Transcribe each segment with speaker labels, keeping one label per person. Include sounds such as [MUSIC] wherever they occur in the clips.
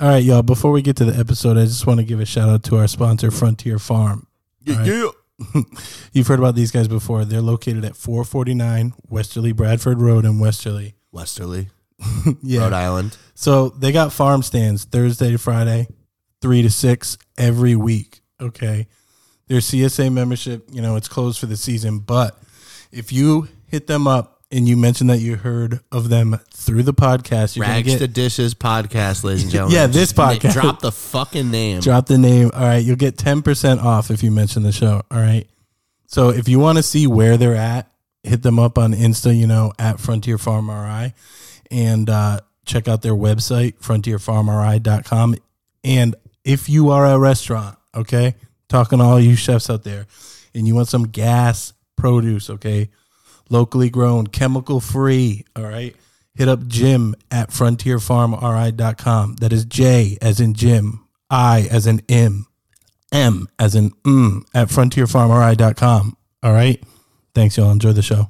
Speaker 1: All right, y'all. Before we get to the episode, I just want to give a shout out to our sponsor, Frontier Farm.
Speaker 2: Yeah,
Speaker 1: right.
Speaker 2: yeah.
Speaker 1: You've heard about these guys before. They're located at 449 Westerly Bradford Road in Westerly.
Speaker 2: Westerly,
Speaker 1: Yeah.
Speaker 2: Rhode Island.
Speaker 1: So they got farm stands Thursday to Friday, three to six every week. Okay. Their CSA membership, you know, it's closed for the season, but if you hit them up and you mention that you heard of them through the podcast, you're going
Speaker 2: Rags
Speaker 1: to
Speaker 2: to
Speaker 1: get
Speaker 2: Dishes podcast, ladies and gentlemen.
Speaker 1: [LAUGHS] Yeah, this
Speaker 2: Just na-
Speaker 1: podcast.
Speaker 2: Drop the fucking name.
Speaker 1: drop the name. All right. You'll get 10% off if you mention the show. All right. So if you want to see where they're at, hit them up on Insta, you know, at Frontier Farm RI and uh, check out their website, frontierfarmri.com. And if you are a restaurant, okay, talking to all you chefs out there, and you want some gas produce, okay, locally grown, chemical free, all right, hit up Jim at frontierfarmri.com. That is J as in Jim, I as in M, M as in mm at frontierfarmri.com. All right. Thanks, y'all. Enjoy the show.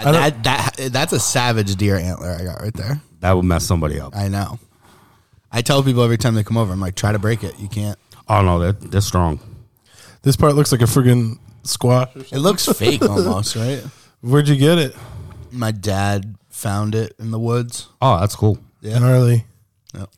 Speaker 1: don't-
Speaker 2: that, that that's a savage deer antler I got right there.
Speaker 3: That would mess somebody up.
Speaker 2: I know. I tell people every time they come over, I'm like, try to break it. You can't.
Speaker 3: Oh no, that that's strong.
Speaker 1: This part looks like a friggin' squash. Or something. [LAUGHS]
Speaker 2: It looks fake almost, right?
Speaker 1: Where'd you get it?
Speaker 2: My dad found it in the woods.
Speaker 3: Oh, that's cool.
Speaker 1: Gnarly.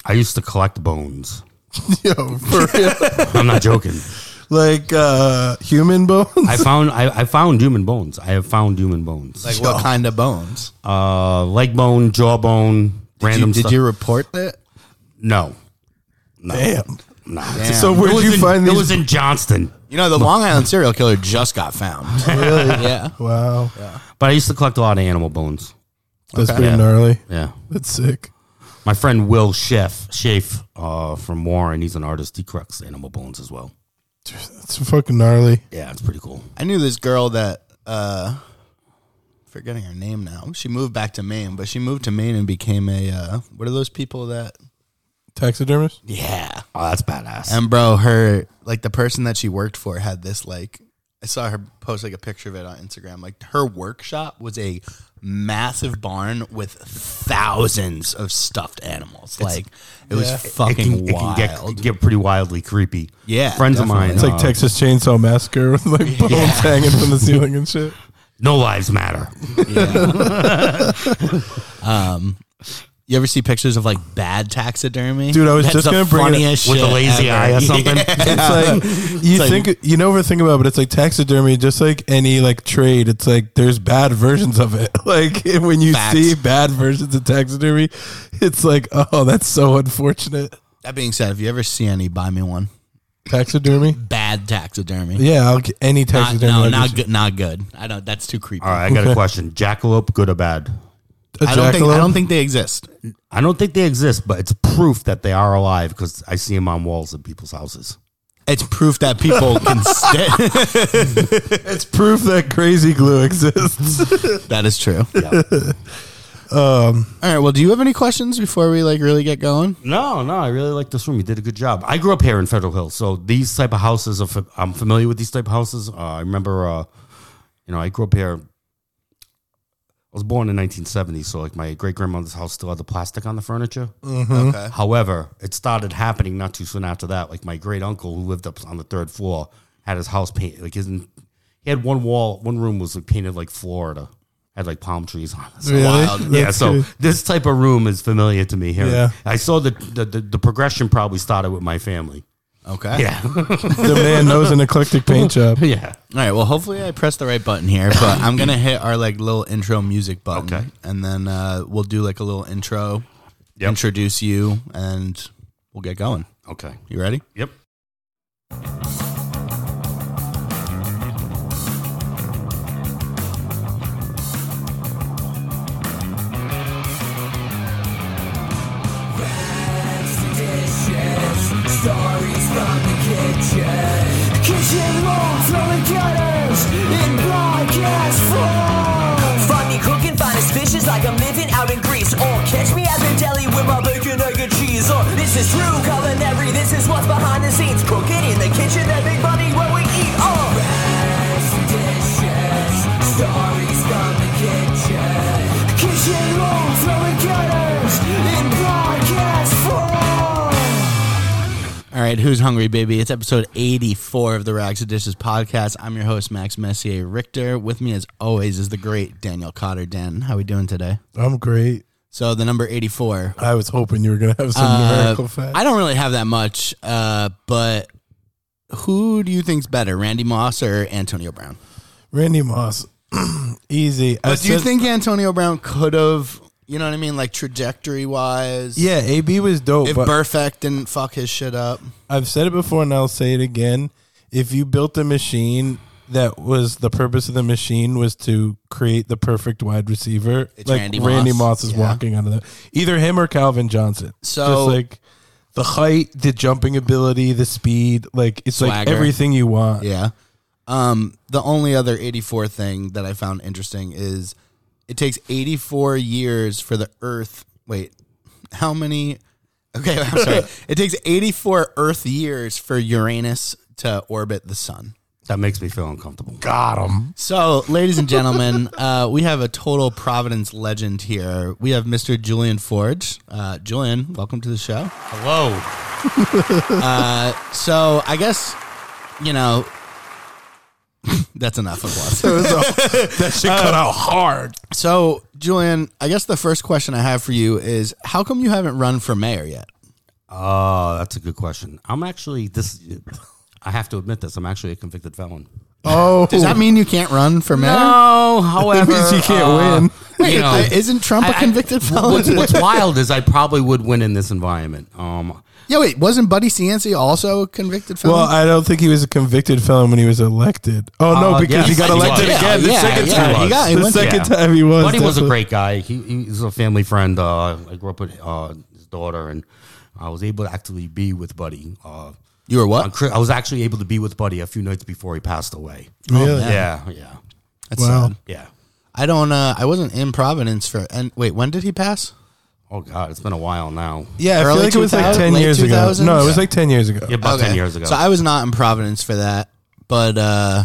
Speaker 3: I used to collect bones. [LAUGHS]
Speaker 1: Yo, for real.
Speaker 3: I'm not joking.
Speaker 1: [LAUGHS] like uh, human bones.
Speaker 3: I found I, I found human bones. I have found human bones.
Speaker 2: Like what kind of bones?
Speaker 3: uh, leg bone, jawbone, random.
Speaker 2: Did you,
Speaker 3: stuff.
Speaker 2: did you report that?
Speaker 3: no,
Speaker 1: [LAUGHS] Damn.
Speaker 3: no.
Speaker 1: [LAUGHS]
Speaker 2: Damn.
Speaker 1: So
Speaker 3: It
Speaker 1: where'd
Speaker 3: was
Speaker 1: you
Speaker 3: in-
Speaker 1: find
Speaker 3: It
Speaker 1: these?
Speaker 3: was in Johnston,
Speaker 1: [LAUGHS]
Speaker 2: you know the Long Island serial killer just got found. really? [LAUGHS] Yeah.
Speaker 1: wow,
Speaker 3: but I used to collect a lot of animal bones.
Speaker 1: that's
Speaker 2: Okay.
Speaker 1: pretty
Speaker 3: Yeah.
Speaker 1: gnarly.
Speaker 3: Yeah,
Speaker 1: That's sick.
Speaker 3: my friend Will Schaff, Schaff uh, from Warren. He's an artist. He collects animal bones as well.
Speaker 1: That's fucking gnarly.
Speaker 3: Yeah, it's pretty cool.
Speaker 2: I knew this girl that uh forgetting her name now. She moved back to Maine, but she moved to Maine and became a uh what are those people that
Speaker 1: Taxidermist.
Speaker 2: Yeah.
Speaker 3: Oh, that's badass.
Speaker 2: And bro, her like the person that she worked for had this like I saw her post like a picture of it on Instagram. Like her workshop was a massive barn with thousands of stuffed animals. like it was
Speaker 3: it
Speaker 2: fucking
Speaker 3: can, it can
Speaker 2: wild.
Speaker 3: get, it can get pretty wildly creepy.
Speaker 2: Yeah,
Speaker 3: friends
Speaker 2: definitely.
Speaker 3: of mine.
Speaker 1: It's like
Speaker 3: uh,
Speaker 1: Texas Chainsaw Massacre with like
Speaker 2: [LAUGHS]
Speaker 1: bones hanging from the ceiling and shit.
Speaker 3: no lives matter.
Speaker 2: um, you ever see pictures of like bad taxidermy?
Speaker 1: Dude, I was
Speaker 2: That's
Speaker 1: just
Speaker 2: the
Speaker 1: gonna bring it up
Speaker 2: funniest
Speaker 3: with a
Speaker 2: shit
Speaker 3: lazy
Speaker 2: ever.
Speaker 3: eye
Speaker 2: [LAUGHS]
Speaker 3: or something. [LAUGHS]
Speaker 1: It's like you
Speaker 2: like-
Speaker 1: think you never think about, it, but it's like taxidermy, just like any like trade. It's like there's bad versions of it. [LAUGHS] Like when you
Speaker 2: Facts.
Speaker 1: see bad versions of taxidermy, it's like oh, that's so unfortunate.
Speaker 2: That being said, if you ever see any, buy me one.
Speaker 1: Taxidermy.
Speaker 2: Bad taxidermy.
Speaker 1: Yeah, I'll get any
Speaker 2: Not,
Speaker 1: taxidermy.
Speaker 2: no,
Speaker 1: I'll
Speaker 2: not
Speaker 1: get
Speaker 2: good. Not good. I don't. That's too creepy.
Speaker 3: All right, I got a question. Jackalope, good or bad?
Speaker 1: you. A
Speaker 2: I don't think. I
Speaker 1: jackalope?
Speaker 2: don't think they exist.
Speaker 3: I don't think they exist, but it's proof that they are alive because I see them on walls of people's houses.
Speaker 2: It's proof that people [LAUGHS] can stay.
Speaker 1: It's proof that crazy glue [LAUGHS] exists.
Speaker 2: that is true.
Speaker 3: [LAUGHS] Um,
Speaker 2: All right. Well, do you have any questions before we like really get going?
Speaker 3: No, no, I really like this room. You did a good job. I grew up here in Federal Hill, so these type of houses are. fa- I'm familiar with these type of houses. Uh, I remember, uh, you know, I grew up here. I was born in 1970, so like my great grandmother's house still had the plastic on the furniture.
Speaker 2: Okay.
Speaker 3: However, it started happening not too soon after that. Like my great uncle who lived up on the third floor had his house painted like his he had one wall, one room was like painted like Florida. Had like palm trees on it. So
Speaker 1: Really?
Speaker 3: wild. Yeah,
Speaker 1: That's
Speaker 3: so
Speaker 1: good.
Speaker 3: this type of room is familiar to me here.
Speaker 1: Yeah.
Speaker 3: I saw the the, the the progression probably started with my family.
Speaker 2: Okay.
Speaker 3: Yeah.
Speaker 1: [LAUGHS] the man knows an eclectic paint job.
Speaker 3: [LAUGHS]
Speaker 2: [LAUGHS]
Speaker 3: yeah.
Speaker 2: All right. Well, hopefully I pressed the right button here, but I'm gonna hit our like little intro music button,
Speaker 3: Okay.
Speaker 2: and then uh, we'll do like a little intro,
Speaker 3: Yep.
Speaker 2: introduce you, and we'll get going.
Speaker 3: Okay.
Speaker 2: You ready?
Speaker 3: Yep.
Speaker 4: Stories from the kitchen. Kitchen roll, throwing gutters in broadcast form.
Speaker 5: Find me cooking finest fishes like I'm living out in Greece. Or catch me at the deli with my bacon, egg, and cheese. Or this is true culinary, this is what's behind the scenes. Cooking in the kitchen, that big money what we eat. Oh,
Speaker 4: Best dishes. Stories from the kitchen. Kitchen roll, throwing gutters
Speaker 2: right, who's hungry, baby? It's episode 84 of the Rags to Dishes podcast. I'm your host, Max Messier Richter. With me, as always, is the great Daniel Cotter. Dan, how we doing today?
Speaker 1: I'm great.
Speaker 2: So, the number 84.
Speaker 1: I was hoping you were gonna have some
Speaker 2: Uh,
Speaker 1: numerical facts.
Speaker 2: I don't really have that much, uh, but who do you think's better, Randy Moss or Antonio Brown?
Speaker 1: Randy Moss, [CLEARS THROAT] easy. I
Speaker 2: But do you
Speaker 1: said-
Speaker 2: think Antonio Brown could have, you know what I mean, like trajectory wise?
Speaker 1: Yeah, AB was dope.
Speaker 2: If
Speaker 1: but
Speaker 2: Burfeck didn't fuck his shit up,
Speaker 1: I've said it before and I'll say it again. If you built a machine that was the purpose of the machine was to create the perfect wide receiver,
Speaker 2: It's
Speaker 1: like
Speaker 2: Randy
Speaker 1: Randy
Speaker 2: Moss.
Speaker 1: Moss, is
Speaker 2: Yeah.
Speaker 1: walking out of that. Either him or Calvin Johnson.
Speaker 2: So-
Speaker 1: just like the height, the jumping ability, the speed, like it's like
Speaker 2: Swagger.
Speaker 1: everything you want.
Speaker 2: yeah. Um, the only other 84 thing that I found interesting is it takes 84 years for the Earth. Wait, how many? Okay, [LAUGHS] I'm sorry. it takes 84 Earth years for Uranus to orbit the sun.
Speaker 3: That makes me feel uncomfortable.
Speaker 1: Got him.
Speaker 2: So, ladies and gentlemen, uh, we have a total Providence legend here. We have Mr. Julian Forge. Uh, Julian, welcome to the show.
Speaker 3: Hello.
Speaker 2: So, I guess, you know, [LAUGHS] that's enough applause.
Speaker 1: That shit cut out hard.
Speaker 2: So, Julian, I guess the first question I have for you is how come you haven't run for mayor yet?
Speaker 3: Uh, that's a good question. I'm actually this. I have to admit this. I'm actually a convicted felon.
Speaker 1: Oh,
Speaker 2: Does that mean you can't run for mayor?
Speaker 3: No, however, [LAUGHS]
Speaker 1: means you can't win.
Speaker 2: uh, Wait,
Speaker 3: You know,
Speaker 2: isn't Trump a
Speaker 3: I- I-
Speaker 2: convicted felon? [LAUGHS]
Speaker 3: what's, what's wild is I probably would win in this environment. Um,
Speaker 2: yeah, wait, wasn't Buddy Cianci also a convicted felon?
Speaker 1: Well, I don't think he was a convicted felon when he was elected. Oh no,
Speaker 3: Uh,
Speaker 1: because he
Speaker 3: yes,
Speaker 1: got
Speaker 3: he
Speaker 1: elected
Speaker 3: was.
Speaker 1: again the
Speaker 2: Yeah,
Speaker 1: second
Speaker 2: yeah,
Speaker 1: time.
Speaker 2: he got- he
Speaker 1: the
Speaker 2: went-
Speaker 1: second time he was.
Speaker 3: Buddy was a
Speaker 1: definitely.
Speaker 3: great guy. He, he was a family friend. Uh, I grew up with uh, his daughter, and I was able to actually be with Buddy. Uh,
Speaker 2: you were
Speaker 3: on
Speaker 2: what?
Speaker 3: Chri- I was actually able to be with Buddy a few nights before he passed away.
Speaker 1: Really?
Speaker 3: Yeah, yeah,
Speaker 2: That's
Speaker 1: Wow.
Speaker 2: sad.
Speaker 3: yeah.
Speaker 2: I don't, uh, I wasn't in Providence for, and wait, when did he pass?
Speaker 3: Oh God, it's been a while now.
Speaker 1: Yeah, I feel
Speaker 2: Early
Speaker 1: like it was like
Speaker 2: 2000s,
Speaker 1: ten
Speaker 2: late
Speaker 1: years ago.
Speaker 2: 2000s?
Speaker 1: No, it was like ten years ago.
Speaker 3: Yeah, about ten
Speaker 2: Okay.
Speaker 3: years ago.
Speaker 2: So I was not in Providence for that, but uh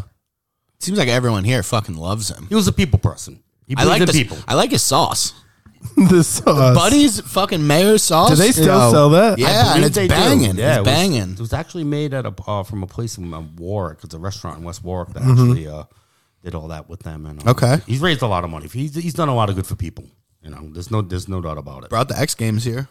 Speaker 2: it seems like everyone here fucking loves him.
Speaker 3: he was a people person. He
Speaker 2: I
Speaker 3: believed
Speaker 2: like
Speaker 3: in
Speaker 2: the
Speaker 3: people.
Speaker 2: I like his sauce.
Speaker 1: [LAUGHS] the sauce.
Speaker 2: Buddy's fucking mayo sauce.
Speaker 1: Do they still sell that?
Speaker 2: Yeah,
Speaker 1: I
Speaker 2: and
Speaker 3: believe
Speaker 2: it's
Speaker 3: they do.
Speaker 2: banging.
Speaker 3: Yeah,
Speaker 2: it's
Speaker 3: it was-
Speaker 2: banging.
Speaker 3: It was actually made at a uh, from a place in uh, Warwick. It's a restaurant in West Warwick that actually uh, did all that with them. And uh,
Speaker 2: Mm-hmm. Okay.
Speaker 3: he's raised a lot of money. He's he's done a lot of good for people. You know, there's no there's no doubt about it.
Speaker 2: Brought the X Games here.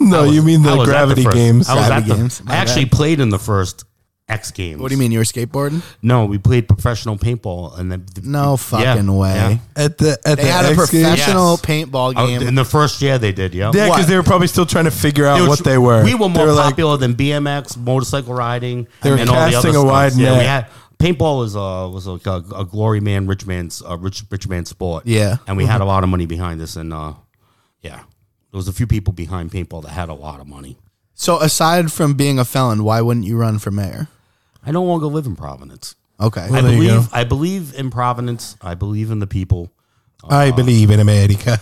Speaker 1: no, you mean
Speaker 3: I
Speaker 1: the
Speaker 3: was at
Speaker 1: gravity
Speaker 3: first-
Speaker 1: games?
Speaker 3: I was
Speaker 2: Gravity
Speaker 3: at the-
Speaker 2: games. My
Speaker 3: I actually played in the first X Games.
Speaker 2: What do you mean you were skateboarding?
Speaker 3: No, we played professional paintball, and then
Speaker 2: No
Speaker 3: yeah,
Speaker 2: fucking way.
Speaker 3: yeah.
Speaker 1: At the at
Speaker 2: They
Speaker 1: the
Speaker 2: had a
Speaker 1: X Games?
Speaker 2: professional
Speaker 3: Yes.
Speaker 2: paintball
Speaker 3: Oh,
Speaker 2: game.
Speaker 3: in the first year they did. Yeah,
Speaker 1: Yeah,
Speaker 2: What?
Speaker 1: because they were probably still trying to figure out
Speaker 3: Dude,
Speaker 1: Uh, what they were.
Speaker 3: We were
Speaker 1: They
Speaker 3: more
Speaker 1: like,
Speaker 3: popular than BMX, motorcycle riding.
Speaker 1: They were
Speaker 3: and all the other
Speaker 1: casting a
Speaker 3: stuff.
Speaker 1: wide
Speaker 3: Yeah, we
Speaker 1: net.
Speaker 3: had paintball was uh was like a, a glory man, rich man's uh, rich rich man's sport.
Speaker 2: Yeah.
Speaker 3: and we
Speaker 1: Mm-hmm.
Speaker 3: had a lot of money behind this, and uh, yeah, there was a few people behind paintball that had a lot of money.
Speaker 2: so aside from being a felon, why wouldn't you run for mayor?
Speaker 3: I no longer live in Providence.
Speaker 2: Okay.
Speaker 3: I
Speaker 1: there you
Speaker 3: believe
Speaker 1: go.
Speaker 3: I believe in Providence. I believe in the people.
Speaker 1: I believe in America.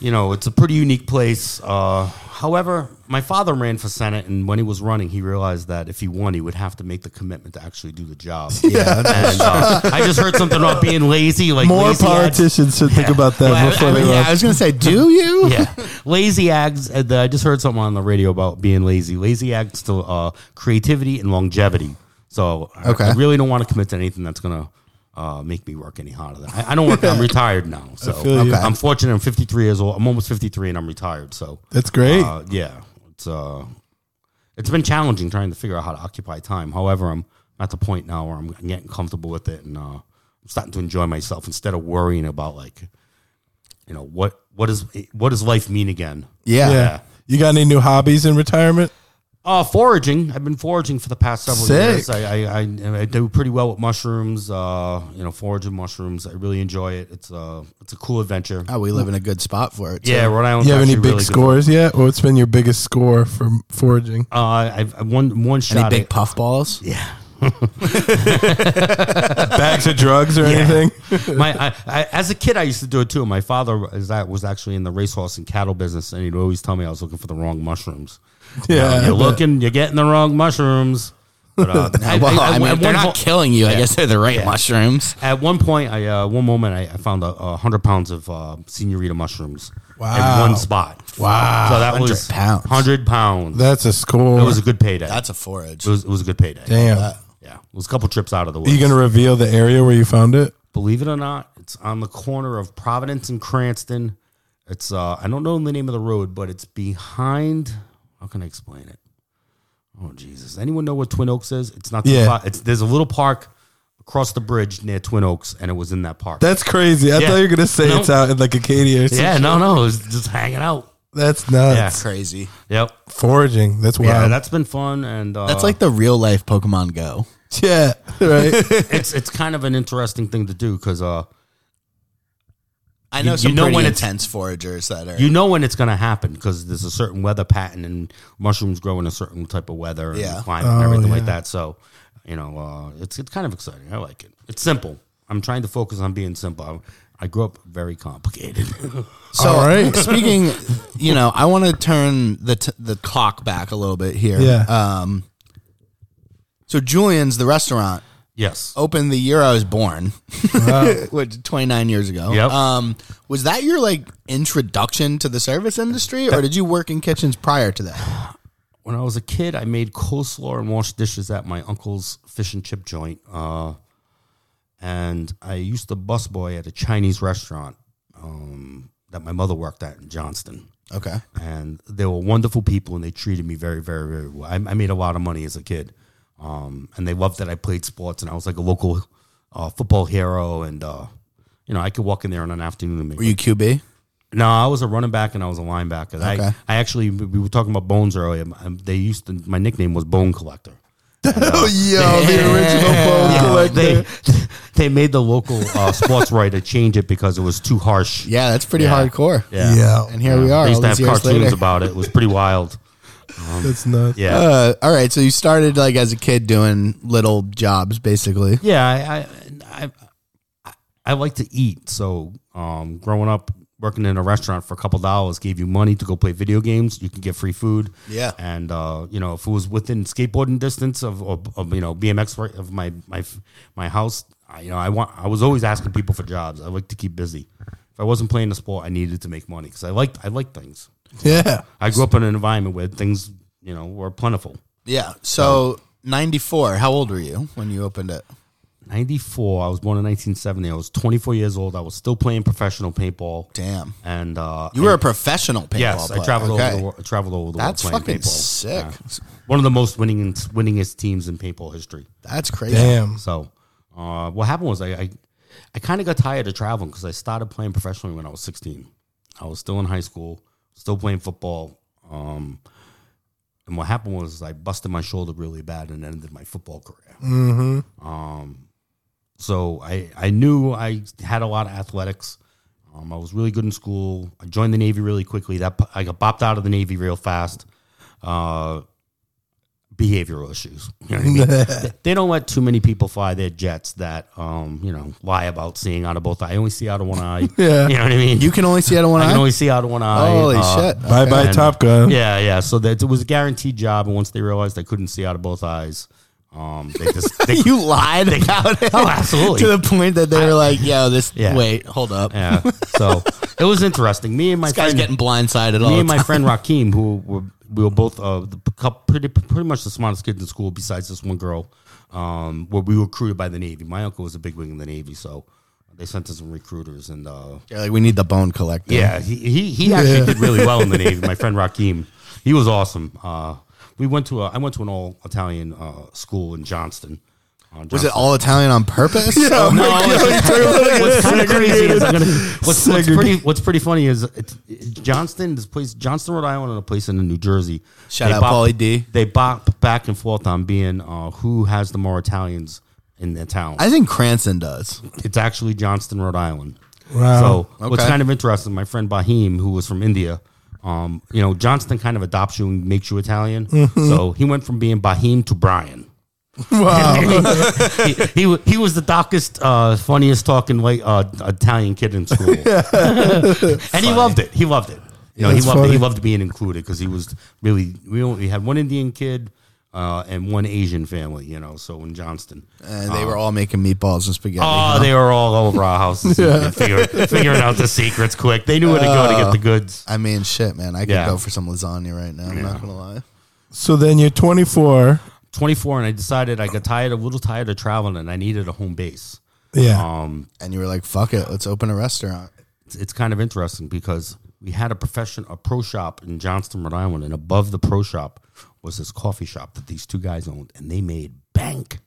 Speaker 3: you know, it's a pretty unique place. Uh, however, my father ran for Senate, and when he was running, he realized that if he won, he would have to make the commitment to actually do the
Speaker 1: [LAUGHS]
Speaker 3: job. Yeah. and, uh, I just heard something about being lazy. Like
Speaker 1: More
Speaker 3: lazy
Speaker 1: politicians should think about that
Speaker 3: Well, I-
Speaker 1: before
Speaker 3: I
Speaker 1: they
Speaker 3: mean,
Speaker 1: run.
Speaker 2: yeah, I was gonna
Speaker 1: [LAUGHS]
Speaker 2: say, do you?
Speaker 3: Ag, yeah, lazy ags. and uh, I just heard something on the radio about being lazy. Lazy ags to uh, creativity and longevity. So I,
Speaker 2: Okay.
Speaker 3: I really don't want to commit to anything that's gonna. Uh, make me work any harder. I, I don't work.
Speaker 1: [LAUGHS]
Speaker 3: I'm retired now, so
Speaker 1: feel you.
Speaker 3: I'm fortunate. I'm 53 years old. I'm almost 53, and I'm retired. So
Speaker 1: That's great.
Speaker 3: uh, yeah, it's uh, it's been challenging trying to figure out how to occupy time. However, I'm at the point now where I'm getting comfortable with it, and uh, I'm starting to enjoy myself instead of worrying about like, you know, what what is what does life mean again?
Speaker 2: Yeah.
Speaker 1: yeah. You got any new hobbies in retirement?
Speaker 3: Uh, foraging. I've been foraging for the past several
Speaker 1: Sick.
Speaker 3: years. I, I, I I do pretty well with mushrooms. Uh, you know, foraging mushrooms. I really enjoy it. It's a it's a cool adventure.
Speaker 2: Oh, we live in a good spot for it. too.
Speaker 3: yeah, Rhode Island.
Speaker 1: Uh, You have any big scores yet? What's been your biggest score from foraging?
Speaker 3: Uh, I've I've one one shot.
Speaker 2: Any
Speaker 3: at-
Speaker 2: big puff balls?
Speaker 3: yeah.
Speaker 1: Bags of drugs or
Speaker 3: [LAUGHS]
Speaker 1: anything?
Speaker 3: my I, I, as a kid, I used to do it too. My father is that was actually in the racehorse and cattle business, and he'd always tell me I was looking for the wrong mushrooms.
Speaker 1: Yeah,
Speaker 3: you're
Speaker 1: but-
Speaker 3: looking, you're getting the wrong mushrooms. But, uh, I-
Speaker 2: Well, I,
Speaker 3: I- I-
Speaker 2: mean,
Speaker 3: at
Speaker 2: they're
Speaker 3: one
Speaker 2: not
Speaker 3: po-
Speaker 2: killing you. I
Speaker 3: Yeah.
Speaker 2: guess they're the right
Speaker 3: Yeah.
Speaker 2: mushrooms.
Speaker 3: At one point, I uh, one moment I, I found a, a hundred pounds of uh, senorita mushrooms,
Speaker 1: Wow.
Speaker 3: in one spot.
Speaker 1: Wow.
Speaker 3: So that
Speaker 2: 100
Speaker 3: was
Speaker 2: pounds.
Speaker 3: 100 pounds.
Speaker 1: That's a score.
Speaker 3: It was a good payday.
Speaker 2: That's a forage.
Speaker 3: it, was, it was a good payday.
Speaker 1: Damn.
Speaker 3: Yeah. It was a couple trips out of the
Speaker 1: Are
Speaker 3: woods.
Speaker 1: you going to reveal the area where you found it?
Speaker 3: Believe it or not, it's on the corner of Providence and Cranston. It's uh I don't know the name of the road, but it's behind how can I explain it? Oh Jesus. Anyone know what Twin Oaks is? It's not too
Speaker 1: Yeah.
Speaker 3: far. It's there's a little park across the bridge near Twin Oaks and it was in that park.
Speaker 1: That's crazy. I
Speaker 3: Yeah.
Speaker 1: thought you were going to say
Speaker 3: No.
Speaker 1: it's out in like Acadia or something.
Speaker 3: yeah, no, no, it was just hanging out.
Speaker 1: That's nuts.
Speaker 3: Yeah.
Speaker 2: Crazy.
Speaker 3: Yep.
Speaker 1: Foraging. That's wild.
Speaker 3: Yeah, that's been fun and uh,
Speaker 2: That's like the real life Pokemon Go.
Speaker 1: Yeah, [LAUGHS] right.
Speaker 3: it's it's kind of an interesting thing to do cuz uh
Speaker 2: I know
Speaker 3: You-
Speaker 2: some
Speaker 3: you know
Speaker 2: pretty
Speaker 3: when it's-
Speaker 2: intense foragers that are.
Speaker 3: you know when it's going to happen because there's a certain weather pattern and mushrooms grow in a certain type of weather and
Speaker 2: Yeah.
Speaker 3: climate and everything like that. So, you know, uh, it's it's kind of exciting. I like it. It's simple. I'm trying to focus on being simple. I, I grew up very complicated. [LAUGHS]
Speaker 2: so
Speaker 1: All right. [LAUGHS]
Speaker 2: speaking, you know, I want to turn the t- the clock back a little bit here.
Speaker 1: Yeah.
Speaker 2: Um. So Julian's the restaurant
Speaker 3: yes.
Speaker 2: opened the year I was born, [LAUGHS] which 29 years ago.
Speaker 3: Yep.
Speaker 2: Um, was that your like introduction to the service industry, or did you work in kitchens prior to that?
Speaker 3: When I was a kid, I made coleslaw and washed dishes at my uncle's fish and chip joint. Uh, and I used to busboy at a Chinese restaurant um, that my mother worked at in Johnston.
Speaker 2: Okay.
Speaker 3: and they were wonderful people and they treated me very very very well i, I made a lot of money as a kid um, and they loved that i played sports and i was like a local uh, football hero and uh, you know i could walk in there on an afternoon and make
Speaker 2: Were you QB?
Speaker 3: no, I was a running back and I was a linebacker.
Speaker 2: Okay.
Speaker 3: I, I actually, we were talking about bones earlier. Um, They used to, my nickname was Bone Collector.
Speaker 2: [LAUGHS]
Speaker 3: oh,
Speaker 1: Yo, the original bone collector.
Speaker 3: They, [LAUGHS] they made the local uh, sports writer change it because it was too harsh.
Speaker 2: Yeah, that's pretty
Speaker 3: Yeah.
Speaker 2: hardcore.
Speaker 3: [LAUGHS] Yeah.
Speaker 1: Oh,
Speaker 2: And here we are.
Speaker 3: They used to
Speaker 2: all
Speaker 3: have
Speaker 2: these years
Speaker 3: cartoons
Speaker 2: later.
Speaker 3: about it. It was
Speaker 2: [LAUGHS]
Speaker 3: pretty wild.
Speaker 1: That's nuts.
Speaker 3: Yeah.
Speaker 2: Uh, all right. So you started like as a kid doing little jobs, basically.
Speaker 3: yeah, I I, I I like to eat. So um, growing up working in a restaurant for a couple dollars gave you money to go play video games. You can get free food.
Speaker 2: Yeah.
Speaker 3: and uh, you know if it was within skateboarding distance of, of, of you know BMX right of my my my house, I, you know I want I was always asking people for jobs. I like to keep busy. If I wasn't playing the sport, I needed to make money because I liked I liked things.
Speaker 1: Yeah.
Speaker 3: I grew up in an environment where things you know were plentiful.
Speaker 2: Yeah. So 94. How old were you when you opened it?
Speaker 3: 94. I was born in 1970. I was 24 years old. I was still playing professional paintball.
Speaker 2: Damn.
Speaker 3: And uh,
Speaker 2: You were a professional paintball
Speaker 3: yes,
Speaker 2: player.
Speaker 3: I traveled
Speaker 2: okay.
Speaker 3: over the world. Traveled over the
Speaker 2: That's
Speaker 3: world
Speaker 2: fucking
Speaker 3: playing paintball.
Speaker 2: sick.
Speaker 3: One of the most winning winningest teams in paintball history.
Speaker 2: That's crazy.
Speaker 1: Damn.
Speaker 3: So, uh, what happened was I I, I kind of got tired of traveling because I started playing professionally when I was 16. I was still in high school, still playing football. Um, and what happened was I busted my shoulder really bad and ended my football career. Mm-hmm. Um, so I I knew I had a lot of athletics. Um, I was really good in school. I joined the Navy really quickly. That I got bopped out of the Navy real fast. Uh, behavioral issues. [LAUGHS] You know what I mean?
Speaker 2: [LAUGHS]
Speaker 3: They- they don't let too many people fly their jets that um, you know lie about seeing out of both. eye. I only see out of
Speaker 2: [LAUGHS]
Speaker 3: one eye.
Speaker 1: Yeah.
Speaker 3: you know what I mean.
Speaker 2: You can only see out of one
Speaker 3: I
Speaker 2: eye.
Speaker 3: can
Speaker 2: [LAUGHS]
Speaker 3: only see out of one eye.
Speaker 2: Holy
Speaker 3: Uh,
Speaker 2: shit.
Speaker 1: Bye bye,
Speaker 3: And-
Speaker 1: Top Gun.
Speaker 3: Yeah, yeah. So that it was a guaranteed job, and once they realized I couldn't see out of both eyes, um, they just they,
Speaker 2: [LAUGHS] you lied about it.
Speaker 3: Oh, absolutely.
Speaker 2: to the point that they were like, "Yo, this
Speaker 3: Yeah.
Speaker 2: wait, hold up,
Speaker 3: yeah. So it was interesting. Me and my
Speaker 2: this guy's
Speaker 3: friend,
Speaker 2: getting blindsided all
Speaker 3: me
Speaker 2: the
Speaker 3: and my
Speaker 2: time."
Speaker 3: friend Rakim, who were we were both uh, the cou- pretty pretty much the smartest kids in school, besides this one girl. Um, where we were recruited by the Navy. My uncle was a big wing in the Navy, so they sent us some recruiters, and uh,
Speaker 2: They're like, "We need the bone collector."
Speaker 3: Yeah, he he, he actually did really well in the Navy.
Speaker 2: [LAUGHS]
Speaker 3: My friend Rakim, he was awesome. Uh, we went to a I went to an all Italian uh, school in Johnston. Uh,
Speaker 2: was it all Italian on
Speaker 3: [LAUGHS]
Speaker 2: purpose?
Speaker 1: Oh my
Speaker 3: No,
Speaker 1: God,
Speaker 3: it's-
Speaker 1: you're like-
Speaker 3: what's kind of crazy is I'm gonna, what's, what's
Speaker 1: Segregated.
Speaker 3: pretty what's pretty funny is it's, it's Johnston this place Johnston Rhode Island and a place in New Jersey
Speaker 2: Shout
Speaker 3: They
Speaker 2: out
Speaker 3: bop-
Speaker 2: Pauly D.
Speaker 3: they bop back and forth on being uh, who has the more Italians in their town
Speaker 2: I think Cranston does.
Speaker 3: it's actually Johnston, Rhode Island.
Speaker 1: Wow.
Speaker 3: So what's
Speaker 2: Okay.
Speaker 3: kind of interesting, my friend Bahim, who was from India, um, you know, Johnston kind of adopts you and makes you Italian.
Speaker 1: Mm-hmm.
Speaker 3: So he went from being Bahim to Brian. [LAUGHS] he, he, wa- he was the darkest, uh, funniest talking white uh, Italian kid
Speaker 1: [LAUGHS]
Speaker 3: in school, [LAUGHS] and he loved it. He loved it. You know, he
Speaker 1: That's
Speaker 3: loved it.
Speaker 1: funny.
Speaker 3: he loved being included because he was really. We only had one Indian kid, uh, and one Asian family, you know, so in Johnston.
Speaker 2: And they were all making meatballs and spaghetti.
Speaker 3: Oh, they were all over
Speaker 1: [LAUGHS]
Speaker 3: our houses and figure, figuring out the secrets quick. They knew where to go to get the
Speaker 1: Uh.
Speaker 3: goods.
Speaker 2: I mean, shit, man. I could
Speaker 3: Yeah.
Speaker 2: go for some lasagna right now. I'm not gonna lie.
Speaker 1: So then you're 24.
Speaker 3: 24, and I decided I got tired, a little tired of traveling, and I needed a home base. Um,
Speaker 1: Yeah.
Speaker 2: And you were like, "Fuck it, let's open a restaurant."
Speaker 3: it's, it's kind of interesting because we had a profession, a pro shop in Johnston, Rhode Island, and above the pro shop was this coffee shop that these two guys owned, and they made bank.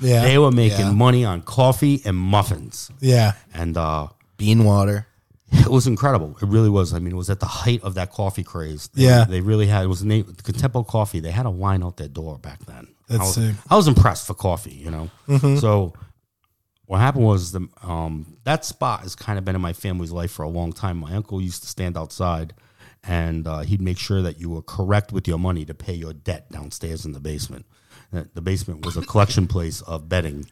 Speaker 1: yeah.
Speaker 3: They were making
Speaker 2: Yeah.
Speaker 3: money on coffee and muffins,
Speaker 1: yeah.
Speaker 3: and uh,
Speaker 2: Bean water.
Speaker 3: it was incredible. It really was. I mean, it was at the height of that coffee craze. They,
Speaker 1: Yeah.
Speaker 3: they really had. It was named Contempo Coffee. They had a line out their door back then.
Speaker 1: That's
Speaker 3: I was,
Speaker 1: sick. Mm-hmm.
Speaker 3: I was impressed for coffee. You know, so what happened was the um, that spot has kind of been in my family's life for a long time. My uncle used to stand outside, and uh, he'd make sure that you were correct with your money to pay your debt downstairs in the basement. Uh, The basement was a collection place of betting.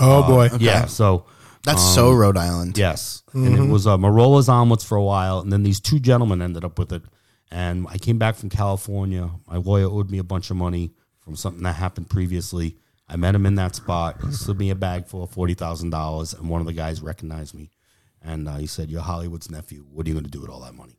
Speaker 1: Oh, boy.
Speaker 3: Yeah, so
Speaker 2: That's
Speaker 3: Um,
Speaker 2: so Rhode Island.
Speaker 3: Yes, and it was uh, Marola's omelets for a while, and then these two gentlemen ended up with it. And I came back from California. My lawyer owed me a bunch of money from something that happened previously. I met him in that spot. He slid me a bag full of forty thousand dollars, and one of the guys recognized me, and uh, he said, "You're Hollywood's nephew. What are you going to do with all that money?"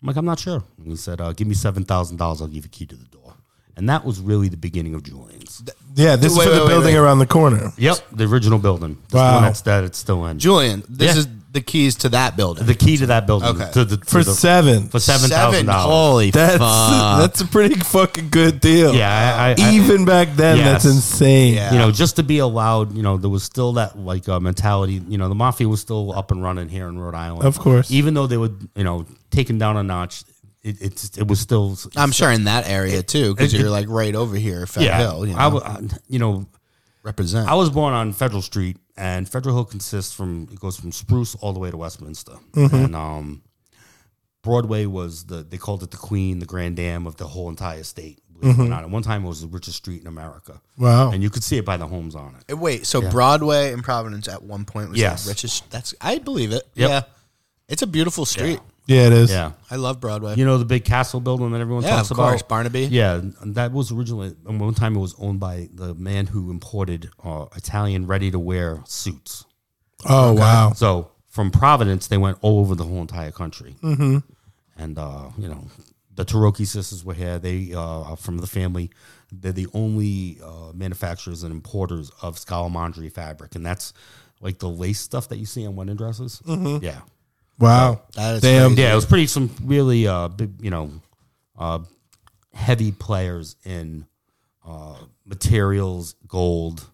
Speaker 3: I'm like, "I'm not sure." And he said, uh, "Give me seven thousand dollars. I'll give you a key to the door." And that was really the beginning of Julian's.
Speaker 1: Yeah. This is for
Speaker 2: Wait,
Speaker 1: the
Speaker 2: wait, wait,
Speaker 1: building
Speaker 2: wait.
Speaker 1: around the corner.
Speaker 3: Yep, the original building. This
Speaker 1: Wow.
Speaker 3: one that's that it's still in.
Speaker 2: Julian, this
Speaker 3: Yeah.
Speaker 2: is the keys to that building.
Speaker 3: The key to that building.
Speaker 2: Okay.
Speaker 3: To the, to
Speaker 1: For
Speaker 3: the-
Speaker 1: seven.
Speaker 3: for seven
Speaker 2: Seven.
Speaker 3: thousand dollars.
Speaker 2: Holy
Speaker 1: that's,
Speaker 2: fuck.
Speaker 1: that's a pretty fucking good deal.
Speaker 3: Yeah, I, I, I-
Speaker 1: Even back then,
Speaker 3: Yes.
Speaker 1: that's insane.
Speaker 2: Yeah.
Speaker 3: you know, just to be allowed, you know, there was still that like uh, mentality. You know, the mafia was still up and running here in Rhode Island,
Speaker 1: Of course.
Speaker 3: Even though they were, you know, taken down a notch, it it, it was still.
Speaker 2: I'm sure in that area too, because
Speaker 3: it-
Speaker 2: you're like right over here, Fat
Speaker 3: yeah,
Speaker 2: Hill. You know,
Speaker 3: I, wa- I, you know,
Speaker 2: represent.
Speaker 3: I was born on Federal Street, and Federal Hill consists from it goes from Spruce all the way to Westminster, and um, Broadway was the they called it the Queen, the Grand Dam of the whole entire state. Believe it or not, at one time it was the richest street in America.
Speaker 1: Wow.
Speaker 3: and you could see it by the homes on it.
Speaker 2: Uh, Wait, so Broadway in Providence at one point was
Speaker 3: Yes.
Speaker 2: the richest. That's I believe it.
Speaker 3: Yep.
Speaker 2: Yeah, it's a beautiful street.
Speaker 1: Yeah, it is.
Speaker 3: Yeah.
Speaker 2: I love Broadway.
Speaker 3: You know the big castle building that everyone
Speaker 2: Yeah,
Speaker 3: talks
Speaker 2: of course,
Speaker 3: about,
Speaker 2: Barnaby.
Speaker 3: Yeah, and that was originally and one time it was owned by the man who imported uh, Italian ready-to-wear suits.
Speaker 1: Oh, wow.
Speaker 3: So from Providence, they went all over the whole entire country, mm-hmm. and uh, you know the Taroki sisters were here. They uh, are from the family. They're the only uh, manufacturers and importers of scalamandri fabric, and that's like the lace stuff that you see on wedding dresses. Mm-hmm. Yeah,
Speaker 1: Wow.
Speaker 2: That is
Speaker 1: Damn.
Speaker 2: crazy.
Speaker 3: Yeah, it was pretty some really uh big, you know uh heavy players in uh materials, gold,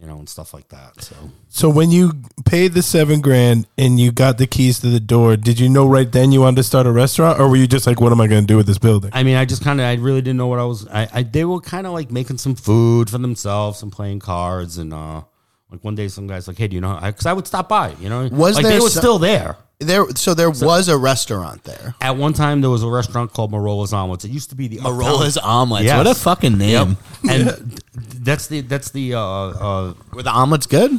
Speaker 3: you know, and stuff like that. So
Speaker 1: So when you paid the seven grand and you got the keys to the door, did you know right then you wanted to start a restaurant, or were you just like, "What am I going to do with this building?"
Speaker 3: I mean, I just kind of I really didn't know what I was. I, I they were kind of like making some food for themselves and playing cards and uh like one day some guys like, hey, do you know? Because I would stop by, you know,
Speaker 2: Was
Speaker 3: like
Speaker 2: there
Speaker 3: they were
Speaker 2: so-
Speaker 3: still there.
Speaker 2: There, so there was a restaurant there.
Speaker 3: At one time, there was a restaurant called Marola's Omelets. It used to be the Uptown-
Speaker 2: omelets.
Speaker 3: Yes.
Speaker 2: What a fucking name. [LAUGHS]
Speaker 3: and th- that's the that's the uh, uh,
Speaker 2: Were the omelets good?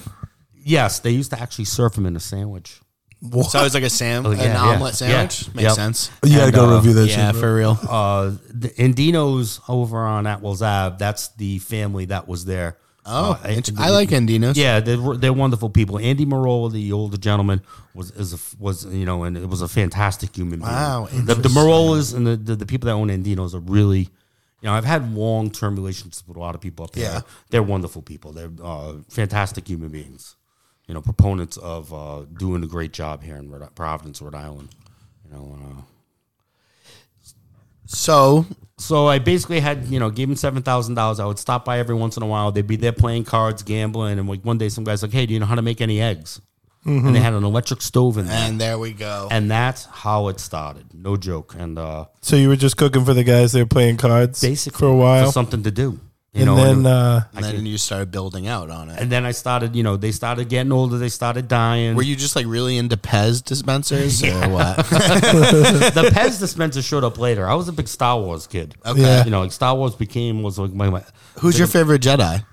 Speaker 3: Yes, they used to actually serve them in a sandwich.
Speaker 2: So it was like
Speaker 3: [LAUGHS]
Speaker 2: a sam,
Speaker 3: Oh, yeah,
Speaker 2: an
Speaker 3: yeah,
Speaker 2: omelet
Speaker 3: yeah.
Speaker 2: sandwich. Makes
Speaker 3: Yep.
Speaker 2: sense.
Speaker 1: [LAUGHS] You got to
Speaker 3: And,
Speaker 1: go
Speaker 3: uh,
Speaker 1: review that.
Speaker 2: Yeah,
Speaker 1: shit, bro.
Speaker 2: for real.
Speaker 3: Uh, the, and Dino's over on Atwell's Ave. That's the family that was there.
Speaker 2: [LAUGHS] Oh,
Speaker 3: Uh,
Speaker 2: int-
Speaker 3: and-
Speaker 2: I like Andinos.
Speaker 3: Yeah, they're, they're wonderful people. Andy Marola, the older gentleman, was is a, was you know, and it was a fantastic human being.
Speaker 2: Wow,
Speaker 3: the, the Marolas and the, the the people that own Andino's are really, you know, I've had long term relationships with a lot of people up there.
Speaker 2: Yeah.
Speaker 3: they're wonderful people. They're uh, fantastic human beings. You know, proponents of uh, doing a great job here in Rhode, Providence, Rhode Island. You know, uh,
Speaker 2: So
Speaker 3: so I basically had, you know, gave him seven thousand dollars. I would stop by every once in a while. They'd be there playing cards, gambling, and like one day, some guys like, "Hey, do you know how to make any eggs?" And they had an electric stove in there,
Speaker 2: and there we go.
Speaker 3: and that's how it started. No joke. And uh,
Speaker 1: So you were just cooking for the guys that were playing cards,
Speaker 3: basically,
Speaker 1: for a while,
Speaker 3: for something to do. You
Speaker 1: and
Speaker 3: know,
Speaker 1: then
Speaker 3: and,
Speaker 1: uh,
Speaker 2: And then you started building out on it.
Speaker 3: and then I started. You know, they started getting older. They started dying.
Speaker 2: Were you just like really into Pez dispensers or what? [LAUGHS]
Speaker 3: the Pez dispenser showed up later. I was a big Star Wars kid.
Speaker 2: Okay.
Speaker 1: Yeah.
Speaker 3: You know, like Star Wars became was like my, my
Speaker 2: Who's your favorite Jedi?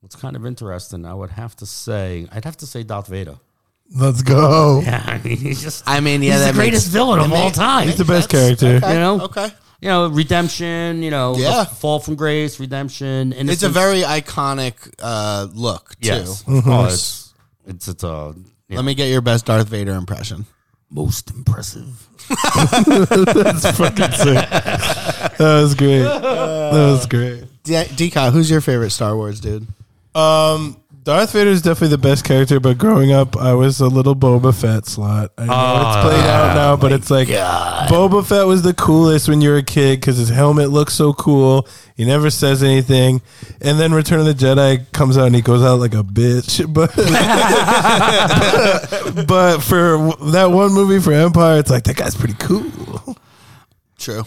Speaker 3: what's kind of interesting. I would have to say, I'd have to say Darth Vader. [LAUGHS]
Speaker 1: uh, let's go.
Speaker 3: Yeah, I mean, he's just.
Speaker 2: I mean, yeah,
Speaker 3: he's
Speaker 2: that
Speaker 3: the greatest
Speaker 2: makes-
Speaker 3: villain
Speaker 2: that
Speaker 3: of all
Speaker 2: makes-
Speaker 3: time.
Speaker 1: He's the best character.
Speaker 3: You know,
Speaker 2: Okay.
Speaker 3: you know, redemption, you know, the
Speaker 2: Yeah.
Speaker 3: fall from grace, redemption. And
Speaker 2: It's a very iconic uh, look, too.
Speaker 3: yes. Of course. Oh, It's, it's, uh, yeah.
Speaker 2: Let me get your best Darth Vader impression.
Speaker 3: most impressive.
Speaker 1: That was
Speaker 3: [LAUGHS]
Speaker 1: great. That was great.
Speaker 2: D- Deca, who's your favorite Star Wars dude?
Speaker 1: Um, Darth Vader is definitely the best character, but growing up, I was a little Boba Fett slot. I know it's played out now, but it's like Boba Fett was the coolest when you were a kid because his helmet looks so cool. He never says anything, and then Return of the Jedi comes out and he goes out like a bitch. [LAUGHS] But but for w- that one movie for Empire, it's like that guy's pretty cool.
Speaker 2: True.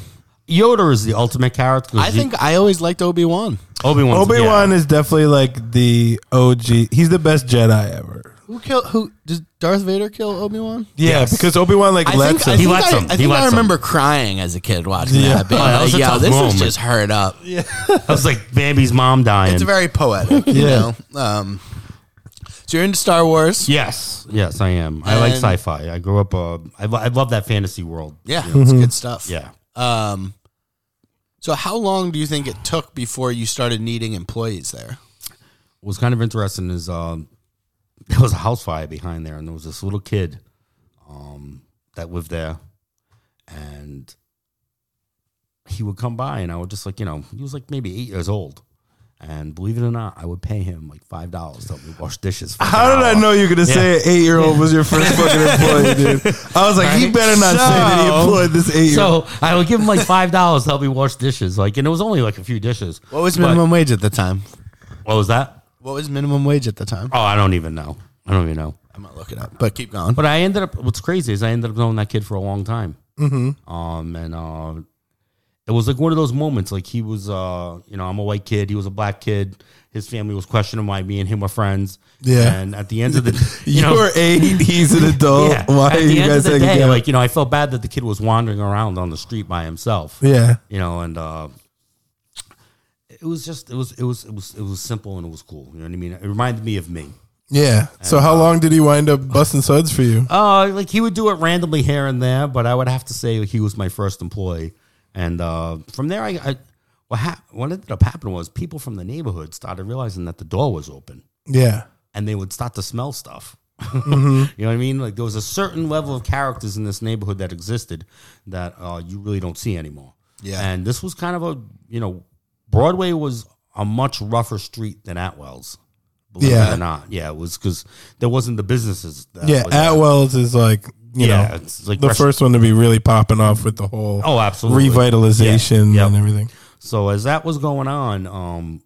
Speaker 3: Yoda is the ultimate character.
Speaker 2: I think I always liked Obi Wan.
Speaker 3: Obi Wan.
Speaker 1: Obi Wan is definitely like the OG. He's the best Jedi ever.
Speaker 2: Who killed? Who did Darth Vader kill Obi Wan?
Speaker 1: Yeah, because Obi Wan like lets him.
Speaker 3: He lets
Speaker 2: I,
Speaker 3: him.
Speaker 2: I
Speaker 3: He
Speaker 2: think
Speaker 3: lets
Speaker 2: I
Speaker 3: him.
Speaker 2: remember crying as a kid watching
Speaker 1: Yeah.
Speaker 2: that. Being
Speaker 3: Oh, [LAUGHS] that was
Speaker 2: like,
Speaker 3: a
Speaker 2: yo,
Speaker 3: tough
Speaker 2: this
Speaker 3: moment.
Speaker 2: is just hurt up.
Speaker 3: I was like, baby's mom dying.
Speaker 2: It's very poetic, you
Speaker 1: Yeah.
Speaker 2: know. Um, so you're into Star Wars.
Speaker 3: yes, yes, I am. I like
Speaker 2: And-
Speaker 3: sci-fi. I grew up. Uh, I, lo- I love that fantasy world.
Speaker 2: Yeah, it's good stuff.
Speaker 3: Mm-hmm. Yeah.
Speaker 2: Um, so how long do you think it took before you started needing employees there?
Speaker 3: What was kind of interesting is um, there was a house fire behind there, and there was this little kid um, that lived there, and he would come by, and I would just like you know he was like maybe eight years old, and believe it or not, I would pay him like five dollars to help me wash dishes. for like
Speaker 1: [LAUGHS] How
Speaker 3: an
Speaker 1: did I
Speaker 3: hour.
Speaker 1: know you were gonna say an eight year old was your first
Speaker 3: [LAUGHS]
Speaker 1: fucking employee, dude? I was like, he better not say that he
Speaker 3: So-
Speaker 1: employed this eight year old.
Speaker 3: So I would give him like five dollars to help me wash dishes, like, and it was only like a few dishes.
Speaker 2: What was
Speaker 3: But-
Speaker 2: minimum wage at the time?
Speaker 3: What was that?
Speaker 2: What was minimum wage at the time?
Speaker 3: Oh, I don't even know. I don't even know.
Speaker 2: I'm not looking up, but keep going.
Speaker 3: But I ended up. What's crazy is I ended up knowing that kid for a long time. Mm-hmm. Um, and uh, it was like one of those moments. Like he was, uh, you know, I'm a white kid. He was a black kid. His family was questioning why me and him were friends.
Speaker 1: Yeah.
Speaker 3: And at the end
Speaker 1: [LAUGHS]
Speaker 3: of the, you
Speaker 1: You
Speaker 3: know,
Speaker 1: are eight, he's an adult.
Speaker 3: yeah.
Speaker 1: Why
Speaker 3: at
Speaker 1: are
Speaker 3: the
Speaker 1: you
Speaker 3: end
Speaker 1: guys
Speaker 3: of the
Speaker 1: hanging
Speaker 3: day,
Speaker 1: out?
Speaker 3: like you know, I felt bad that the kid was wandering around on the street by himself.
Speaker 1: Yeah.
Speaker 3: you know, and uh, it was just it was it was it was it was simple and it was cool. You know what I mean? It reminded me of me.
Speaker 1: Yeah. So how long did he wind up busting suds for you?
Speaker 3: Uh, like he would do it randomly here and there, but I would have to say he was my first employee. And uh, from there, I, I what, hap what ended up happening was people from the neighborhood started realizing that the door was open, Uh,
Speaker 1: Yeah.
Speaker 3: and they would start to smell stuff.
Speaker 1: Mm-hmm.
Speaker 3: [LAUGHS] you know what I mean? Like there was a certain level of characters in this neighborhood that existed that uh, you really don't see anymore.
Speaker 2: Yeah.
Speaker 3: and this was kind of a you know Broadway was a much rougher street than Atwell's. Believe
Speaker 1: Yeah.
Speaker 3: it or not, yeah, it was because there wasn't the businesses. That
Speaker 1: Yeah.
Speaker 3: was there.
Speaker 1: Atwell's is like you
Speaker 3: Yeah,
Speaker 1: know
Speaker 3: it's like
Speaker 1: the
Speaker 3: rest-
Speaker 1: first one to be really popping off with the whole
Speaker 3: Oh, absolutely.
Speaker 1: revitalization
Speaker 3: Yeah. Yep.
Speaker 1: and everything.
Speaker 3: So as that was going on, um,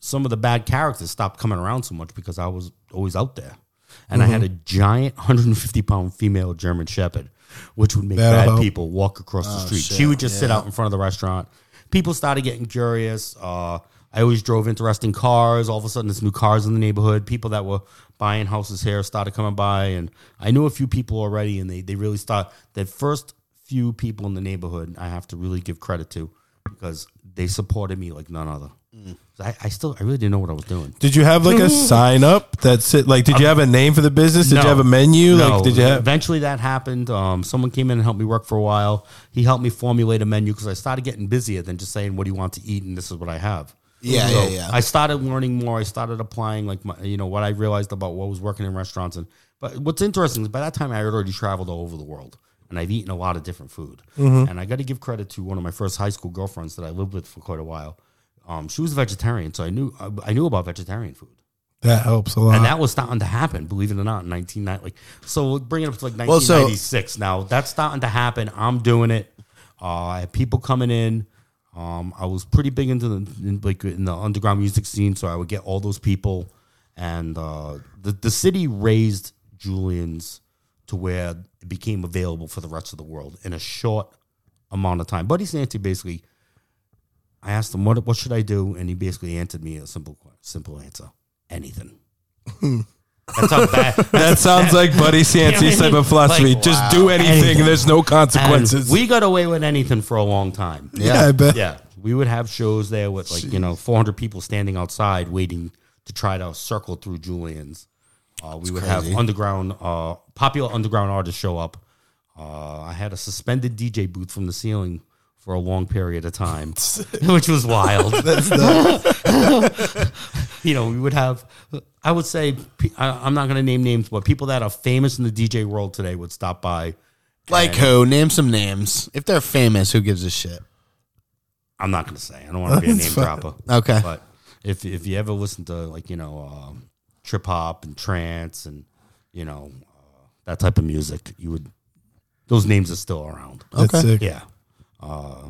Speaker 3: some of the bad characters stopped coming around so much because I was always out there, and I had a
Speaker 1: Mm-hmm.
Speaker 3: giant 150 pound female German Shepherd, which would make
Speaker 1: That'll
Speaker 3: bad
Speaker 1: help. Oh,
Speaker 3: people walk across the street. She would just sit out in front of the restaurant. People started getting curious. Uh, I always drove interesting cars. All of a sudden, there's new cars in the neighborhood. People that were buying houses here started coming by, and I knew a few people already, and they they really start that first few people in the neighborhood. I have to really give credit to because they supported me like none other.
Speaker 1: Mm.
Speaker 3: I, I still I really didn't know what I was doing.
Speaker 1: Did you have like
Speaker 3: [LAUGHS]
Speaker 1: a sign up that's it? Like, did you have a name for the business? Did you
Speaker 3: Um, No.
Speaker 1: have a menu?
Speaker 3: No.
Speaker 1: Like, did you have?
Speaker 3: Eventually, that happened. Um, someone came in and helped me work for a while. He helped me formulate a menu because I started getting busier than just saying, "What do you want to eat?" and this is what I have.
Speaker 2: Yeah,
Speaker 3: So
Speaker 2: yeah, yeah.
Speaker 3: I started learning more. I started applying, like my, you know, what I realized about what was working in restaurants. And but what's interesting is by that time I had already traveled all over the world, and I've eaten a lot of different food.
Speaker 1: Mm-hmm.
Speaker 3: And I got to give credit to one of my first high school girlfriends that I lived with for quite a while. Um, she was a vegetarian, so I knew I, I knew about vegetarian food
Speaker 1: That helps a lot.
Speaker 3: and that was starting to happen. Believe it or not, in nineteen ninety, like so, bring it up to like
Speaker 2: Well, so-
Speaker 3: nineteen ninety six. now that's starting to happen. I'm doing it. Uh, I have people coming in. Um, I was pretty big into the in, like in the underground music scene, so I would get all those people, and uh, the the city raised Julian's to where it became available for the rest of the world in a short amount of time. Buddy Santy basically. I asked him what what should I do, and he basically answered me a simple simple answer:
Speaker 1: [LAUGHS]
Speaker 3: anything. That's how bad.
Speaker 1: That sounds like Buddy Sancy's type of philosophy.
Speaker 3: Like,
Speaker 1: Just do anything.
Speaker 3: Anything.
Speaker 1: There's no
Speaker 3: and
Speaker 1: [LAUGHS] consequences.
Speaker 3: we got away with anything for a long time.
Speaker 1: yeah, I bet.
Speaker 3: Yeah, we would have shows there with like you know 400 people standing outside waiting to try to circle through Julian's. Uh, we would have underground, uh, popular underground artists show up. Uh, I had a suspended DJ booth from the ceiling for a long period of time, which was wild. [LAUGHS] you know, we would have, I would say, pe- I, am not going to name names, but people that are famous in the DJ world today would stop by.
Speaker 2: Like who? Name some names. If they're famous, who gives a shit?
Speaker 3: I'm not going to say. I don't want to be a name dropper.
Speaker 2: Okay.
Speaker 3: But if if you ever listen to like you know um, trip hop and trance and you know uh, that type of music, you would those names are still around.
Speaker 1: That's sick.
Speaker 3: Yeah. Uh,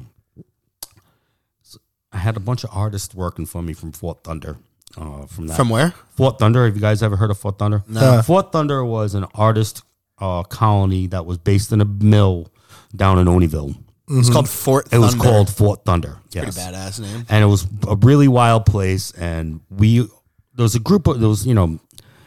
Speaker 3: so I had a bunch of artists working for me from Fort Thunder. Uh, from that
Speaker 2: From Uh. where?
Speaker 3: Fort Thunder. Have you guys ever heard of Fort Thunder? No. Fort Thunder was an artist uh, colony that was based in a mill down in Oneyville.
Speaker 2: It's called Fort.
Speaker 3: Mm-hmm. It was
Speaker 2: Thunder.
Speaker 3: called Fort Thunder. Yes.
Speaker 2: Pretty badass name.
Speaker 3: And it was a really wild place. And we, there was a group of, there was, you know,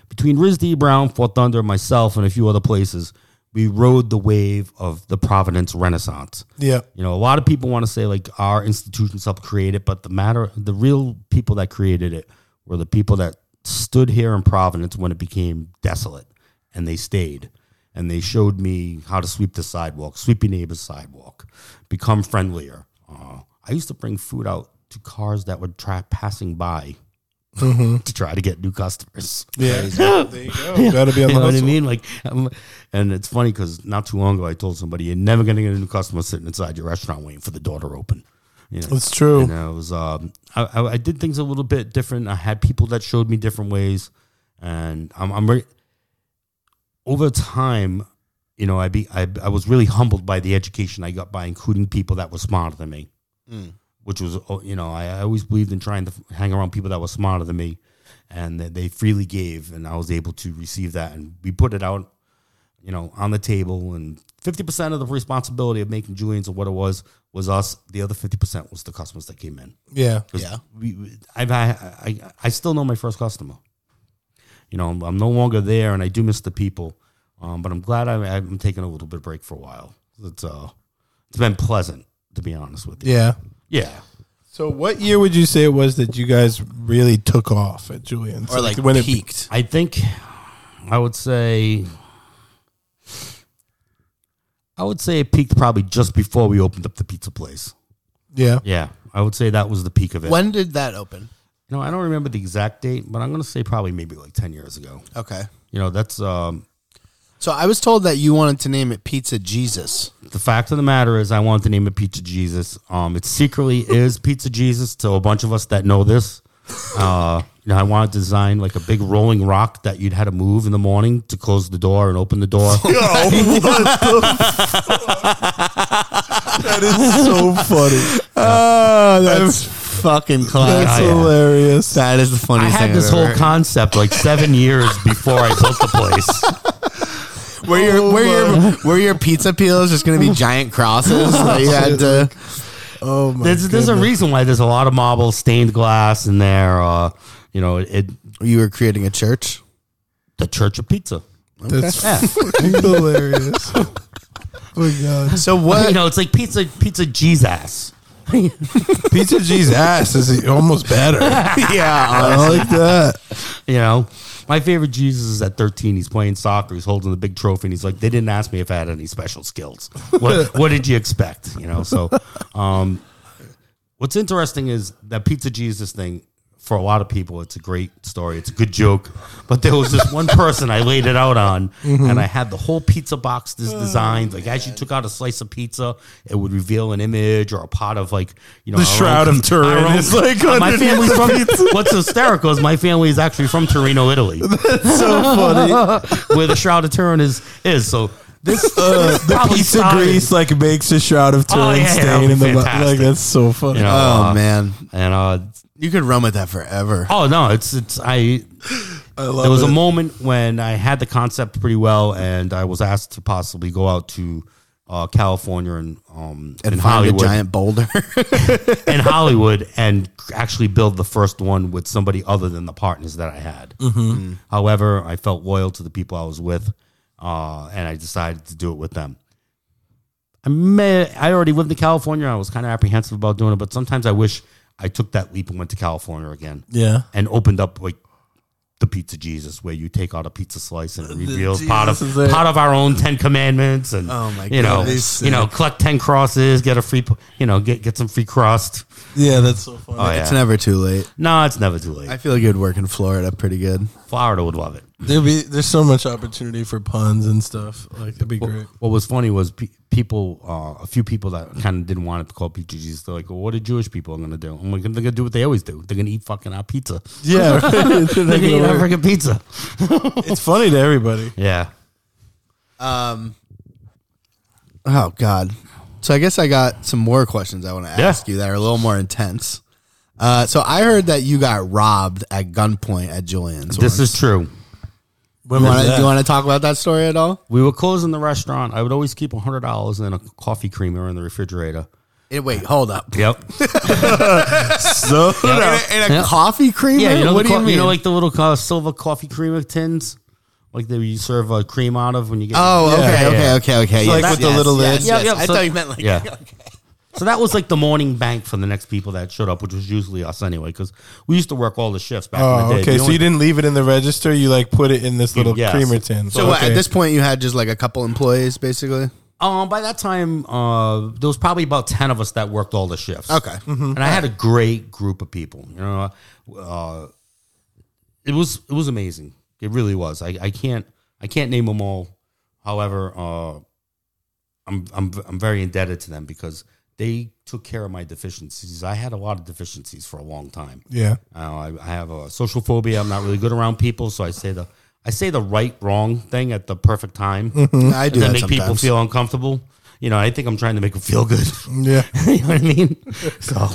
Speaker 3: between RISD, Brown, Fort Thunder, myself, and a few other places, we rode the wave of the Providence Renaissance.
Speaker 1: Yeah.
Speaker 3: You know, a lot of people want to say like our institutions helped create it, but the matter, the real people that created it were the people that stood here in Providence when it became desolate and they stayed and they showed me how to sweep the sidewalk, sweep your neighbor's sidewalk, become friendlier. Uh, I used to bring food out to cars that would try passing by [LAUGHS] to try to get new customers.
Speaker 1: There you go. Gotta be on
Speaker 3: You
Speaker 1: the
Speaker 3: know what I
Speaker 1: hustle.
Speaker 3: mean? Like, um, and it's funny because not too long ago I told somebody you're never going to get a new customer sitting inside your restaurant waiting for the door to open. You know,
Speaker 1: It's true.
Speaker 3: And I was, um, I, I, I did things a little bit different. I had people that showed me different ways, and I'm, I'm re- over time. You know, I be I, I was really humbled by the education I got by including people that were smarter than me which was oh, you know I, I always believed in trying to f- hang around people that were smarter than me, and that they freely gave, and I was able to receive that, and we put it out, you know, on the table, and fifty percent of the responsibility of making Julian's or what it was was us. The other fifty percent was the customers that came in.
Speaker 1: Yeah.
Speaker 3: 'Cause
Speaker 2: Yeah.
Speaker 3: we, we- I've I, I I still know my first customer. You know, I'm, I'm no longer there, and I do miss the people, um, but I'm glad I, I'm taking a little bit break for a while. It's uh, it's been pleasant to be honest with you.
Speaker 1: Yeah.
Speaker 3: Yeah.
Speaker 1: So, what year would you say it was that you guys really took off at Julian's?
Speaker 2: Or like
Speaker 1: it
Speaker 2: peaked.
Speaker 3: I think I would say I would say it peaked probably just before we opened up the pizza place.
Speaker 1: yeah.
Speaker 3: Yeah, I would say that was the peak of it.
Speaker 2: when did that open?
Speaker 3: You know, I don't remember the exact date, but I'm going to say probably maybe like 10 years ago.
Speaker 2: Okay.
Speaker 3: You know, that's um
Speaker 2: So I was told that you wanted to name it Pizza Jesus.
Speaker 3: the fact of the matter is I wanted to name it Pizza Jesus. Um it secretly [LAUGHS] is Pizza Jesus to a bunch of us that know this. Uh you know, I wanted to design like a big rolling rock that you'd had to move in the morning to close the door and open the
Speaker 2: [LAUGHS]
Speaker 3: door.
Speaker 1: so funny.
Speaker 2: Oh, that's fucking classic.
Speaker 1: That's
Speaker 3: yeah.
Speaker 1: hilarious.
Speaker 2: That is the
Speaker 3: I
Speaker 2: funniest
Speaker 3: had
Speaker 2: thing.
Speaker 3: this
Speaker 2: I've ever
Speaker 3: whole
Speaker 2: heard.
Speaker 3: concept like seven years before I built the
Speaker 2: [LAUGHS]
Speaker 3: place.
Speaker 2: were your were your
Speaker 3: Oh,
Speaker 2: were your pizza peels just gonna be giant
Speaker 3: [LAUGHS]
Speaker 2: crosses that you had to?
Speaker 1: Oh my
Speaker 3: There's, there's a
Speaker 1: goodness.
Speaker 3: reason why there's a lot of marble, stained glass in there. Uh, you know, it
Speaker 2: You were creating a
Speaker 3: [LAUGHS]
Speaker 2: church.
Speaker 3: the Church of Pizza.
Speaker 1: That's fucking hilarious. oh my god.
Speaker 2: So what?
Speaker 3: You know, it's like pizza, pizza Jesus.
Speaker 1: Pizza G's ass is almost better.
Speaker 2: yeah,
Speaker 1: [LAUGHS] I like that.
Speaker 3: You know, my favorite Jesus is at 13. He's playing soccer. He's holding the big trophy, and he's like, "They didn't ask me if I had any special skills. What, what did you expect?" You know. So, um, what's interesting is that Pizza Jesus thing. For a lot of people, it's a great story. It's a good joke. But there
Speaker 1: [LAUGHS]
Speaker 3: was this one person I laid it out on,
Speaker 1: Mm-hmm.
Speaker 3: and I had the whole pizza box this
Speaker 1: Uh.
Speaker 3: designed. Like as you took out a slice of pizza, it would reveal an image or a pot of like you know
Speaker 1: The
Speaker 3: our own
Speaker 1: Shroud of
Speaker 3: pizza- our
Speaker 1: Turin
Speaker 3: own- Uh,
Speaker 1: is, like,
Speaker 3: my
Speaker 1: underneath
Speaker 3: family's
Speaker 1: the
Speaker 3: from. [LAUGHS] What's hysterical is my family is actually from
Speaker 1: [LAUGHS]
Speaker 3: Torino, Italy
Speaker 1: So funny.
Speaker 3: [LAUGHS] where the Shroud of Turin is is. So [LAUGHS] this
Speaker 1: Uh, the
Speaker 3: Probably
Speaker 1: pizza
Speaker 3: solid.
Speaker 1: grease like makes a shroud of Turin
Speaker 3: Oh, yeah, that'd
Speaker 1: stain
Speaker 3: be
Speaker 1: in the li-
Speaker 3: fantastic.
Speaker 1: like that's so funny.
Speaker 3: you
Speaker 2: [LAUGHS]
Speaker 3: know,
Speaker 2: Oh
Speaker 3: uh,
Speaker 2: man,
Speaker 3: and uh,
Speaker 2: you could run with that forever.
Speaker 3: oh no, it's it's I.
Speaker 1: I love
Speaker 3: There was
Speaker 1: it.
Speaker 3: a moment when I had the concept pretty well, and I was asked to possibly go out to uh, California and um
Speaker 2: And find
Speaker 3: in
Speaker 2: a
Speaker 3: Hollywood
Speaker 2: giant boulder.
Speaker 3: [LAUGHS]
Speaker 2: [LAUGHS]
Speaker 3: in Hollywood and actually build the first one with somebody other than the partners that I had.
Speaker 2: Mm-hmm.
Speaker 3: However, I felt loyal to the people I was with, uh, and I decided to do it with them. I may, I already lived in California. I was kind of apprehensive about doing it, but sometimes I wish I took that leap and went to California again
Speaker 1: yeah.
Speaker 3: and opened up like the pizza Jesus, where you take out a pizza slice and it
Speaker 1: The
Speaker 3: reveals part of
Speaker 1: Jesus is there.
Speaker 3: part of our own Ten Commandments, and
Speaker 2: Oh my
Speaker 3: you know,
Speaker 2: goodness.
Speaker 3: you know, collect ten crosses, get a free, p- you know, get get some free crust.
Speaker 1: Yeah, that's so funny.
Speaker 3: Oh
Speaker 2: It's
Speaker 3: yeah,
Speaker 2: never too late.
Speaker 3: no, it's never too late.
Speaker 2: I feel like you'd work in Florida pretty good.
Speaker 3: Florida would love it.
Speaker 1: There'd be there's so much opportunity for puns and stuff. Like that'd be great.
Speaker 3: What was funny was pe- people, uh, a few people that kind of didn't want it called pizza Jesus. They're like, well, what are Jewish people going to do? I'm like, they're going to do what they always do. They're going to eat fucking our pizza.
Speaker 1: [LAUGHS]
Speaker 3: [LAUGHS]
Speaker 1: Yeah, right. [LAUGHS] It's not
Speaker 3: They're going to
Speaker 1: gonna
Speaker 3: eat our
Speaker 1: work.
Speaker 3: freaking pizza.
Speaker 1: It's funny to everybody.
Speaker 3: Yeah.
Speaker 2: Oh God. So I guess I got some more questions I want to
Speaker 3: Yeah.
Speaker 2: ask you that are a little more intense. Uh, so I heard that you got robbed at gunpoint at Julian's.
Speaker 3: This is true.
Speaker 1: When
Speaker 2: You
Speaker 1: was
Speaker 2: wanna, do
Speaker 1: that?
Speaker 2: you want to talk about that story at all?
Speaker 3: We were closing the restaurant. I would always keep $100 and a coffee creamer in the refrigerator.
Speaker 2: Eh, wait, hold up.
Speaker 3: [LAUGHS] Yep.
Speaker 1: so
Speaker 2: In a, in a coffee creamer?
Speaker 3: Yeah, you know,
Speaker 2: what
Speaker 3: the
Speaker 2: do you
Speaker 3: co-
Speaker 2: mean?
Speaker 3: know, like the little uh, silver coffee creamer tins? Like that you serve uh, cream out of when you get.
Speaker 2: oh, okay,
Speaker 1: Yeah,
Speaker 2: okay,
Speaker 3: yeah.
Speaker 2: okay, okay.
Speaker 1: So,
Speaker 2: yes,
Speaker 1: like, with the
Speaker 2: yes,
Speaker 1: little
Speaker 2: yes,
Speaker 1: lid?
Speaker 2: yes,
Speaker 3: Yeah, yeah,
Speaker 2: I
Speaker 3: so-
Speaker 2: thought you meant like [LAUGHS]
Speaker 3: Yeah. So that was like the morning bank for the next people that showed up, which was usually us anyway, because we used to work all the shifts [LAUGHS] back in
Speaker 1: Oh,
Speaker 3: the day.
Speaker 1: okay.
Speaker 3: The
Speaker 1: So
Speaker 3: only-
Speaker 1: you didn't leave it in the register. You like put it in this little
Speaker 3: Yes. uh,
Speaker 1: creamer tin.
Speaker 2: So what,
Speaker 1: okay.
Speaker 2: at this point, you had just like a couple employees, basically.
Speaker 3: Um, by that time, uh, there was probably about ten of us that worked all the shifts.
Speaker 2: Okay.
Speaker 3: Mm-hmm. and I had a great group of people. You know, uh, it was it was amazing. It really was. I, I can't I can't name them all. However, uh, I'm I'm I'm very indebted to them because they took care of my deficiencies. I had a lot of deficiencies for a long time.
Speaker 1: yeah.
Speaker 3: Uh, I, I have a social phobia. I'm not really good around people, so I say the I say the right wrong thing at the perfect time
Speaker 1: Mm-hmm.
Speaker 2: I do
Speaker 3: that
Speaker 2: that
Speaker 3: make
Speaker 2: sometimes.
Speaker 3: people feel uncomfortable. You know, I think I'm trying to make them feel good.
Speaker 1: [LAUGHS] Yeah.
Speaker 3: [LAUGHS] you know what I mean? So,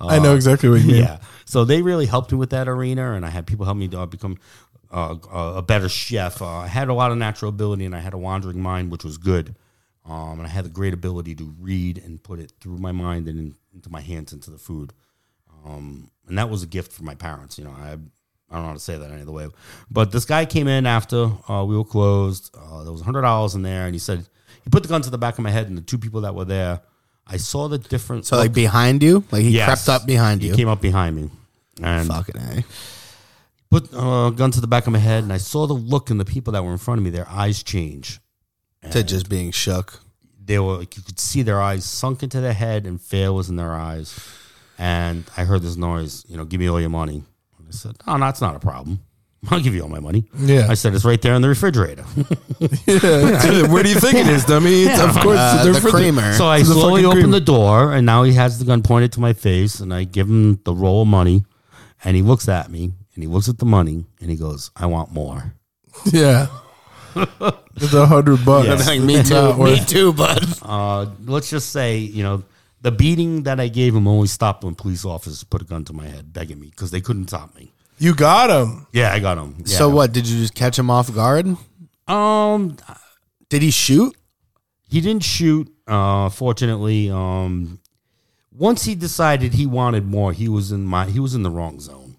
Speaker 1: I know exactly what you mean.
Speaker 3: Uh, yeah. So they really helped me with that arena, and I had people help me to become uh, a better chef. Uh, I had a lot of natural ability, and I had a wandering mind, which was good. Um, and I had the great ability to read and put it through my mind and in, into my hands, into the food. Um, and that was a gift from my parents. You know, I, I don't know how to say that any other way. But this guy came in after uh, we were closed. Uh, there was $100 in there, and he said, he put the gun to the back of my head, and the two people that were there, I saw the difference.
Speaker 2: So like behind you, like he
Speaker 3: Yes.
Speaker 2: crept up behind
Speaker 3: He
Speaker 2: you.
Speaker 3: came up behind me. And
Speaker 2: Fucking a.
Speaker 3: put uh, a gun to the back of my head, and I saw the look in the people that were in front of me. Their eyes change.
Speaker 2: to just being shook.
Speaker 3: They were like you could see their eyes sunk into their head, and fear was in their eyes. And I heard this noise. You know, give me all your money. And I said, "Oh, that's not a problem. [LAUGHS] I'll give you all my money."
Speaker 1: Yeah.
Speaker 3: I said, "It's right there in the refrigerator."
Speaker 1: [LAUGHS] Yeah.
Speaker 3: [LAUGHS]
Speaker 1: Where do you think it is, dummy? It's,
Speaker 2: [LAUGHS]
Speaker 1: Of course,
Speaker 2: Uh,
Speaker 1: they're
Speaker 2: the
Speaker 1: for
Speaker 2: creamer.
Speaker 3: So I
Speaker 1: It's a
Speaker 3: slowly
Speaker 1: fucking
Speaker 3: opened
Speaker 1: cream.
Speaker 3: the door, and now he has the gun pointed to my face, and I give him the roll of money, and he looks at me, and he looks at the money, and he goes, "I want more."
Speaker 1: Yeah. It's a hundred bucks.
Speaker 2: like me
Speaker 1: It's
Speaker 2: too.
Speaker 1: not
Speaker 2: Me
Speaker 1: worth-
Speaker 2: too, bud.
Speaker 3: uh, let's just say, you know, the beating that I gave him only stopped when police officers put a gun to my head, begging me because they couldn't stop me.
Speaker 1: You got him.
Speaker 3: Yeah, I got him. Yeah.
Speaker 2: So what? Did you just catch him off guard?
Speaker 3: Um,
Speaker 2: Did he shoot?
Speaker 3: he didn't shoot. Uh, fortunately, um, once he decided he wanted more, he was in my he was in the wrong zone.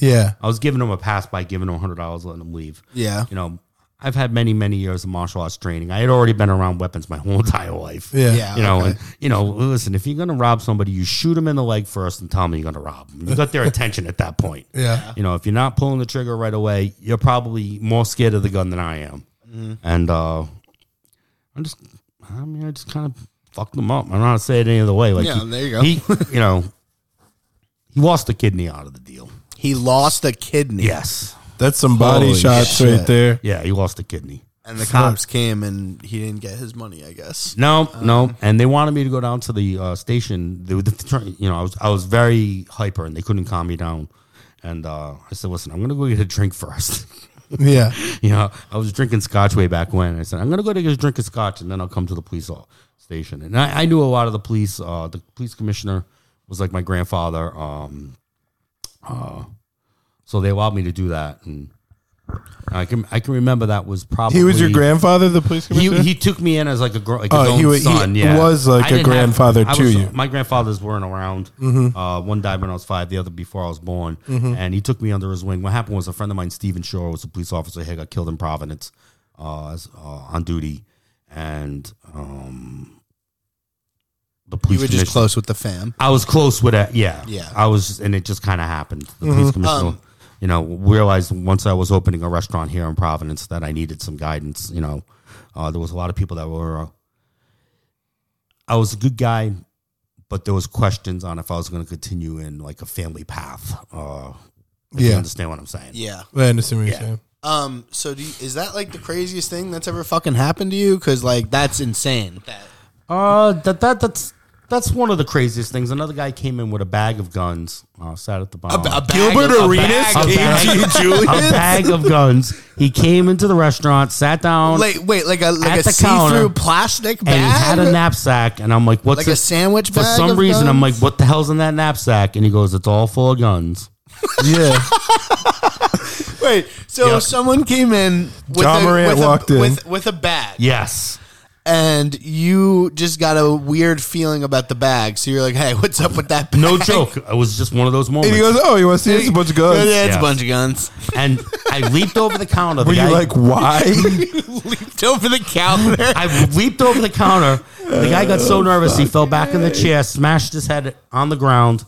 Speaker 1: Yeah.
Speaker 3: I was giving him a pass by giving him hundred dollars, letting him leave.
Speaker 2: Yeah.
Speaker 3: You know, I've had many many years of martial arts training. I had already been around weapons my whole [LAUGHS] entire life.
Speaker 1: Yeah.
Speaker 2: Yeah.
Speaker 3: you know,
Speaker 2: okay.
Speaker 3: and you know, listen, if you're gonna rob somebody, you shoot them in the leg first and tell them you're gonna rob them. You
Speaker 2: [LAUGHS]
Speaker 3: got their attention at that point.
Speaker 1: Yeah.
Speaker 3: You know, if you're not pulling the trigger right away, you're probably more scared of the gun than I am.
Speaker 2: Mm-hmm.
Speaker 3: And uh I'm just I mean, I just kind of fucked them up. I don't know how to say it any other way. Like
Speaker 2: Yeah,
Speaker 3: he,
Speaker 2: there you go.
Speaker 3: He you know he lost a kidney out of the deal.
Speaker 2: he lost a kidney.
Speaker 3: Yes.
Speaker 1: That's some body
Speaker 2: Holy
Speaker 1: shots
Speaker 2: shit.
Speaker 1: right there.
Speaker 3: Yeah, he lost a kidney.
Speaker 2: And the cops came and he didn't get his money, I guess.
Speaker 3: No,
Speaker 1: Uh,
Speaker 3: no, and they wanted me to go down to the uh, station. [LAUGHS] They, would- you know, I was I was very hyper, and they couldn't calm me down. And uh, I said, "Listen, I'm gonna go get a drink [LAUGHS] first.
Speaker 1: Yeah.
Speaker 3: you know, I was drinking scotch way back when. I said, "I'm gonna go get a drink of scotch, and then I'll come to the police o- station." And I, I knew a lot of the police. Uh, the police commissioner was like my grandfather. Um, uh, so they allowed me to do that, and I can I can remember that was probably
Speaker 1: He was your grandfather, the police commissioner.
Speaker 3: he, he took me in as like a girl, like
Speaker 1: Oh,
Speaker 3: his own
Speaker 1: he wa- he
Speaker 3: son. yeah,
Speaker 1: was like
Speaker 3: I
Speaker 1: a
Speaker 3: didn't have-
Speaker 1: grandfather
Speaker 3: I
Speaker 1: to
Speaker 3: was-
Speaker 1: you. Mm-hmm.
Speaker 3: My grandfathers weren't around. Uh, one died when I was five, the other before I was born, and he took me under his wing. What happened was a friend of mine, Stephen Shore, was a police officer. He got killed in Providence uh, as- uh, on duty, and um, the
Speaker 2: You
Speaker 3: police.
Speaker 2: were just
Speaker 3: commissioner-
Speaker 2: close with the fam.
Speaker 3: I was close with that. Yeah,
Speaker 2: Yeah. Mm-hmm.
Speaker 3: I was, and it just kind of happened. The police commissioner.
Speaker 2: Um,
Speaker 3: you know, realized once I was opening a restaurant here in Providence that I needed some guidance. You know, uh, there was a lot of people that were. Uh, I was a good guy, but there was questions on if I was going to continue in like a family path. Uh, if you
Speaker 1: Yeah.
Speaker 3: understand what I'm saying?
Speaker 2: Yeah.
Speaker 1: I understand what you're saying.
Speaker 2: Um. So, do you, is that like the craziest thing that's ever fucking happened to you? Because like that's insane. That,
Speaker 3: Uh, that that that's that's one of the craziest things. Another guy came in with a bag of guns. Uh, sat at the bar.
Speaker 2: Gilbert Arenas
Speaker 3: a bag, a bag of guns. He came into the restaurant, sat down,
Speaker 2: Like wait, like a like
Speaker 3: At
Speaker 2: a
Speaker 3: the
Speaker 2: see
Speaker 3: counter.
Speaker 2: through plastic bag.
Speaker 3: and he had a knapsack. And I'm like, "What's
Speaker 2: Like a
Speaker 3: this?"
Speaker 2: sandwich
Speaker 3: For
Speaker 2: bag
Speaker 3: some
Speaker 2: of
Speaker 3: reason, I'm like,
Speaker 2: guns?
Speaker 3: "What the hell's in that knapsack?" And he goes, "It's all full of guns."
Speaker 1: [LAUGHS] Yeah.
Speaker 2: Wait, so
Speaker 3: Yep.
Speaker 2: someone came in with
Speaker 1: John
Speaker 2: a,
Speaker 1: Morant
Speaker 2: with,
Speaker 1: walked
Speaker 2: a,
Speaker 1: in.
Speaker 2: with with a bag,
Speaker 3: Yes.
Speaker 2: and you just got a weird feeling about the bag. So you're like, "Hey, what's up
Speaker 1: [LAUGHS]
Speaker 2: with that?" Bag? [LAUGHS]
Speaker 3: No joke. It was just one of those moments.
Speaker 1: and he goes, "Oh, you want to see this? A bunch of guns."
Speaker 2: Yeah, it's
Speaker 3: Yeah.
Speaker 2: a bunch of guns. [LAUGHS]
Speaker 3: and I leaped over the counter. The
Speaker 1: Were you
Speaker 3: guy-
Speaker 1: like, [LAUGHS] why?
Speaker 2: Leaped over the counter.
Speaker 3: I leaped over the counter. The guy got so nervous he fell back in the chair, smashed his head on the ground,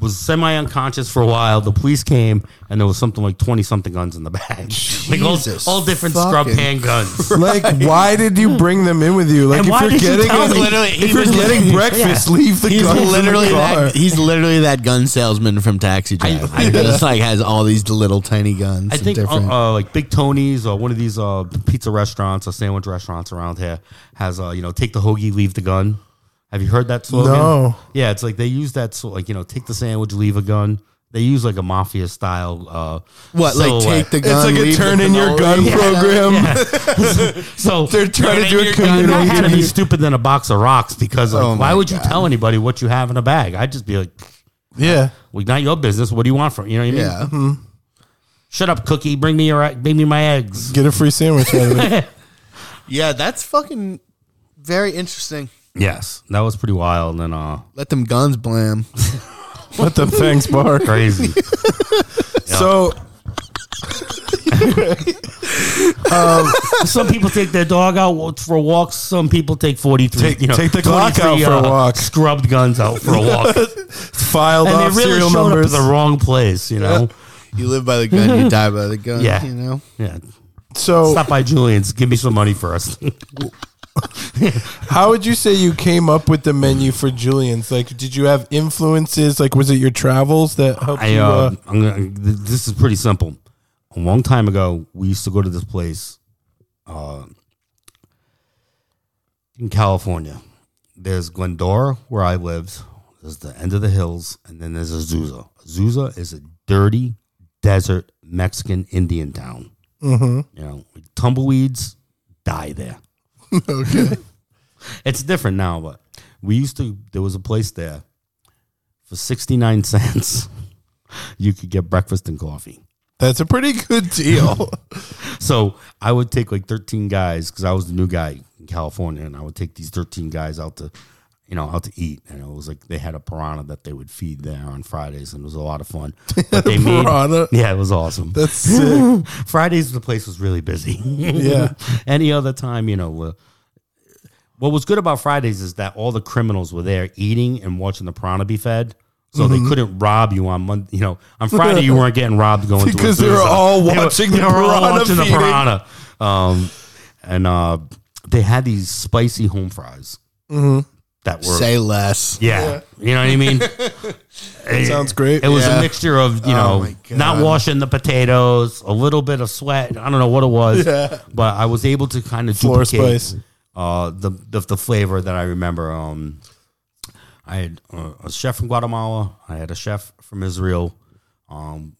Speaker 3: was semi unconscious for a while. The police came, and there was something like twenty something guns in the bag, [LAUGHS] like all,
Speaker 2: Jesus
Speaker 3: all different scrub
Speaker 2: fucking
Speaker 3: pan guns.
Speaker 1: like, why did you bring them in with you? Like,
Speaker 3: And
Speaker 1: if
Speaker 3: why
Speaker 1: you're
Speaker 3: did you
Speaker 1: getting,
Speaker 3: tell me?
Speaker 2: Literally,
Speaker 1: [LAUGHS]
Speaker 2: he
Speaker 1: if you're
Speaker 2: was-
Speaker 1: getting breakfast, leave the
Speaker 2: He's
Speaker 1: guns in the
Speaker 2: literally
Speaker 1: car.
Speaker 2: that, he's literally that gun salesman from Taxi Driver. [LAUGHS]
Speaker 3: I-
Speaker 2: He just like has all these little tiny guns.
Speaker 3: I
Speaker 2: and
Speaker 3: think uh,
Speaker 2: different.
Speaker 3: uh, like Big Tony's or one of these uh, pizza restaurants or sandwich restaurants around here has uh, you know take the hoagie, leave the gun. Have you heard that slogan?
Speaker 1: No.
Speaker 3: Yeah, it's like they use that so like you know take the sandwich, leave a gun. They use like a mafia style. Uh,
Speaker 2: what like
Speaker 3: silhouette.
Speaker 2: take
Speaker 1: It's
Speaker 2: the gun?
Speaker 1: like a
Speaker 2: leave the
Speaker 1: turn in your
Speaker 2: cannoli?
Speaker 1: gun
Speaker 2: [LAUGHS] Yeah.
Speaker 1: program.
Speaker 3: [LAUGHS] So
Speaker 1: They're trying to do a
Speaker 3: And that had to be
Speaker 1: community.
Speaker 3: stupid than a box of rocks because like,
Speaker 2: Oh
Speaker 3: why
Speaker 2: my
Speaker 3: would you tell anybody what you have in a bag? I'd just be like,
Speaker 1: [LAUGHS] Yeah.
Speaker 3: well, not your business. What do you want from you know what I mean?
Speaker 2: Yeah.
Speaker 1: Mm-hmm.
Speaker 3: Shut up, cookie. Bring me your e-, bring me my
Speaker 1: [LAUGHS]
Speaker 3: eggs.
Speaker 1: Get a free sandwich out of it.
Speaker 2: Yeah, that's fucking very interesting.
Speaker 3: Yes, that was pretty wild and uh
Speaker 2: Let them guns blam.
Speaker 1: Let
Speaker 3: [LAUGHS]
Speaker 1: them thanks bark.
Speaker 3: crazy. [LAUGHS]
Speaker 1: So
Speaker 3: some people take their dog out for walks. Some people take forty three.
Speaker 1: Take- take the clock out for a walk.
Speaker 3: uh, Scrubbed guns
Speaker 1: [LAUGHS]
Speaker 3: out for a walk, and
Speaker 1: filed
Speaker 3: they
Speaker 1: off
Speaker 3: really
Speaker 1: serial
Speaker 3: showed
Speaker 1: numbers.
Speaker 3: up at the wrong place. You know,
Speaker 2: You live by the gun,
Speaker 3: [LAUGHS]
Speaker 2: you die by the gun.
Speaker 3: Yeah.
Speaker 2: You know?
Speaker 3: yeah.
Speaker 1: So
Speaker 3: Stop by Julian's. Give me some money first.
Speaker 1: How would you say you came up with the menu for Julian's? Like, did you have influences? Like, was it your travels that helped
Speaker 3: I
Speaker 1: you?
Speaker 3: uh,
Speaker 1: Uh,
Speaker 3: I'm gonna, th- this is pretty simple. A long time ago, we used to go to this place uh, in California. There's Glendora, where I lived. There's the end of the hills, and then there's Azusa. Azusa is a dirty desert Mexican Indian town. Mm-hmm. You know, tumbleweeds die there. [LAUGHS] okay, [LAUGHS] it's different now, but we used to. There was a place there for sixty nine cents you could get breakfast and coffee.
Speaker 1: that's a pretty good deal.
Speaker 3: So I would take like 13 guys because I was the new guy in California, and I would take these 13 guys out to, you know, out to eat. And it was like they had a piranha that they would feed there on Fridays, and it was a lot of
Speaker 1: [LAUGHS]
Speaker 3: fun. But they
Speaker 1: Piranha?
Speaker 3: made, yeah, it was awesome.
Speaker 1: that's sick.
Speaker 3: Fridays the place was really busy.
Speaker 1: [LAUGHS] Yeah.
Speaker 3: [LAUGHS] Any other time, you know. Uh, what was good about Fridays is that all the criminals were there eating and watching the piranha be fed. So
Speaker 1: Mm-hmm.
Speaker 3: they couldn't rob you on Monday. You know, on Friday you weren't getting robbed going to
Speaker 1: Because they were
Speaker 3: Azusa.
Speaker 1: all watching the piranha feeding.
Speaker 3: piranha. Um, and uh, they had these spicy home fries
Speaker 1: Mm-hmm.
Speaker 3: that were
Speaker 2: Say less.
Speaker 3: yeah. You know what I mean?
Speaker 2: [LAUGHS]
Speaker 3: It-
Speaker 1: sounds great.
Speaker 3: It was
Speaker 2: Yeah.
Speaker 3: a mixture of, you
Speaker 2: Oh
Speaker 3: know,
Speaker 2: my God.
Speaker 3: not washing the potatoes, a little bit of sweat. I don't know what it was, but I was able to kind of
Speaker 1: Floor
Speaker 3: duplicate,
Speaker 1: spice.
Speaker 3: Uh, the, the the flavor that I remember. Um, I had uh, a chef from Guatemala. I had a chef from Israel. Um,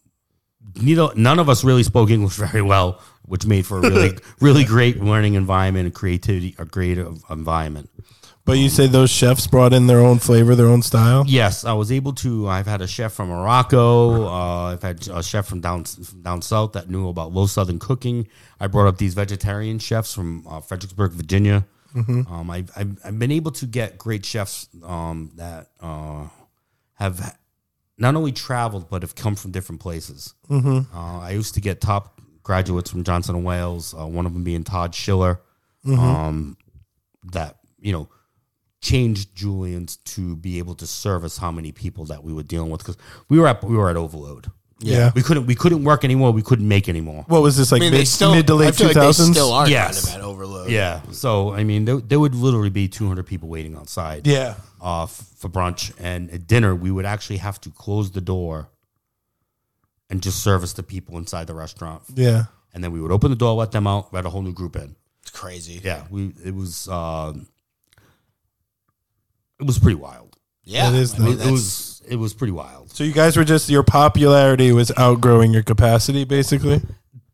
Speaker 3: neither none of us really spoke English [LAUGHS] very well, which made for
Speaker 1: [LAUGHS]
Speaker 3: a really really great learning environment and creativity, a creative environment.
Speaker 1: But you say those chefs brought in their own flavor, their own style.
Speaker 3: Yes, I was able to. I've had a chef from Morocco. Uh, I've had a chef from down from down south that knew about low southern cooking. I brought up these vegetarian chefs from uh, Fredericksburg, Virginia. Um, I, I've I've been able to get great chefs um, that uh, have not only traveled but have come from different places. Uh, I used to get top graduates from Johnson and Wales. Uh, one of them being Todd Schiller. Um, that you know changed Julian's to be able to service how many people that we were dealing with because we were at we were at overload.
Speaker 1: Yeah.
Speaker 3: We couldn't we couldn't work anymore. We couldn't make anymore.
Speaker 1: What was this like
Speaker 2: I mean,
Speaker 1: mid,
Speaker 2: they still
Speaker 1: mid to
Speaker 2: I
Speaker 1: late
Speaker 2: feel
Speaker 1: two
Speaker 2: like they
Speaker 1: thousands?
Speaker 2: still are
Speaker 3: Yes.
Speaker 2: kind of at overload.
Speaker 3: Yeah. So I mean, there, there would literally be 200 people waiting outside.
Speaker 1: yeah.
Speaker 3: Uh, f- for brunch and at dinner, we would actually have to close the door and just service the people inside the restaurant.
Speaker 1: Yeah.
Speaker 3: And then we would open the door, let them out, let a whole new group in.
Speaker 2: It's crazy.
Speaker 3: Yeah. We it was um it was pretty wild.
Speaker 2: yeah.
Speaker 1: That is
Speaker 2: I mean,
Speaker 1: nuts.
Speaker 3: It
Speaker 2: that's-
Speaker 3: was it was pretty wild.
Speaker 1: So you guys were just your popularity was outgrowing your capacity, basically.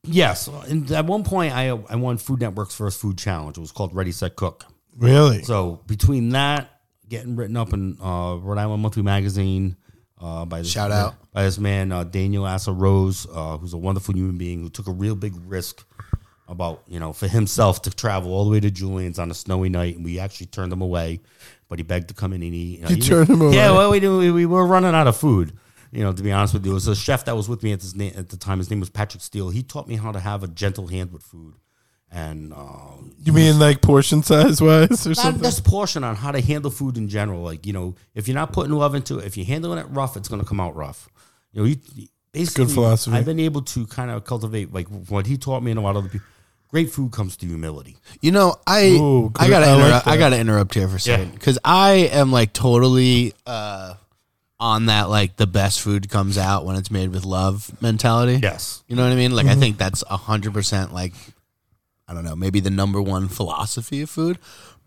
Speaker 3: Yes, and at one point I I won Food Network's first food challenge. It was called Ready Set Cook.
Speaker 1: Really?
Speaker 3: So between that, getting written up in uh, Rhode Island Monthly Magazine uh, by this
Speaker 2: Shout out.
Speaker 3: by this man uh, Daniel Asa Rose, uh, who's a wonderful human being who took a real big risk about you know for himself to travel all the way to Julian's on a snowy night, and we actually turned him away, but he begged to come in and eat.
Speaker 1: You turned him away?
Speaker 3: Yeah, well, we, do, we we were running out of food. You know, to be honest with you, it was a chef that was with me at this na- at the time. His name was Patrick Steele. He taught me how to have a gentle hand with food, and um,
Speaker 1: you mean like portion size wise or
Speaker 3: not
Speaker 1: something?
Speaker 3: this portion on how to handle food in general. Like you know, if you're not putting love into it, if you're handling it rough, it's going to come out rough. You know, you, basically,
Speaker 1: Good philosophy.
Speaker 3: I've been able to kind of cultivate like what he taught me and a lot of the people. Great food comes through humility.
Speaker 2: You know, I
Speaker 1: Ooh,
Speaker 2: I
Speaker 1: good.
Speaker 2: gotta
Speaker 1: I like
Speaker 2: interrupt.
Speaker 1: that.
Speaker 2: I gotta interrupt here for a second
Speaker 3: Yeah.
Speaker 2: because I am like totally uh, on that like the best food comes out when it's made with love mentality.
Speaker 3: Yes.
Speaker 2: you know what I mean. Like
Speaker 1: Mm-hmm.
Speaker 2: I think that's hundred percent like I don't know maybe the number one philosophy of food,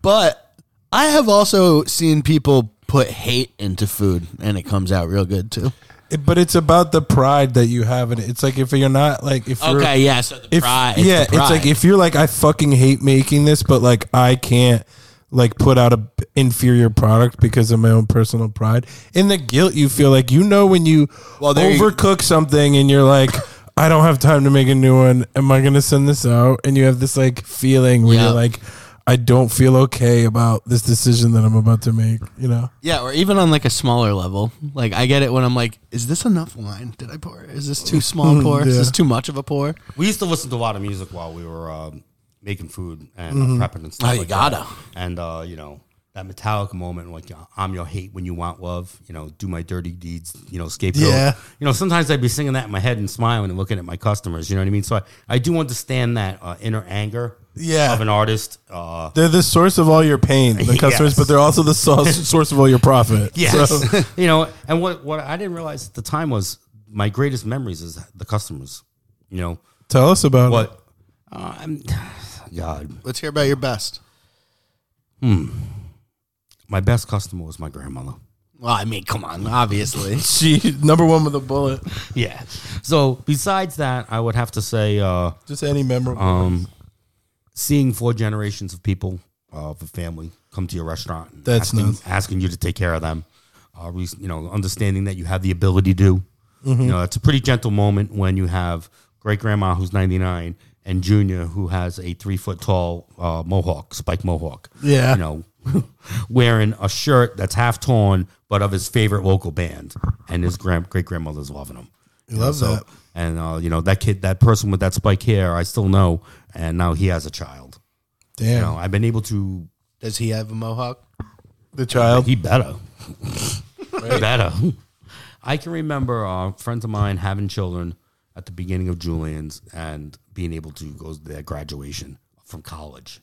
Speaker 2: but I have also seen people put hate into food and it comes out real good too.
Speaker 1: It- but it's about the pride that you have in it. It's like if you're not like if you're
Speaker 2: Okay, yeah. So the
Speaker 1: if,
Speaker 2: pride,
Speaker 1: yeah,
Speaker 2: it's, the pride.
Speaker 1: like if you're like I fucking hate making this, but like I can't like put out a b- inferior product because of my own personal pride and the guilt you feel like you know when you
Speaker 2: Well, there you-
Speaker 1: overcook something and you're like I don't have time to make a new one. Am I gonna send this out? And you have this like feeling where
Speaker 2: Yeah.
Speaker 1: you're like. I don't feel okay about this decision that I'm about to make, you know?
Speaker 2: Yeah, or even on like a smaller level. Like I get it when I'm like, is this enough wine? Did I pour? Is this too small a pour? Is this
Speaker 1: Yeah.
Speaker 2: too much of a pour?
Speaker 3: We used to listen to a lot of music while we were um, making food and
Speaker 1: Mm-hmm.
Speaker 3: uh, prepping and stuff.
Speaker 2: Oh, you
Speaker 3: like
Speaker 2: gotta.
Speaker 3: that. And uh, you know that Metallica moment, like you know, "I'm your hate when you want love." You know, do my dirty deeds. You know, scapegoat.
Speaker 1: Yeah.
Speaker 3: You know, sometimes I'd be singing that in my head and smiling and looking at my customers. You know what I mean? So I, I do understand that uh, inner anger.
Speaker 1: Yeah.
Speaker 3: Of an artist. Uh,
Speaker 1: They're the source of all your pain,
Speaker 2: [LAUGHS]
Speaker 1: the customers,
Speaker 3: Yes.
Speaker 1: but they're also the source, source of all your profit.
Speaker 3: yes.
Speaker 1: So-
Speaker 3: you know, and what what I didn't realize at the time was my greatest memories is the customers. You know
Speaker 1: Tell us about it.
Speaker 3: what? Uh, I'm, [SIGHS] God.
Speaker 2: Let's hear about your best.
Speaker 3: My best customer was my grandmother.
Speaker 2: Well, I mean, come on,
Speaker 3: [LAUGHS]
Speaker 2: obviously.
Speaker 1: She [LAUGHS] number one with a bullet.
Speaker 3: Yeah. So besides that, I would have to say uh,
Speaker 1: Just any memorable.
Speaker 3: um, seeing four generations of people uh, of a family come to your restaurant, and
Speaker 1: That's
Speaker 3: asking,
Speaker 1: nuts.
Speaker 3: asking you to take care of them. Uh, re- you know, understanding that you have the ability to.
Speaker 1: Mm-hmm.
Speaker 3: You know, it's a pretty gentle moment when you have great grandma who's ninety nine and Junior who has a three foot tall uh, mohawk, spike mohawk.
Speaker 1: Yeah.
Speaker 3: You know, [LAUGHS] wearing a shirt that's half torn but of his favorite local band, and his grand great grandmother's loving him. You
Speaker 1: love
Speaker 3: so-
Speaker 1: that.
Speaker 3: and uh, you know that kid, that person with that spike hair, I still know, and now he has a child.
Speaker 1: Damn,
Speaker 3: You know, I've been able to.
Speaker 2: Does he have a mohawk?
Speaker 1: the child.
Speaker 3: He better, He better. I can remember uh, friends of mine having children at the beginning of Julian's and being able to go to their graduation from college.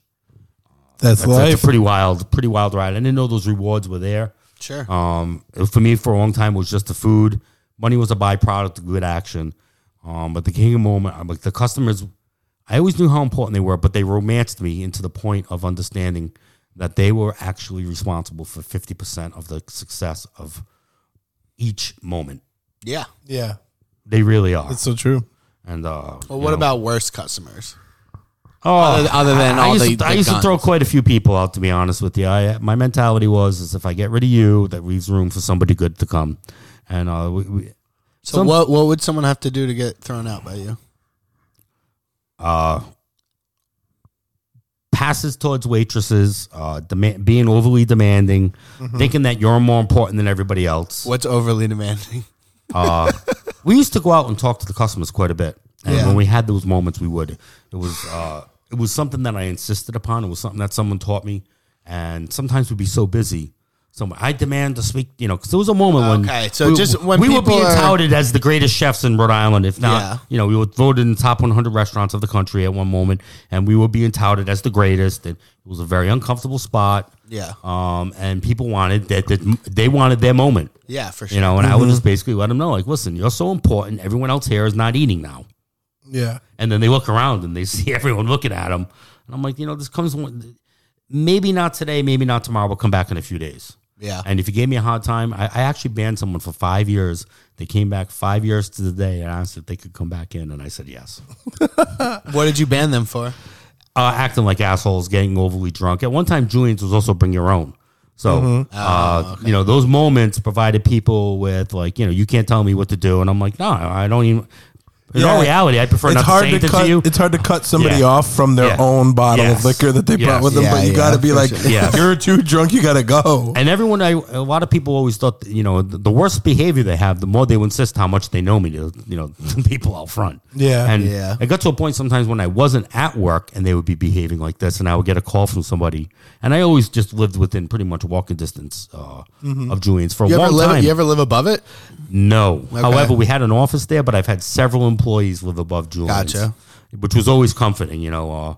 Speaker 1: that's,
Speaker 3: That's, that's a
Speaker 1: life.
Speaker 3: pretty wild, pretty wild ride. I didn't know those rewards were there.
Speaker 2: Sure.
Speaker 3: Um, for me, for a long time, it was just the food. Money was a byproduct of good action. Um, but the kingdom moment, I'm like the customers, I always knew how important they were, but they romanced me into the point of understanding that they were actually responsible for 50% of the success of each moment.
Speaker 2: Yeah.
Speaker 1: yeah,
Speaker 3: They really are.
Speaker 1: that's so true.
Speaker 3: and uh,
Speaker 2: Well,
Speaker 3: you
Speaker 2: what
Speaker 3: know.
Speaker 2: about worst customers?
Speaker 3: Oh,
Speaker 2: Oh, Other- other than
Speaker 3: I
Speaker 2: all
Speaker 3: used
Speaker 2: the-
Speaker 3: to, I
Speaker 2: the
Speaker 3: used to throw
Speaker 2: guns.
Speaker 3: quite a few people out. To be honest with you, I my mentality was is if I get rid of you, that leaves room for somebody good to come. And uh, we, we,
Speaker 2: So
Speaker 3: Some-
Speaker 2: what what would someone have to do to get thrown out by you?
Speaker 3: uh, passes towards waitresses, uh, demand, being overly demanding, thinking that you're more important than everybody else.
Speaker 2: What's overly demanding?
Speaker 3: Uh, we used to go out and talk to the customers quite a bit, and
Speaker 2: Yeah.
Speaker 3: when we had those moments, we would. It was uh, it was something that I insisted upon. It was something that someone taught me, and sometimes we'd be so busy somewhere. I demand to speak, you know, because there was a moment when
Speaker 2: Okay, so just when
Speaker 3: we were
Speaker 2: people
Speaker 3: being
Speaker 2: are-
Speaker 3: touted as the greatest chefs in Rhode Island, if not,
Speaker 2: Yeah.
Speaker 3: you know, we were voted in the top 100 restaurants of the country at one moment, and we were being touted as the greatest. And it was a very uncomfortable spot.
Speaker 2: [LAUGHS] Yeah.
Speaker 3: Um, and people wanted that, that they wanted their moment.
Speaker 2: Yeah, for sure.
Speaker 3: You know, and I would just basically let them know, like, listen, you're so important. Everyone else here is not eating now.
Speaker 1: Yeah.
Speaker 3: And then they look around and they [LAUGHS] see everyone looking at them. And I'm like, you know, this comes one, maybe not today, maybe not tomorrow. We'll come back in a few days.
Speaker 2: Yeah.
Speaker 3: And if you gave me a hard time, I, I actually banned someone for five years. They came back five years to the day and asked if they could come back in. And I said yes.
Speaker 2: what did you ban them for?
Speaker 3: Uh, acting like assholes, getting overly drunk. At one time, Julian's was also bring your own. So,
Speaker 1: Mm-hmm.
Speaker 3: uh, you know, those moments provided people with, like, you know, you can't tell me what to do. And I'm like, no, I don't even. In all
Speaker 1: Yeah.
Speaker 3: reality, I prefer
Speaker 1: it's
Speaker 3: not
Speaker 1: hard
Speaker 3: to say
Speaker 1: to,
Speaker 3: anything
Speaker 1: cut.
Speaker 3: to you.
Speaker 1: It's hard to cut somebody
Speaker 3: Yeah.
Speaker 1: off from their
Speaker 3: Yeah.
Speaker 1: own bottle
Speaker 3: Yes.
Speaker 1: of liquor that they
Speaker 3: Yes.
Speaker 1: brought with them.
Speaker 2: Yeah,
Speaker 1: but you
Speaker 2: yeah,
Speaker 1: got to be
Speaker 2: for
Speaker 1: like,
Speaker 2: sure.
Speaker 3: Yes.
Speaker 1: if [LAUGHS] you're too drunk, you got to go.
Speaker 3: And everyone, I, a lot of people always thought, that, you know, the, the worse behavior they have, the more they will insist how much they know me to, you know, [LAUGHS] the people out front.
Speaker 1: Yeah.
Speaker 3: And
Speaker 2: Yeah.
Speaker 3: it got to a point sometimes when I wasn't at work and they would be behaving like this and I would get a call from somebody. And I always just lived within pretty much walking distance uh, of Julian's for a
Speaker 2: Mm-hmm. You
Speaker 3: long
Speaker 2: ever live?
Speaker 3: time.
Speaker 2: You ever live above it?
Speaker 3: no. However, we had an office there, but I've had several employees live above Julian's.
Speaker 2: Gotcha.
Speaker 3: Which was always comforting, you know. Uh,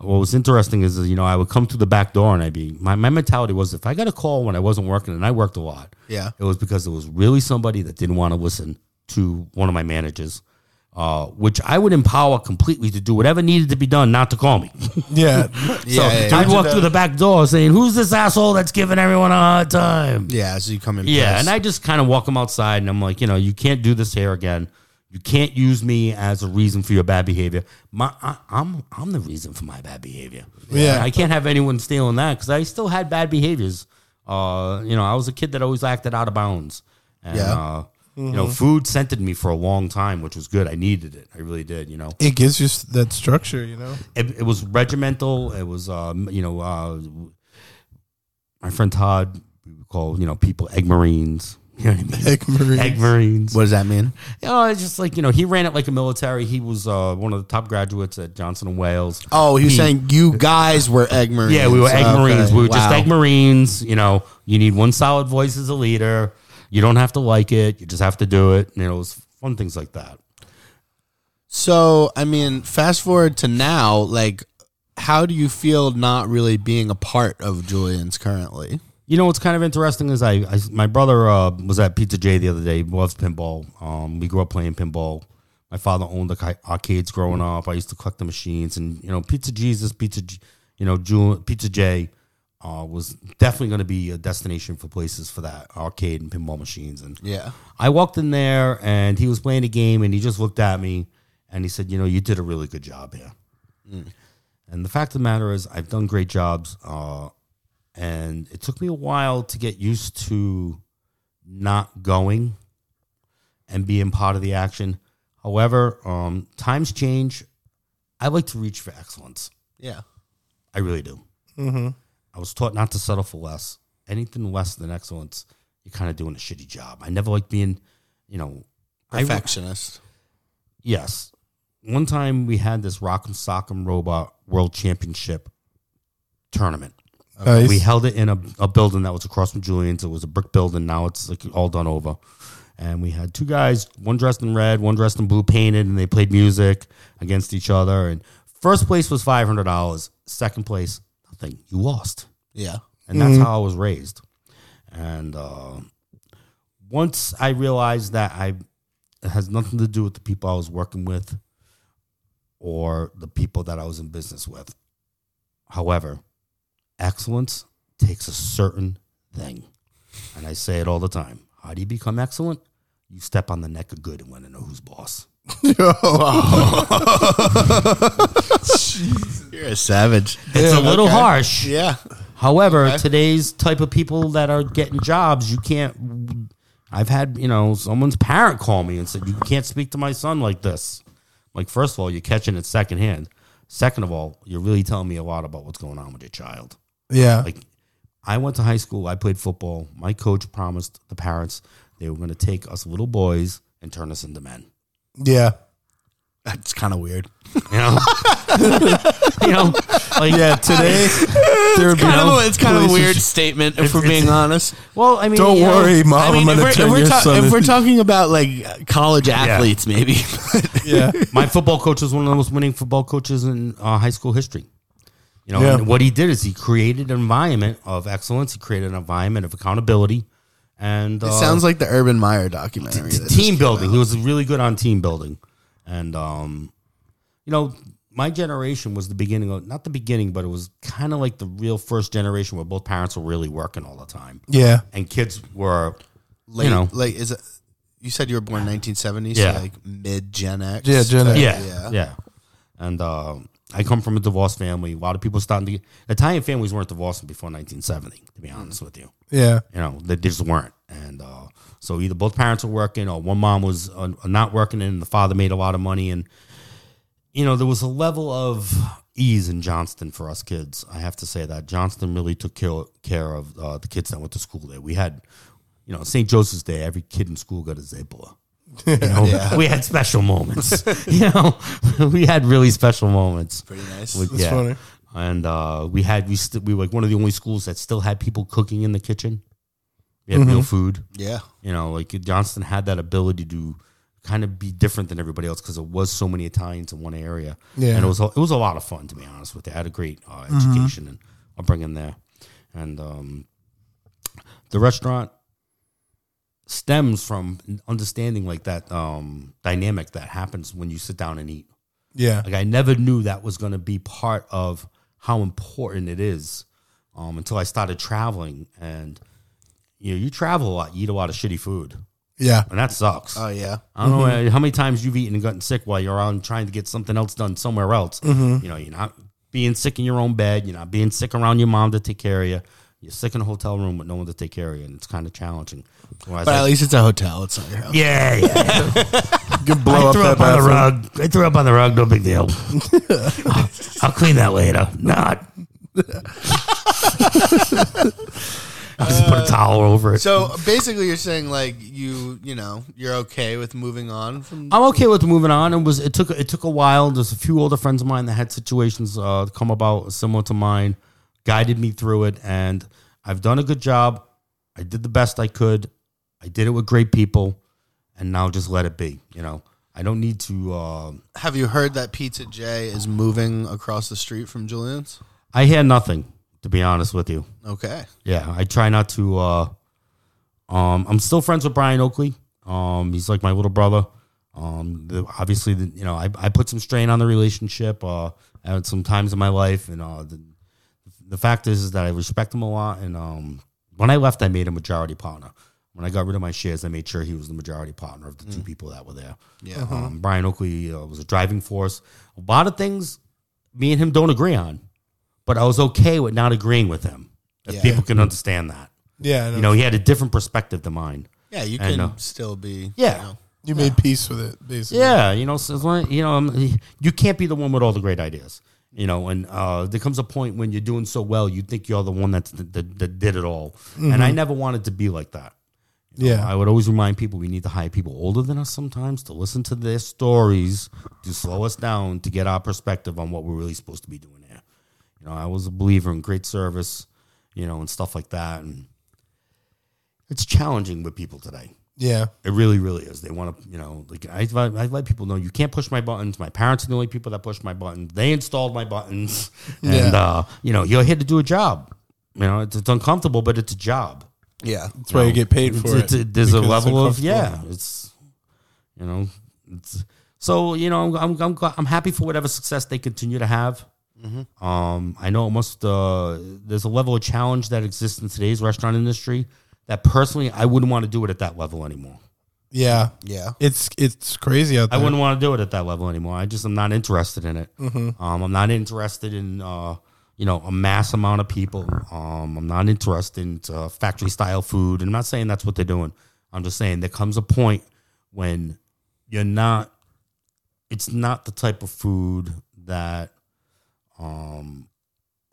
Speaker 3: what was interesting is, you know, I would come through the back door and I'd be, my, my mentality was if I got a call when I wasn't working, and I worked a lot,
Speaker 2: Yeah.
Speaker 3: it was because there was really somebody that didn't want to listen to one of my managers, uh, which I would empower completely to do whatever needed to be done not to call me.
Speaker 2: [LAUGHS]
Speaker 1: Yeah.
Speaker 2: Yeah, yeah, yeah.
Speaker 3: I'd walk through the back door saying, Who's this asshole that's giving everyone a hard time?
Speaker 2: Yeah, so you come in.
Speaker 3: Yeah,
Speaker 2: pissed.
Speaker 3: and I just kind of walk them outside, and I'm like, you know, you can't do this here again. You can't use me as a reason for your bad behavior. My, I, I'm, I'm the reason for my bad behavior.
Speaker 1: Yeah.
Speaker 3: I can't have anyone stealing that because I still had bad behaviors. Uh, you know, I was a kid that always acted out of bounds. And,
Speaker 2: Yeah.
Speaker 3: Uh, You know, food scented me for a long time, which was good. I needed it. I really did. You know,
Speaker 1: It gives you s- that structure, you know?
Speaker 3: it, it was regimental. It was, um, you know, uh, my friend Todd, we would call you know people egg marines. [LAUGHS] You know what I mean?
Speaker 1: Egg Marie.
Speaker 3: Egg Marines.
Speaker 2: What does that mean?
Speaker 3: Oh, it's just like you know, he ran it like a military. He was uh, one of the top graduates at Johnson and Wales.
Speaker 2: Oh, he's
Speaker 3: He-
Speaker 2: saying you guys were egg marines.
Speaker 3: yeah, we were egg
Speaker 2: Okay,
Speaker 3: marines. We were just
Speaker 2: wow.
Speaker 3: egg marines. You know, you need one solid voice as a leader. You don't have to like it. You just have to do it. And it was fun things like that.
Speaker 2: So, I mean, fast forward to now, like, how do you feel not really being a part of Julian's currently?
Speaker 3: You know what's kind of interesting is I, I my brother uh, was at Pizza J the other day. He Loves pinball. Um, we grew up playing pinball. My father owned the ki- arcades growing up. I used to collect the machines, and you know, Pizza Jesus, Pizza, J- you know, Ju- Pizza J uh, was definitely going to be a destination for places for that arcade and pinball machines. And
Speaker 2: Yeah.
Speaker 3: I walked in there, and he was playing a game, and he just looked at me, and he said, "You know, you did a really good job here." And the fact of the matter is, I've done great jobs, uh, and it took me a while to get used to not going and being part of the action. However, um, times change. I like to reach for excellence.
Speaker 2: Yeah.
Speaker 3: I really do. I was taught not to settle for less. Anything less than excellence, you're kind of doing a shitty job. I never liked being, you know, I-
Speaker 2: Perfectionist.
Speaker 3: Yes. One time we had this Rock'em Sock'em Robot World Championship tournament.
Speaker 1: Nice.
Speaker 3: We held it in a, a building that was across from Julian's. It was a brick building. Now it's like all done over. And we had two guys, one dressed in red, one dressed in blue painted, and they played music against each other. And first place was $500. Second place, nothing. You lost [LAUGHS]
Speaker 2: yeah.
Speaker 3: and that's how I was raised. And uh, once I realized that I it has nothing to do with the people I was working with or the people that I was in business with. However, excellence takes a certain thing, and I say it all the time. How do you become excellent? You step on the neck of good and want to know who's boss.
Speaker 2: You're a savage.
Speaker 3: It's a little harsh.
Speaker 2: Yeah.
Speaker 3: However, today's type of people that are getting jobs, you can't. I've had you know someone's parent call me and said you can't speak to my son like this. Like first of all, you're catching it secondhand. Second of all, you're really telling me a lot about what's going on with your child.
Speaker 1: yeah.
Speaker 3: Like I went to high school, I played football. My coach promised the parents they were going to take us little boys and turn us into men.
Speaker 1: yeah.
Speaker 2: That's kind of weird.
Speaker 3: [LAUGHS] You know, you know, Like,
Speaker 1: Yeah,
Speaker 3: [LAUGHS]
Speaker 1: today there would be.
Speaker 2: Kind
Speaker 1: no-
Speaker 2: of a, it's kind of a weird
Speaker 3: Places-
Speaker 2: statement, if we're being honest.
Speaker 3: well, I mean,
Speaker 1: Don't
Speaker 3: you know,
Speaker 1: worry, mom. I
Speaker 2: I
Speaker 1: am
Speaker 2: mean, if
Speaker 1: gonna
Speaker 2: we're,
Speaker 1: turn
Speaker 2: if, we're
Speaker 1: your
Speaker 2: ta-
Speaker 1: son.
Speaker 2: if we're
Speaker 1: into-
Speaker 2: talking about like college athletes, maybe. [LAUGHS]
Speaker 1: yeah,
Speaker 3: My football coach was one of the most winning football coaches in uh, high school history. You know,
Speaker 1: Yeah.
Speaker 3: and what he did is he created an environment of excellence. He created an environment of accountability, and uh,
Speaker 2: it sounds like the Urban Meyer documentary. that just
Speaker 3: team
Speaker 2: came
Speaker 3: building.
Speaker 2: out.
Speaker 3: He was really good on team building, and um, you know, my generation was the beginning of not the beginning, but it was kind of like the real first generation where both parents were really working all the time,
Speaker 1: yeah.
Speaker 3: and kids were,
Speaker 2: Late,
Speaker 3: you know,
Speaker 2: like is it? You said you were born 1970s,
Speaker 3: Yeah.
Speaker 2: so like mid Gen X.
Speaker 1: Yeah, Gen
Speaker 2: type,
Speaker 1: X.
Speaker 3: yeah, yeah, and. Um, I come from a divorced family. A lot of people starting to get, Italian families weren't divorcing before 1970. To be honest with you,
Speaker 1: Yeah.
Speaker 3: you know they just weren't and uh, so either both parents were working or one mom was uh, not working and the father made a lot of money and you know there was a level of ease in johnston for us kids i have to say that johnston really took care, care of uh, the kids that went to school there we had you know st joseph's day every kid in school got a zebra you know, we had special moments. [LAUGHS] you know, we had really special moments. Pretty
Speaker 2: nice.
Speaker 1: That's funny.
Speaker 3: And uh, we had we st- we were like one of the only schools that still had people cooking in the kitchen. We had
Speaker 1: Mm-hmm.
Speaker 3: real food.
Speaker 2: Yeah.
Speaker 3: You know, like Johnston had that ability to kind of be different than everybody else because there was so many Italians in one area.
Speaker 1: Yeah. Mm-hmm.
Speaker 3: and it was a- it was a lot of fun to be honest with you. I had a great uh, education and upbringing there, and um, the restaurant stems from understanding like that um, dynamic that happens when you sit down and eat.
Speaker 1: Yeah.
Speaker 3: Like [LAUGHS] I never knew that was going to be part of how important it is um, until I started traveling. And you know, you travel a lot, you eat a lot of shitty food,
Speaker 1: Yeah.
Speaker 3: and that sucks.
Speaker 2: Oh yeah.
Speaker 3: I don't know uh, how many times you've eaten and gotten sick while you're on trying to get something else done somewhere else.
Speaker 2: Mm-hmm.
Speaker 3: You know, you're not being sick in your own bed. You're not being sick around your mom to take care of you. You're sick in a hotel room with no one to take care of you, and it's kind of challenging. Whereas
Speaker 2: But
Speaker 3: I-
Speaker 2: at least it's a hotel. It's not your house. [LAUGHS]
Speaker 3: yeah, yeah.
Speaker 1: You can blow
Speaker 3: I
Speaker 1: up
Speaker 3: threw
Speaker 1: that
Speaker 3: Oh, up on the
Speaker 1: bathroom.
Speaker 3: rug. I threw up on the rug. No big deal. [LAUGHS] I'll, I'll clean that later. Not. I'll just put a towel over it.
Speaker 2: So basically, you're saying like you, you know, you're okay with moving on from.
Speaker 3: I'm okay with moving on. It was it took it took a while. There's a few older friends of mine that had situations uh, come about similar to mine, guided me through it, and I've done a good job. I did the best I could. I did it with great people, and now just let it be. You know, I don't need to. Uh,
Speaker 2: Have you heard that Pizza J is moving across the street from Julian's?
Speaker 3: I hear nothing to be honest with you.
Speaker 2: Okay.
Speaker 3: yeah, I try not to. Uh, um, I'm still friends with Brian Oakley. Um, he's like my little brother. Um, the, obviously, the, you know, I, I put some strain on the relationship uh, at some times in my life, and uh, the, the fact is, is that I respect him a lot. And um, when I left, I made a majority partner. When I got rid of my shares, I made sure he was the majority partner of the two people that were there. Yeah, um, Brian Oakley uh, was a driving force. A lot of things me and him don't agree on, but I was okay with not agreeing with him. If
Speaker 2: Yeah.
Speaker 3: people can understand that,
Speaker 1: Yeah. I
Speaker 3: you know, he had a different perspective than mine.
Speaker 2: Yeah, you
Speaker 3: I
Speaker 2: can
Speaker 3: know.
Speaker 2: still be.
Speaker 3: Yeah.
Speaker 2: You know.
Speaker 1: you made peace with it, basically.
Speaker 3: Yeah, you know, so it's like, you know, I'm- you can't be the one with all the great ideas. You know, and uh, there comes a point when you're doing so well, you think you're the one that's, that, that, that did it all. And I never wanted to be like that. You know,
Speaker 1: Yeah.
Speaker 3: I would always remind people we need to hire people older than us sometimes to listen to their stories to slow us down to get our perspective on what we're really supposed to be doing here. You know, I was a believer in great service, you know, and stuff like that. And it's challenging with people today.
Speaker 1: Yeah.
Speaker 3: It really, really is. They want to, you know, like I, I let people know you can't push my buttons. My parents are the only people that push my buttons. They installed my buttons,
Speaker 1: [LAUGHS]
Speaker 3: and
Speaker 1: Yeah.
Speaker 3: uh, you know, you're here to do a job. You know, it's, it's uncomfortable, but it's a job.
Speaker 2: Yeah.
Speaker 1: That's why you get paid for
Speaker 3: It's-
Speaker 1: it.
Speaker 3: it's- there's a
Speaker 1: because it's
Speaker 3: level of yeah.
Speaker 1: uncomfortable.
Speaker 3: It's you know, it's so you know, I'm I'm I'm happy for whatever success they continue to have.
Speaker 1: Mm-hmm.
Speaker 3: Um, I know it must. Uh, there's a level of challenge that exists in today's restaurant industry that personally I wouldn't want to do it at that level anymore.
Speaker 1: Yeah.
Speaker 2: Yeah.
Speaker 1: It's it's crazy out
Speaker 3: I
Speaker 1: there.
Speaker 3: wouldn't want to do it at that level anymore. I just am not interested in it. Um, I'm not interested in uh, you know a mass amount of people. Um, I'm not interested in uh, factory style food. And I'm not saying that's what they're doing. I'm just saying there comes a point when you're not. It's not the type of food that um,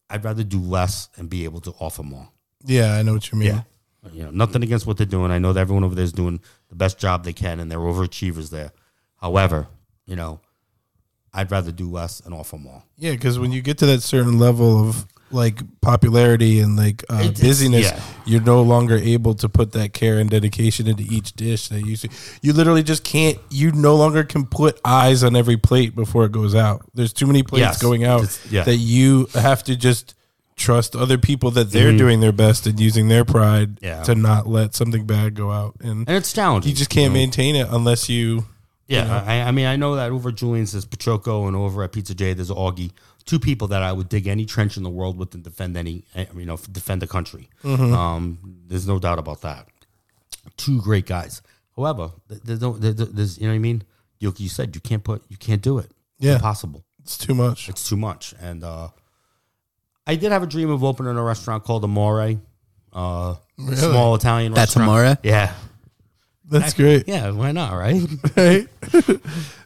Speaker 3: I'd rather do less and be able to offer more.
Speaker 1: yeah, I know what you mean.
Speaker 3: Yeah. You know, nothing against what they're doing. I know that everyone over there is doing the best job they can and they're overachievers there. However, you know, I'd rather do less and offer more.
Speaker 1: Yeah, because when you get to that certain level of like popularity and like uh,
Speaker 3: it's-
Speaker 1: busyness,
Speaker 3: yeah.
Speaker 1: you're no longer able to put that care and dedication into each dish that you see. You literally just can't. You no longer can put eyes on every plate before it goes out. There's too many plates
Speaker 3: Yes.
Speaker 1: going out
Speaker 3: It's- yeah.
Speaker 1: that you have to just trust other people that they're doing their best and using their pride
Speaker 3: Mm-hmm. Yeah.
Speaker 1: to not let something bad go out. And,
Speaker 3: And it's challenging.
Speaker 1: you just can't
Speaker 3: know?
Speaker 1: maintain it unless you.
Speaker 3: Yeah, I, I mean, I know that over at Julian's there's Pachoco, and over at Pizza J there's Augie. Two people that I would dig any trench in the world with and defend any, eh, you know, defend the country.
Speaker 1: Mm-hmm.
Speaker 3: Um, there's no doubt about that. Two great guys. However, th- there's no, there- there- there's, you know what I mean. You, you said you can't put, you can't do it. It's
Speaker 1: Yeah.
Speaker 3: impossible.
Speaker 1: It's too much.
Speaker 3: It's too much. And uh, I did have a dream of opening a restaurant called Amore, uh, small Italian.
Speaker 2: That's
Speaker 3: restaurant.
Speaker 2: Amore?
Speaker 3: Yeah,
Speaker 1: That's great.
Speaker 3: yeah. Why not? Right.
Speaker 1: Right? [LAUGHS]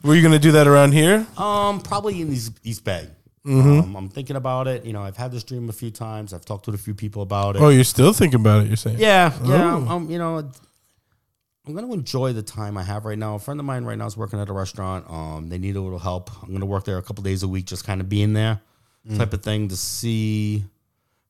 Speaker 1: Were you going to do that around here?
Speaker 3: [LAUGHS] Um, probably in East, East Bay. Um, I'm thinking about it. You know, I've had this dream a few times. I've talked to a few people about it.
Speaker 1: Oh, you're still thinking about it. You're saying,
Speaker 3: yeah, yeah.
Speaker 1: Ooh.
Speaker 3: Um, you know, I'm gonna enjoy the time I have right now. A friend of mine right now is working at a restaurant. Um, they need a little help. I'm gonna work there a couple days a week, just kind of being there, type of thing to see.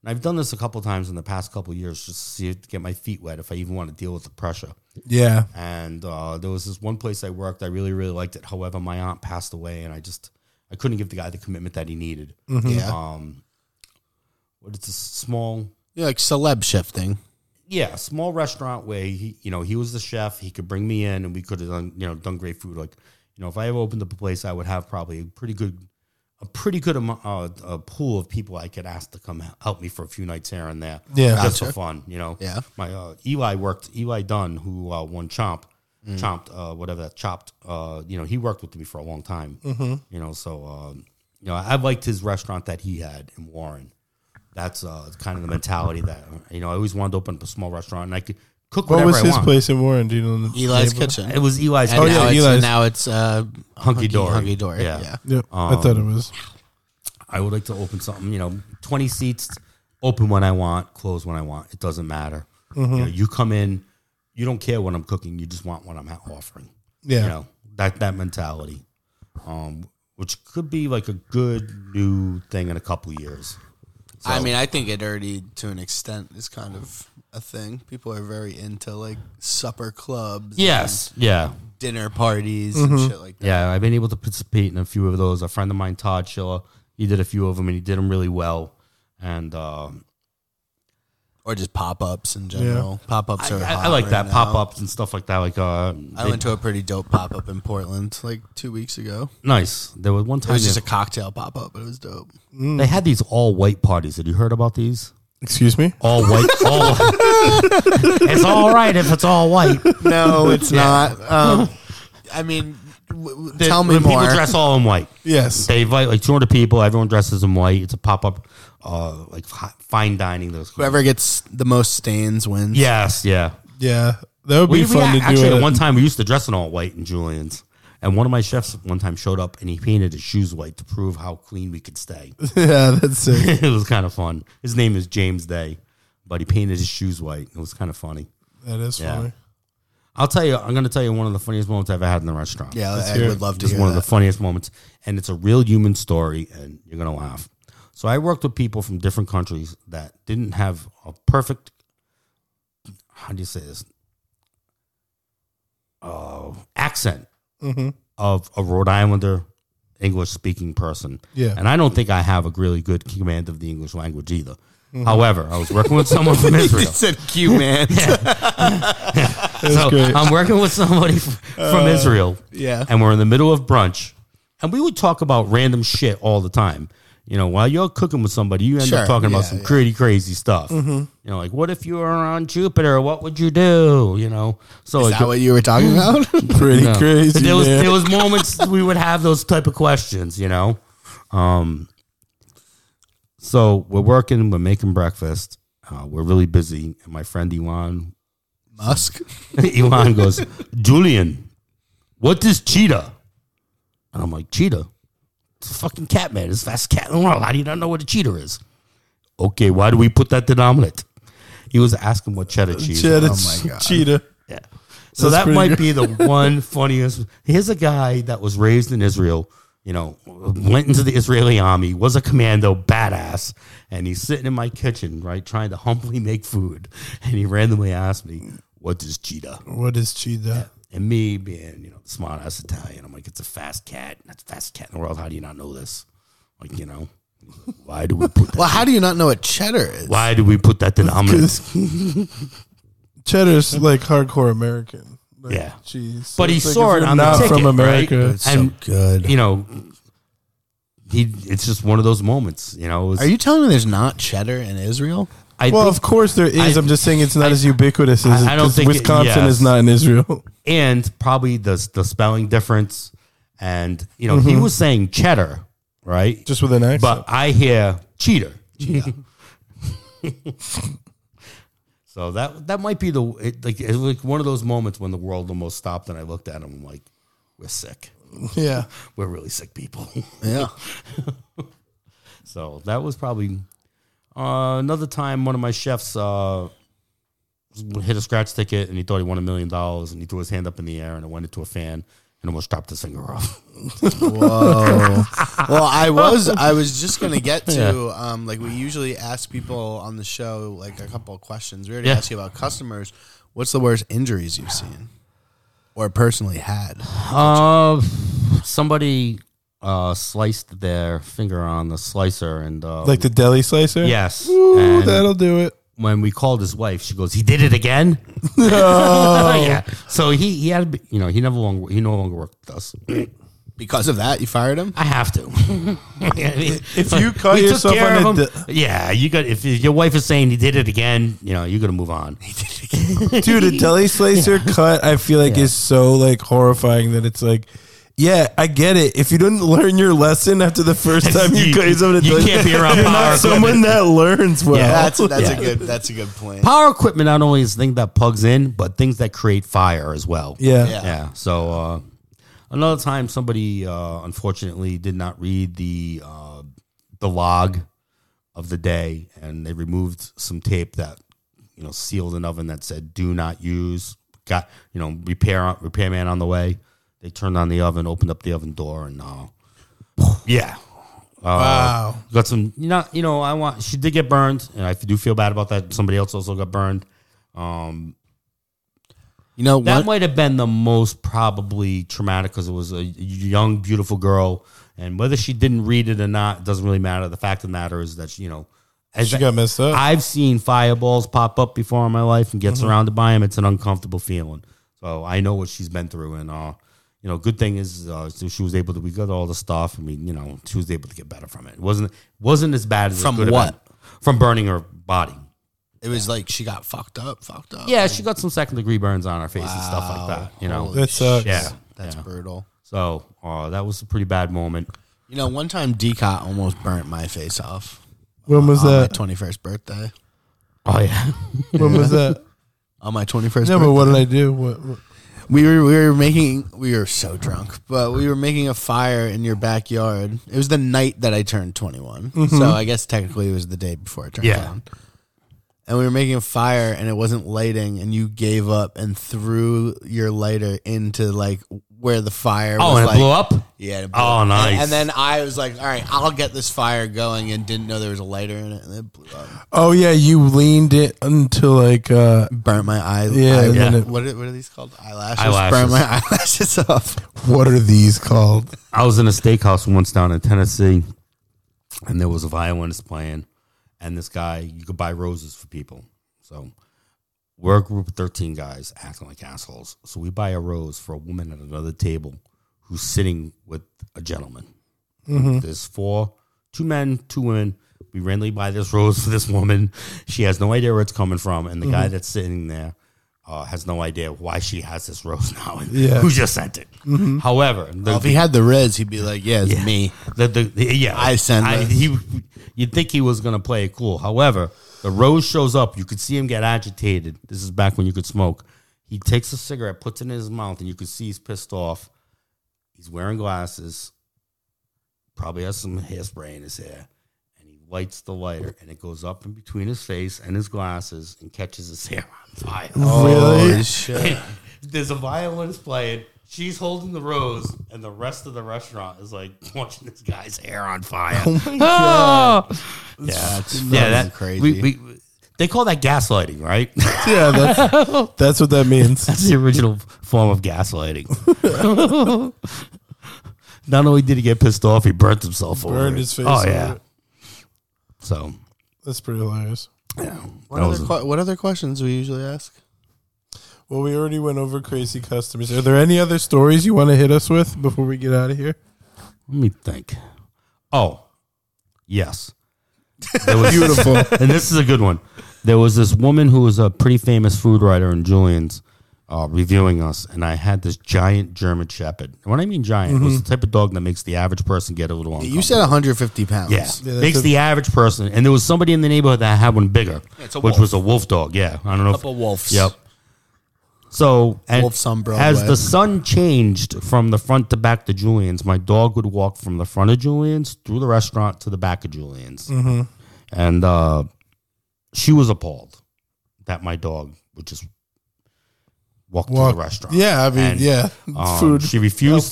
Speaker 3: And I've done this a couple times in the past couple years, just to see to get my feet wet if I even want to deal with the pressure.
Speaker 1: yeah,
Speaker 3: And uh, there was this one place I worked. I really, really liked it. However, my aunt passed away, and I just I couldn't give the guy the commitment that he needed.
Speaker 2: Yeah.
Speaker 3: Um, but it's a small,
Speaker 2: You're like celeb shifting.
Speaker 3: yeah, small restaurant where he, you know, he was the chef. He could bring me in, and we could have done, you know, done great food. Like, you know, if I ever opened up a place, I would have probably a pretty good, a pretty good amount, uh, a pool of people I could ask to come help me for a few nights here and there.
Speaker 1: Yeah.
Speaker 3: just for fun, you know.
Speaker 2: Yeah.
Speaker 3: My uh, Eli worked Eli Dunn, who uh, won Chomp, Chomped, uh, whatever that Chopped. Uh, you know, he worked with me for a long time. You know, so um, you know, I liked his restaurant that he had in Warren. That's uh, kind of the mentality that you know. I always wanted to open up a small restaurant, and I could cook
Speaker 1: what
Speaker 3: whatever
Speaker 1: was
Speaker 3: I
Speaker 1: his
Speaker 3: want.
Speaker 1: place in Warren? Do you know the
Speaker 2: Eli's
Speaker 1: neighbor?
Speaker 2: kitchen.
Speaker 3: It was Eli's.
Speaker 2: And
Speaker 1: Oh,
Speaker 3: place.
Speaker 1: yeah,
Speaker 2: now it's,
Speaker 1: Eli's.
Speaker 2: now it's uh, hunky
Speaker 3: Dory.
Speaker 2: Hunky dory.
Speaker 3: Yeah.
Speaker 2: Yeah.
Speaker 1: Yep, I thought it
Speaker 3: Um,
Speaker 1: was.
Speaker 3: I would like to open something, you know, 20 seats, open when I want, close when I want. It doesn't matter.
Speaker 1: Mm-hmm.
Speaker 3: You, know, you come in, you don't care what I'm cooking, you just want what I'm ha- offering.
Speaker 1: Yeah.
Speaker 3: You know, that, that mentality, um, which could be like a good new thing in a couple years.
Speaker 2: I mean, I think it already, to an extent, is kind of a thing. People are very into like supper clubs,
Speaker 3: Yes. Yeah. Mm-hmm.
Speaker 2: and dinner parties, and shit like that.
Speaker 3: Yeah. I've been able to participate in a few of those. A friend of mine, Todd Schiller, he did a few of them and he did them really well. And, um,
Speaker 2: Or just pop ups in general. Pop ups
Speaker 3: I,
Speaker 2: are.
Speaker 3: I-
Speaker 2: hot
Speaker 3: I like
Speaker 2: right
Speaker 3: that
Speaker 2: now.
Speaker 3: pop ups and stuff like that. Like, uh,
Speaker 2: I
Speaker 3: they-
Speaker 2: went to a pretty dope pop up in Portland like two weeks ago.
Speaker 3: nice. There was one
Speaker 2: It
Speaker 3: time
Speaker 2: was just mm.
Speaker 3: they-
Speaker 2: a cocktail pop up, but it was dope.
Speaker 3: They had these all white parties. Have you heard about these?
Speaker 1: Excuse me.
Speaker 3: All white.
Speaker 2: [LAUGHS]
Speaker 3: All. it's all right if it's all white.
Speaker 2: No, it's not. Um, I mean, w- w- [LAUGHS] tell me
Speaker 3: when
Speaker 2: more.
Speaker 3: People dress all in white.
Speaker 1: Yes,
Speaker 3: They invite like 200 people. Everyone dresses in white. It's a pop up, uh, like fi- fine dining. Those.
Speaker 2: Whoever gets the most stains wins. [LAUGHS]
Speaker 3: Yes. Yeah.
Speaker 1: yeah, that would be
Speaker 3: We, we
Speaker 1: fun
Speaker 3: a-
Speaker 1: to do.
Speaker 3: actually
Speaker 1: it. [LAUGHS]
Speaker 3: at one time we used to dress in all white in Julian's, and one of my chefs one time showed up and he painted his shoes white to prove how clean we could stay. [LAUGHS]
Speaker 1: yeah, that's it.
Speaker 3: it was kind of fun. His name is James Day, but he painted his shoes white. It was kind of funny.
Speaker 1: That is
Speaker 3: Yeah.
Speaker 1: funny.
Speaker 3: I'll tell you. I'm going to tell you one of the funniest moments I've ever had in the restaurant.
Speaker 2: Yeah, I
Speaker 1: hear
Speaker 2: would
Speaker 1: it.
Speaker 2: love to
Speaker 3: just
Speaker 2: hear
Speaker 3: one of
Speaker 2: that.
Speaker 3: the funniest moments, and it's a real human story, and you're going to laugh. So I worked with people from different countries that didn't have a perfect. How do you say this? Uh, accent
Speaker 2: Mm-hmm.
Speaker 3: of a Rhode Islander English speaking person.
Speaker 1: Yeah.
Speaker 3: And I don't think I have a really good command of the English language either.
Speaker 2: Mm-hmm.
Speaker 3: However, I was working with someone
Speaker 2: [LAUGHS]
Speaker 3: from Israel.
Speaker 2: said Q
Speaker 3: [LAUGHS]
Speaker 2: man.
Speaker 1: That's
Speaker 3: So
Speaker 1: great.
Speaker 3: I'm working with somebody f- from Israel.
Speaker 2: Uh, yeah.
Speaker 3: And we're in the middle of brunch. And we would talk about random shit all the time. You know, while you're cooking with somebody, you end
Speaker 2: Sure,
Speaker 3: up talking
Speaker 2: yeah,
Speaker 3: about
Speaker 2: Mm-hmm.
Speaker 3: some
Speaker 2: yeah.
Speaker 3: pretty crazy stuff. You know, like what if you were on Jupiter? What would you do? You know, so
Speaker 2: Is
Speaker 3: like,
Speaker 2: that what you were
Speaker 3: [GASPS]
Speaker 2: talking about? [LAUGHS]
Speaker 1: Pretty
Speaker 3: no.
Speaker 1: crazy.
Speaker 3: There was
Speaker 1: man.
Speaker 3: there was moments we would have those type of questions. You know, um, so we're working, we're making breakfast, uh, we're really busy, and my friend Elon
Speaker 2: Musk.
Speaker 3: [LAUGHS] Elon goes, Julian, what is cheetah? And I'm like, cheetah? It's a fucking cat, man. It's the fastest cat in the world. How do you not know what a cheetah is? Okay, why do we put that in omelet? He was asking what cheddar cheese.
Speaker 1: Cheddar
Speaker 2: Oh my God.
Speaker 1: cheetah.
Speaker 3: Yeah. So
Speaker 1: That's
Speaker 3: that
Speaker 1: pretty [LAUGHS]
Speaker 3: might
Speaker 1: good.
Speaker 3: be the one funniest. Here's a guy that was raised in Israel you know, went into the Israeli army, was a commando, badass, and he's sitting in my kitchen, right, trying to humbly make food. And he randomly asked me, What is cheetah?
Speaker 1: What is cheetah?
Speaker 3: And me being, you know, smart ass Italian, I'm like, It's a fast cat. That's the fastest cat in the world. How do you not know this? Like, you know, why do we put that?
Speaker 2: Well, how do you not know what cheddar is?
Speaker 3: Why do we put that denominator?
Speaker 1: Cheddar's like hardcore American. Like
Speaker 3: Yeah.
Speaker 1: cheese.
Speaker 3: But he
Speaker 1: It's like
Speaker 3: saw
Speaker 1: if
Speaker 3: it
Speaker 1: you're
Speaker 3: on the
Speaker 1: not
Speaker 3: ticket,
Speaker 1: from America.
Speaker 3: right?
Speaker 2: It's so
Speaker 3: And,
Speaker 2: good.
Speaker 3: You know, he. It's just one of those moments. You know, it was-
Speaker 2: Are you telling me there's not cheddar in Israel?
Speaker 3: I
Speaker 1: Well,
Speaker 3: think-
Speaker 1: of course there is.
Speaker 3: I-
Speaker 1: I, am just saying it's not
Speaker 3: I-
Speaker 1: as ubiquitous as
Speaker 3: I- I don't
Speaker 1: 'cause
Speaker 3: think it-
Speaker 1: Wisconsin
Speaker 3: yes.
Speaker 1: is not in Israel. [LAUGHS]
Speaker 3: and probably the the spelling difference, and you know, he was saying cheddar, right?
Speaker 1: Just with an accent.
Speaker 3: [LAUGHS] but I hear cheater. Cheater. [LAUGHS] so that that might be the it, like it was like one of those moments when the world almost stopped, and I looked at him I'm like, we're sick.
Speaker 1: yeah.
Speaker 3: We're really sick people. [LAUGHS]
Speaker 2: Yeah.
Speaker 3: So that was probably uh, another time one of my chefs uh, hit a scratch ticket and he thought he won a million dollars and he threw his hand up in the air and it went into a fan and almost dropped his finger off.
Speaker 2: Whoa. [LAUGHS] well, I was I was just gonna get
Speaker 3: [LAUGHS]
Speaker 2: to um, like we usually ask people on the show like a couple of questions. We already
Speaker 3: Yeah.
Speaker 2: asked you about customers. What's the worst injuries you've seen or personally had?
Speaker 3: Uh, somebody uh, sliced their finger on the slicer and uh,
Speaker 1: Like the deli slicer?
Speaker 3: yes.
Speaker 1: Ooh,
Speaker 3: And
Speaker 1: that'll do it.
Speaker 3: when we called his wife, she goes, "He did it
Speaker 1: [LAUGHS]
Speaker 3: again." [LAUGHS] yeah. So he he had to be- you know he never longer he no longer worked with us.
Speaker 2: Because of that, you fired him.
Speaker 3: I
Speaker 1: [LAUGHS]
Speaker 3: have to. if
Speaker 1: you cut yourself on a
Speaker 3: yeah, you got. If your wife is saying he did it again, you know you're gonna move on.
Speaker 1: [LAUGHS] Dude, a deli slicer cut I feel like is so like horrifying that it's like yeah, I get it. If you didn't learn your lesson after the first time you,
Speaker 3: You-
Speaker 1: cut yourself in a
Speaker 3: you
Speaker 1: deli
Speaker 3: can't be around
Speaker 1: you're [LAUGHS]
Speaker 3: power
Speaker 1: not someone that learns well.
Speaker 3: Yeah.
Speaker 2: That's that's
Speaker 3: Yeah.
Speaker 2: a good that's a good point.
Speaker 3: Power equipment not only is things that plugs in, but things that create fire as well.
Speaker 1: [LAUGHS] Yeah.
Speaker 2: Yeah.
Speaker 3: Yeah. So uh, another time, somebody uh, unfortunately did not read the uh, the log of the day, and they removed some tape that you know sealed an oven that said "Do not use." Got you know repair repairman on the way. They turned on the oven, opened up the oven door, and uh, [SIGHS] yeah. Uh,
Speaker 1: Wow.
Speaker 3: Got some, you know, you know. I want. She did get burned, and I do feel bad about that. Somebody else also got burned. Um,
Speaker 2: You know
Speaker 3: that
Speaker 2: one,
Speaker 3: might have been the most probably traumatic because it was a young, beautiful girl, and whether she didn't read it or not doesn't really matter. The fact of the matter is that you know, as
Speaker 1: She got messed up. Mm-hmm.
Speaker 3: I've seen fireballs pop up before in my life and get surrounded by them. It's an uncomfortable feeling. So I know what she's been through, and uh, you know, good thing is uh, so she was able to. We got all the stuff. I mean, you know, she was able to get better from it. It wasn't wasn't as bad as it
Speaker 2: From
Speaker 3: could have
Speaker 2: what?
Speaker 3: been. From burning her body.
Speaker 2: it was like she got fucked up, fucked up.
Speaker 3: Yeah, she got some second degree burns on her face and stuff like that. You know,
Speaker 2: Holy
Speaker 1: That sucks.
Speaker 3: yeah,
Speaker 2: that's
Speaker 3: yeah.
Speaker 2: brutal.
Speaker 3: So uh, that was a pretty bad moment.
Speaker 2: You know, one time Decot almost burnt my face off
Speaker 1: When was
Speaker 2: on my
Speaker 1: that?
Speaker 2: twenty first birthday.
Speaker 3: Oh yeah,
Speaker 1: When was that?
Speaker 2: On my twenty first.
Speaker 1: No, but what did I do? What, what?
Speaker 2: We were we were making we were so drunk, but we were making a fire in your backyard. It was the night that I turned twenty so I guess technically it was the day before I turned
Speaker 3: Mm-hmm. Yeah.
Speaker 2: yeah. [LAUGHS] And we were making a fire, and it wasn't lighting, and you gave up and threw your lighter into like where the fire.
Speaker 3: Oh,
Speaker 2: was,
Speaker 3: and it
Speaker 2: like-
Speaker 3: blew up?
Speaker 2: Yeah. it
Speaker 3: Oh,
Speaker 2: up. And-
Speaker 3: nice.
Speaker 2: And, then I was like, "All right, I'll get this fire going," and didn't know there was a lighter in it, and it blew up,
Speaker 1: Oh yeah, you leaned it until like uh
Speaker 2: burnt my eye.
Speaker 1: Yeah,
Speaker 2: eye-
Speaker 1: and
Speaker 3: then it-
Speaker 2: what, are, what are these called? Eyelashes.
Speaker 3: [LAUGHS] Eyelashes.
Speaker 2: Burnt my eyelashes off.
Speaker 1: what are these called?
Speaker 3: I was in a steakhouse once down in Tennessee, and there was a violinist playing, and this guy you could buy roses for people. So we're a group of thirteen guys acting like assholes. So we buy a rose for a woman at another table who's sitting with a gentleman. There's four, two men, two women. We randomly buy this rose for this woman. She has no idea where it's coming from, and the guy that's sitting there uh, has no idea why she has this rose now [LAUGHS] and
Speaker 1: Yeah.
Speaker 3: who just sent it. However, the,
Speaker 2: Well, if he had the res, he'd be like, "Yeah, it's me."
Speaker 3: the, the, the- yeah,
Speaker 2: I send this.
Speaker 3: he, you'd think he was gonna play it cool. However, the rose shows up. You could see him get agitated. This is back when you could smoke. He takes a cigarette, puts it in his mouth, and you could see he's pissed off. He's wearing glasses. Probably has some hairspray in his hair, and he lights the lighter, and it goes up in between his face and his glasses, [LAUGHS] and catches his hair on fire.
Speaker 2: Oh,
Speaker 1: Really?
Speaker 3: [LAUGHS]
Speaker 2: Holy shit.
Speaker 3: There's a violinist playing. She's holding the rose, and the rest of the restaurant is like [LAUGHS] watching this guy's hair on fire.
Speaker 1: Oh
Speaker 3: [LAUGHS] Ah! Yeah, yeah, that,
Speaker 2: crazy.
Speaker 3: We, we, they call that gaslighting, right? [LAUGHS]
Speaker 1: Yeah, that's, that's what that means.
Speaker 3: That's the original form
Speaker 1: [LAUGHS]
Speaker 3: of gaslighting. Not only did he get pissed off, he burnt himself. over
Speaker 1: Burned
Speaker 3: it.
Speaker 1: his face
Speaker 3: Oh
Speaker 1: over
Speaker 3: yeah.
Speaker 1: it.
Speaker 3: So
Speaker 1: That's pretty hilarious.
Speaker 2: What
Speaker 3: That
Speaker 2: other,
Speaker 3: was a-
Speaker 2: que- what other questions we usually ask?
Speaker 1: Well, we already went over crazy customers. Are there any other stories you want to hit us with before we get out of here?
Speaker 3: let me think. Oh, yes. There was-
Speaker 1: Beautiful.
Speaker 3: [LAUGHS] and this is a good one. There was this woman who was a pretty famous food writer in Julian's uh, reviewing us, and I had this giant German Shepherd. And When I mean giant, it was the type of dog that makes the average person get a little uncomfortable.
Speaker 2: You said 150 pounds.
Speaker 3: Yeah,
Speaker 1: that's
Speaker 3: makes
Speaker 1: a-
Speaker 3: the average person. And there was somebody in the neighborhood that had one bigger,
Speaker 2: it's a
Speaker 3: which
Speaker 2: wolf.
Speaker 3: was a wolf dog. Yeah, I don't know.
Speaker 2: Couple wolves.
Speaker 3: Yep. So and
Speaker 2: Wolf's on Broadway.
Speaker 3: as the sun changed from the front to back to Julian's, my dog would walk from the front of Julian's through the restaurant to the back of Julian's, and uh, she was appalled that my dog would just walk through the restaurant.
Speaker 1: Yeah, I mean,
Speaker 3: And,
Speaker 1: yeah.
Speaker 3: um,
Speaker 1: Food.
Speaker 3: She refused.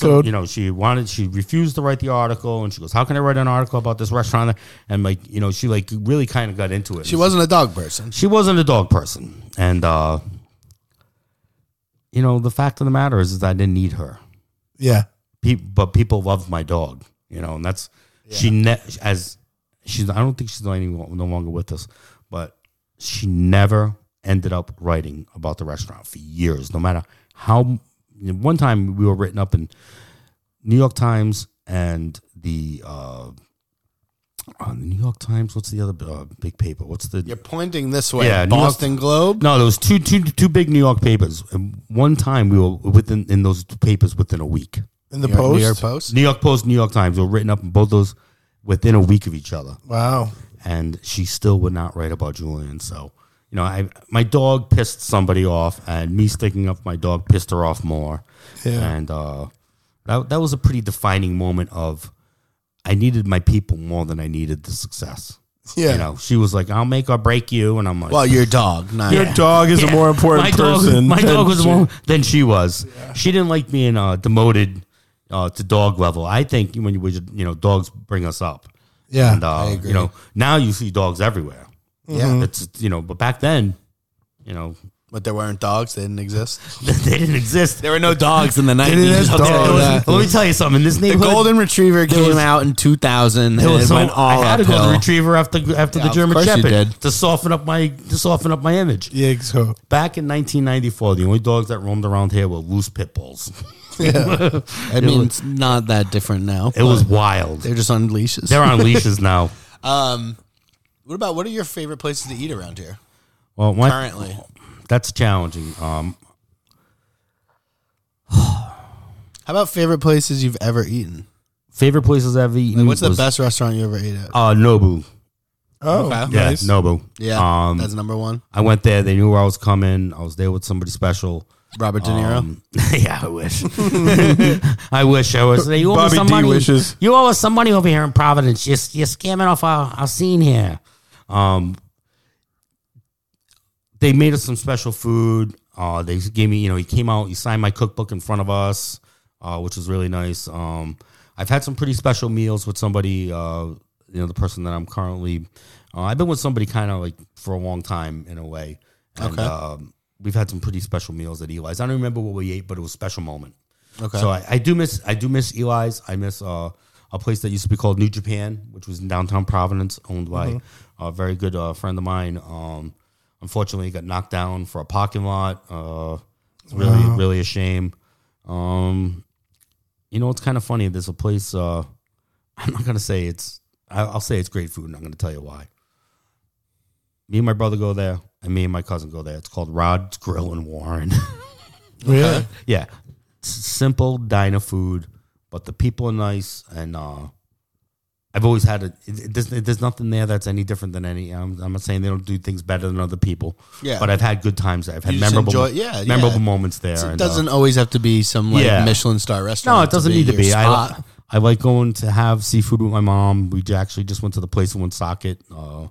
Speaker 1: health
Speaker 3: To,
Speaker 1: code.
Speaker 3: you know, she wanted. She refused to write the article, and she goes, "How can I write an article about this restaurant?" And like, you know, she like really kind of got into it.
Speaker 2: She wasn't a dog person.
Speaker 3: She wasn't a dog person, and uh, you know, the fact of the matter is, is I didn't need her.
Speaker 1: yeah.
Speaker 3: Pe- but people loved my dog. You know, and that's she ne- as she's. I don't think she's any, no longer with us, but she never ended up writing about the restaurant for years, no matter how. One time we were written up in New York Times and the uh, uh, the New York Times. What's the other uh, big paper? What's the
Speaker 2: You're pointing this way.
Speaker 3: Yeah, New York-
Speaker 2: Boston Globe.
Speaker 3: no, there was two, two, two big New York papers. And one time we were within in those papers within a week.
Speaker 1: In the
Speaker 2: New York-
Speaker 1: post.
Speaker 2: New York Post.
Speaker 3: New York Post, New York Times were written up in both those within a week of each other,
Speaker 1: Wow.
Speaker 3: and she still would not write about Julian. So, you know, I my dog pissed somebody off, and me sticking up for my dog pissed her off more.
Speaker 1: Yeah.
Speaker 3: And uh, that that was a pretty defining moment of I needed my people more than I needed the success.
Speaker 1: Yeah.
Speaker 3: You know, she was like, "I'll make or break you," and I'm like,
Speaker 2: Well, your dog. Not
Speaker 1: Your dog is a
Speaker 3: Yeah. [LAUGHS]
Speaker 1: more important
Speaker 3: my dog-
Speaker 1: person.
Speaker 3: my
Speaker 1: than
Speaker 3: dog
Speaker 1: you.
Speaker 3: was more than she was. She didn't like being uh, demoted uh, to dog level. I think when you you know dogs bring us up.
Speaker 1: Yeah,
Speaker 3: and, uh, You know now you see dogs everywhere.
Speaker 2: Yeah. Mm-hmm.
Speaker 3: it's you know, but back then, you know, [LAUGHS]
Speaker 2: But there weren't dogs. They didn't exist.
Speaker 3: they didn't exist.
Speaker 2: [LAUGHS] There were no dogs in the
Speaker 3: [LAUGHS]
Speaker 2: 90s.
Speaker 1: is
Speaker 3: There- there
Speaker 1: dog
Speaker 3: was-
Speaker 1: that.
Speaker 3: let me tell you something. In this
Speaker 2: The
Speaker 3: neighborhood,
Speaker 2: Golden Retriever came out in 2000 and
Speaker 3: It
Speaker 2: it,
Speaker 3: was so-
Speaker 2: went all
Speaker 3: I had a
Speaker 2: uphill.
Speaker 3: golden retriever after after the
Speaker 2: of
Speaker 3: German
Speaker 2: course you
Speaker 3: Shepherd
Speaker 2: did.
Speaker 3: to soften up my to soften up my image.
Speaker 1: Yeah, so
Speaker 3: Back in 1994, the only dogs that roamed around here were loose pit bulls.
Speaker 2: I mean, it's not that different now.
Speaker 3: It was wild.
Speaker 2: They're just on leashes.
Speaker 3: They're
Speaker 2: [LAUGHS]
Speaker 3: on leashes now.
Speaker 2: Um, what about what are your favorite places to eat around here
Speaker 3: Well, my, Oh.
Speaker 2: currently?
Speaker 3: that's challenging. Um,
Speaker 2: How about favorite places you've ever eaten?
Speaker 3: favorite places I've eaten.
Speaker 2: Like, what's the
Speaker 3: was,
Speaker 2: best restaurant you ever ate at?
Speaker 3: Uh, Nobu.
Speaker 1: oh,
Speaker 2: Okay.
Speaker 3: Yeah,
Speaker 1: nice.
Speaker 3: Nobu.
Speaker 2: Yeah,
Speaker 3: Um,
Speaker 2: that's number one.
Speaker 3: I went there. They knew where I was coming. I was there with somebody special.
Speaker 2: Robert De Niro.
Speaker 3: Um, yeah, I wish. [LAUGHS] I wish I was. You owe us
Speaker 1: Bobby
Speaker 3: some
Speaker 1: D
Speaker 3: money.
Speaker 1: wishes.
Speaker 3: You owe us some money over here in Providence. You're, you're scamming off our, our scene here. Um, they made us some special food. Uh, they gave me, you know, he came out, he signed my cookbook in front of us, uh, which was really nice. Um, I've had some pretty special meals with somebody, uh, you know, the person that I'm currently, uh, I've been with somebody kind of like for a long time in a way. And,
Speaker 2: Okay.
Speaker 3: Um, we've had some pretty special meals at Eli's. I don't remember what we ate, but it was a special moment.
Speaker 2: Okay.
Speaker 3: So I, I do miss, I do miss Eli's. I miss uh, a place that used to be called New Japan, which was in downtown Providence, owned by a very good uh, friend of mine. Um, unfortunately, it got knocked down for a parking lot. Uh, it's really, really a shame. Um, you know, it's kind of funny. There's a place. Uh, I'm not gonna say it's. I, I'll say it's great food, and I'm gonna tell you why. Me and my brother go there, and me and my cousin go there. It's called Rod's Grill in Warren. [LAUGHS]
Speaker 1: Yeah.
Speaker 3: yeah, S- simple diner food, but the people are nice, and uh, I've always had a. It, it, there's, there's nothing there that's any different than any. I'm, I'm not saying they don't do things better than other people.
Speaker 2: Yeah.
Speaker 3: but I've had good times. there. I've had
Speaker 2: You just
Speaker 3: memorable,
Speaker 2: enjoy- yeah, yeah.
Speaker 3: memorable moments there.
Speaker 2: So it
Speaker 3: and, uh,
Speaker 2: doesn't always have to be some like
Speaker 3: Yeah.
Speaker 2: Michelin star restaurant.
Speaker 3: No, it doesn't need to
Speaker 2: your
Speaker 3: be. I,
Speaker 2: spot.
Speaker 3: I like going to have seafood with my mom. We j- actually just went to the place in Woonsocket, uh,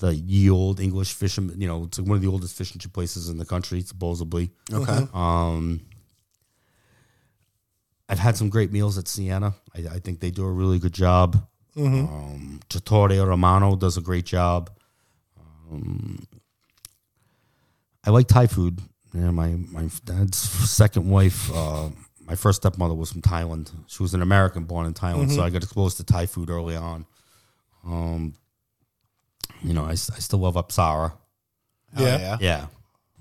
Speaker 3: the ye old English fisherman. You know, it's one of the oldest fish and chip places in the country, supposedly.
Speaker 2: okay.
Speaker 3: Um, I've had some great meals at Sienna. I, I think they do a really good job.
Speaker 2: Mm-hmm.
Speaker 3: Um, Trattoria Romano does a great job. Um, I like Thai food. Yeah, my my dad's second wife, uh, my first stepmother was from Thailand. She was an American born in Thailand,
Speaker 2: Mm-hmm.
Speaker 3: so I got exposed to Thai food early on. Um, you know, I, s- I still love Apsara.
Speaker 2: Oh, yeah.
Speaker 3: Yeah,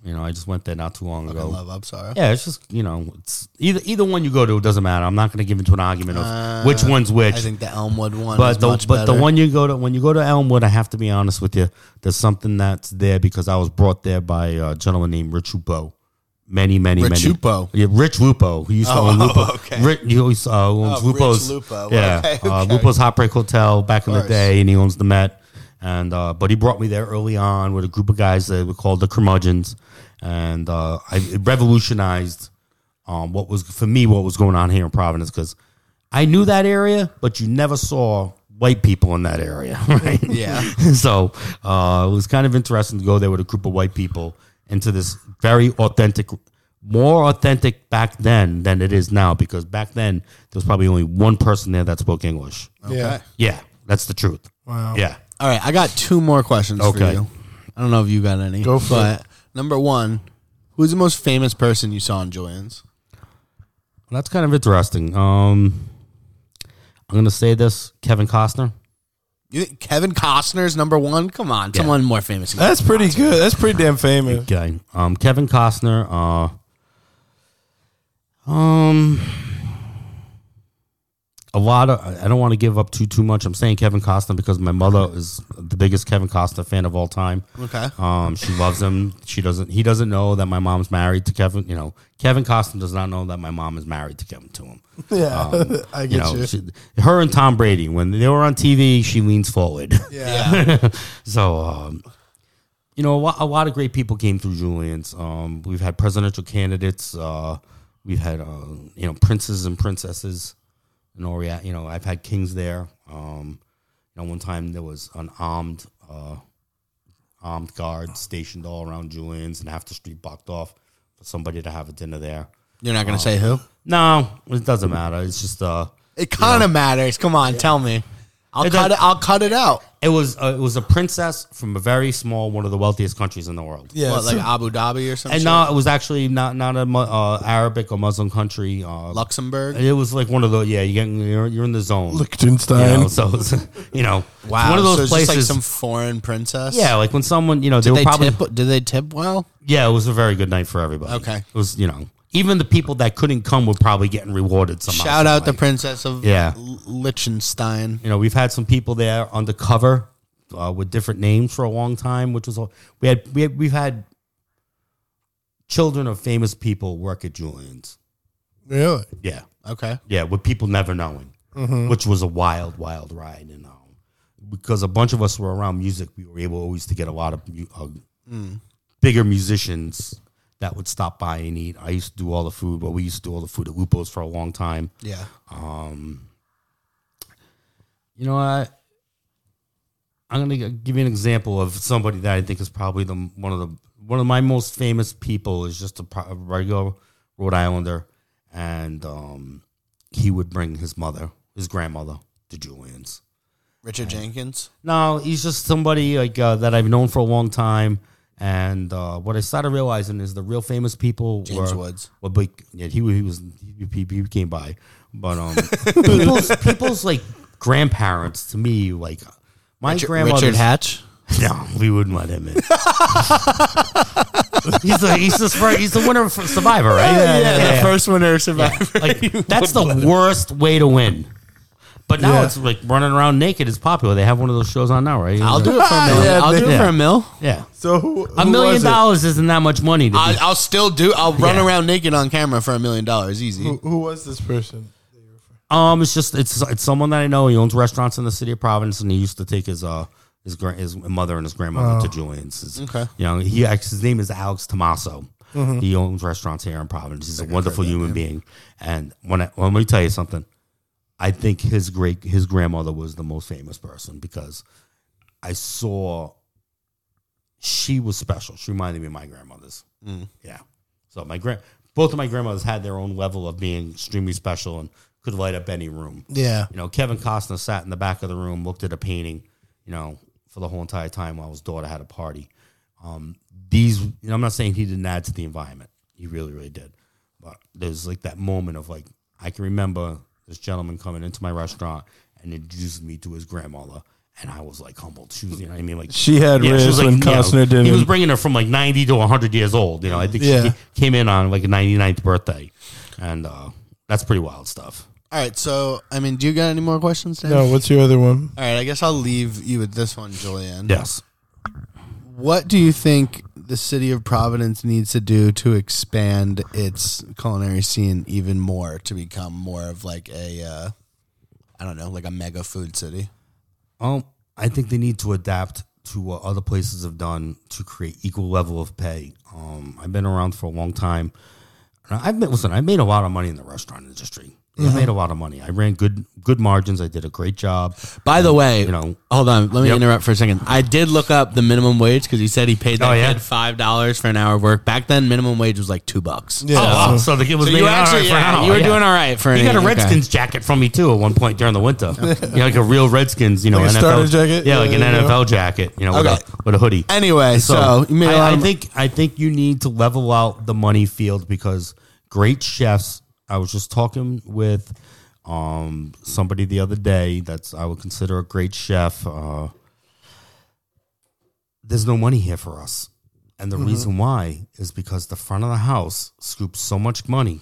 Speaker 3: you know, I just went there not too
Speaker 2: I
Speaker 3: long ago.
Speaker 2: love Upsara.
Speaker 3: Yeah, it's just you know, it's either either one you go to, it doesn't matter. I'm not going to give into an argument of which one's which.
Speaker 2: Uh, I think the Elmwood one
Speaker 3: but
Speaker 2: is
Speaker 3: the
Speaker 2: much
Speaker 3: but the
Speaker 2: better.
Speaker 3: one you go to when you go to Elmwood, I have to be honest with you. There's something that's there because I was brought there by a gentleman named Rich Lupo. Many, many,
Speaker 2: Rich
Speaker 3: many.
Speaker 2: Lupo?
Speaker 3: Yeah, Rich Lupo. He used to
Speaker 2: Oh,
Speaker 3: own Lupo.
Speaker 2: [LAUGHS] okay.
Speaker 3: Rich, he always uh, owns
Speaker 2: Oh, Rich
Speaker 3: Lupo's.
Speaker 2: Lupo.
Speaker 3: Yeah,
Speaker 2: Okay,
Speaker 3: Uh,
Speaker 2: okay.
Speaker 3: Lupo's Heartbreak Hotel back in the
Speaker 2: course.
Speaker 3: day, and he owns the Met. And uh, but he brought me there early on with a group of guys that were called the Curmudgeons, and uh, I it revolutionized um, what was for me what was going on here in Providence because I knew that area, but you never saw white people in that area, [LAUGHS] right?
Speaker 2: Yeah.
Speaker 3: so uh, it was kind of interesting to go there with a group of white people into this very authentic, more authentic back then than it is now because back then there was probably only one person there that spoke English.
Speaker 1: Yeah.
Speaker 3: Yeah, that's the truth.
Speaker 1: Wow.
Speaker 3: Yeah.
Speaker 2: All right, I got two more questions for
Speaker 3: Okay.
Speaker 2: you. I don't know if you got any.
Speaker 1: Go for
Speaker 2: but Number one, who's the most famous person you saw in Joanne's?
Speaker 3: Well, that's kind of interesting. Um, I'm going to say this Kevin Costner.
Speaker 2: You think Kevin Costner's number one? Come on, someone more famous. than
Speaker 1: That's pretty good. That's pretty damn famous.
Speaker 3: Okay. Um, Kevin Costner. Uh, um, a lot of. I I don't want to give up too too much. I'm saying Kevin Costner because my mother is the biggest Kevin Costner fan of all time.
Speaker 2: Okay.
Speaker 3: Um, she loves him. She doesn't. He doesn't know that my mom's married to Kevin. You know, Kevin Costner does not know that my mom is married to Kevin to him.
Speaker 1: Yeah, [LAUGHS]
Speaker 3: Um,
Speaker 1: I
Speaker 3: you
Speaker 1: get
Speaker 3: know,
Speaker 1: you.
Speaker 3: she- her and Tom Brady when they were on TV, she leans forward.
Speaker 1: yeah.
Speaker 3: [LAUGHS] So, um, you know, a lot, a lot of great people came through Julian's. Um, we've had presidential candidates. Uh, we've had, uh, you know, princes and princesses. And all rea- you know, I've had kings there. Um, you know, one time there was an armed, uh, armed guard stationed all around Julian's and half the street blocked off for somebody to have a dinner there.
Speaker 2: You're not gonna say who?
Speaker 3: No, it doesn't matter. It's just, uh,
Speaker 2: It kind of matters. Come on, tell me. I'll
Speaker 3: It
Speaker 2: cut
Speaker 3: does-
Speaker 2: it. I'll cut it out.
Speaker 3: it was, uh, it was a princess from a very small, one of the wealthiest countries in the world.
Speaker 1: Yeah,
Speaker 2: what, like
Speaker 1: so-
Speaker 2: Abu Dhabi or something?
Speaker 3: and uh, no, it was actually not not a mu- uh, Arabic or Muslim country. Uh,
Speaker 2: Luxembourg.
Speaker 3: It was like one of the yeah, you get, you're you're in the zone. you
Speaker 1: Liechtenstein.
Speaker 3: know, so it's, [LAUGHS] you know,
Speaker 2: [LAUGHS]
Speaker 3: it's
Speaker 2: Wow,
Speaker 3: one of those
Speaker 2: so it's just
Speaker 3: places.
Speaker 2: like some foreign princess.
Speaker 3: [LAUGHS] yeah, like when someone you know they
Speaker 2: did
Speaker 3: were
Speaker 2: they
Speaker 3: probably
Speaker 2: tip? Did they tip well?
Speaker 3: yeah, it was a very good night for everybody.
Speaker 2: Okay.
Speaker 3: it was you know even the people that couldn't come were probably getting rewarded somehow.
Speaker 2: Shout out the
Speaker 3: some way.
Speaker 2: princess of
Speaker 3: Yeah.
Speaker 2: L- Liechtenstein.
Speaker 3: you know we've had some people there undercover uh, with different names for a long time, which was all- we had we had, we've had children of famous people work at Julian's.
Speaker 1: Really?
Speaker 3: Yeah.
Speaker 2: Okay.
Speaker 3: Yeah, with people never knowing, which was a wild, wild ride. And um, because a bunch of us were around music, we were able always to get a lot of mu- uh, bigger musicians that would stop by and eat. I used to do all the food, but we used to do all the food at Lupo's for a long time.
Speaker 2: Yeah.
Speaker 3: You know what? I'm gonna g- give you an example of somebody that I think is probably the one of the one of my most famous people is just a, pro- a regular Rhode Islander, and um, he would bring his mother, his grandmother, to Julian's.
Speaker 2: Richard Jenkins.
Speaker 3: No, he's just somebody like uh, that I've known for a long time. And uh, what I started realizing is the real famous people
Speaker 2: James
Speaker 3: were
Speaker 2: Woods.
Speaker 3: Well, but yeah, he, wa- he was he, he he came by, but
Speaker 2: [LAUGHS]
Speaker 3: um, people's, people's like grandparents to me like my
Speaker 2: Richard,
Speaker 3: grandmother.
Speaker 2: Richard Hatch.
Speaker 3: no, we wouldn't let him in. [LAUGHS] he's the he's the fir- he's the winner of Survivor, right?
Speaker 2: first winner of Survivor. [LAUGHS]
Speaker 3: [LAUGHS] Like that's the worst way to win. But now
Speaker 1: Yeah.
Speaker 3: it's like running around naked is popular. They have one of those shows on now, right?
Speaker 2: I'll do it for a mil.
Speaker 1: Yeah,
Speaker 2: I'll do it
Speaker 3: [LAUGHS] yeah.
Speaker 2: for a mil.
Speaker 3: Yeah.
Speaker 1: So who,
Speaker 3: A
Speaker 1: who
Speaker 3: million
Speaker 1: was it?
Speaker 3: dollars isn't that much money. To be-
Speaker 2: I, I'll still do. I'll run
Speaker 3: Yeah.
Speaker 2: around naked on camera for a million dollars, easy.
Speaker 1: Who, who was this person?
Speaker 3: um, it's just it's it's someone that I know. He owns restaurants in the city of Providence, and he used to take his uh his grand his mother and his grandmother to Julian's. His-
Speaker 2: Okay.
Speaker 3: you know he actually his name is Alex Tomaso. He owns restaurants here in Providence. He's a wonderful human being, and when I, well, let me tell you something, I think his great his grandmother was the most famous person because I saw she was special. She reminded me of my grandmother's. Yeah. So my grand both of my grandmothers had their own level of being extremely special and could light up any room.
Speaker 1: Yeah.
Speaker 3: You know, Kevin Costner sat in the back of the room, looked at a painting, you know, for the whole entire time while his daughter had a party. Um, these, you know, I'm not saying he didn't add to the environment. He really, really did. But there's like that moment of like, I can remember this gentleman coming into my restaurant and introducing me to his grandmother. And I was like humbled. She was, you know what I mean? Like
Speaker 1: She had wrist when
Speaker 3: you know,
Speaker 1: Costner didn't.
Speaker 3: He was bringing her from like 90 to 100 years old. You know, I think
Speaker 1: Yeah.
Speaker 3: she ca- came in on like a 99th birthday. And uh, that's pretty wild stuff.
Speaker 2: All right, so I mean, do you got any more questions, Dan?
Speaker 1: No, what's your other one?
Speaker 2: All right, I guess I'll leave you with this one, Julian.
Speaker 3: Yes.
Speaker 2: What do you think the city of Providence needs to do to expand its culinary scene even more to become more of like a, uh, I don't know, like a mega food city?
Speaker 3: Um, I think they need to adapt to what other places have done to create equal level of pay. Um, I've been around for a long time. And I've been, listen. I made a lot of money in the restaurant industry. I made a lot of money. I ran good good margins. I did a great job.
Speaker 2: By the way,
Speaker 3: Mm, You know.
Speaker 2: hold on, let me
Speaker 3: Yep.
Speaker 2: interrupt for a second. I did look up the minimum wage because you said he paid that
Speaker 3: Oh, yeah?
Speaker 2: kid five dollars for an hour of work. Back then, minimum wage was like two bucks.
Speaker 1: Yeah.
Speaker 3: Oh, [LAUGHS] so the kid was
Speaker 2: So
Speaker 3: making
Speaker 2: you
Speaker 3: all right
Speaker 2: actually,
Speaker 3: for an
Speaker 2: yeah,
Speaker 3: hour,
Speaker 2: you were
Speaker 3: yeah.
Speaker 2: doing all right for
Speaker 3: He
Speaker 2: an
Speaker 3: got a
Speaker 2: okay.
Speaker 3: Redskins jacket from me too at one point during the winter. yeah, like a real Redskins, you know,
Speaker 1: Like a starter jacket?
Speaker 3: Yeah, like
Speaker 1: Yeah,
Speaker 3: an
Speaker 1: yeah, yeah.
Speaker 3: NFL jacket, you know,
Speaker 2: Okay.
Speaker 3: with, a, with a hoodie.
Speaker 2: Anyway, so, you made a lot
Speaker 3: I, I
Speaker 2: of-
Speaker 3: think I think you need to level out the money field because great chefs. I was just talking with um, somebody the other day that's I would consider a great chef. Uh, there's no money here for us, and
Speaker 2: Mm-hmm.
Speaker 3: the reason why is because the front of the house scoops so much money,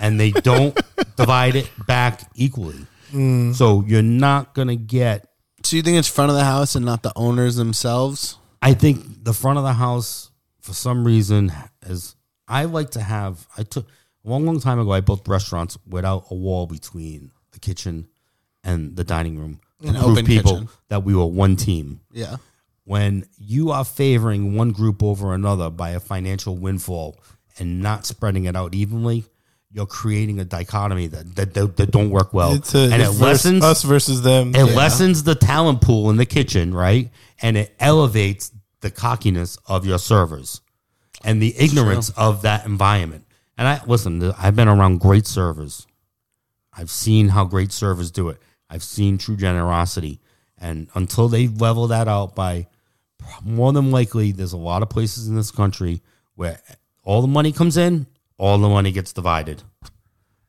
Speaker 3: and
Speaker 2: [LAUGHS]
Speaker 3: they don't divide it back equally.
Speaker 2: Mm.
Speaker 3: So you're not gonna get
Speaker 2: So you think it's front of the house and not the owners themselves?
Speaker 3: I think the front of the house, for some reason, is I like to have. I took a long, long time ago. I built restaurants without a wall between the kitchen and the dining room to
Speaker 2: An
Speaker 3: prove
Speaker 2: open
Speaker 3: people
Speaker 2: kitchen.
Speaker 3: that we were one team.
Speaker 2: Yeah.
Speaker 3: When you are favoring one group over another by a financial windfall and not spreading it out evenly, you're creating a dichotomy that that, that, that don't work well,
Speaker 1: It's a,
Speaker 3: and
Speaker 1: it's
Speaker 3: it
Speaker 1: vers-
Speaker 3: lessens
Speaker 1: us versus them.
Speaker 3: it lessens the talent pool in the kitchen, right? And it elevates the cockiness of your servers and the ignorance of that environment. And I listen, th- I've been around great servers. I've seen how great servers do it. I've seen true generosity. And until they level that out by more than likely there's a lot of places in this country where all the money comes in, all the money gets divided.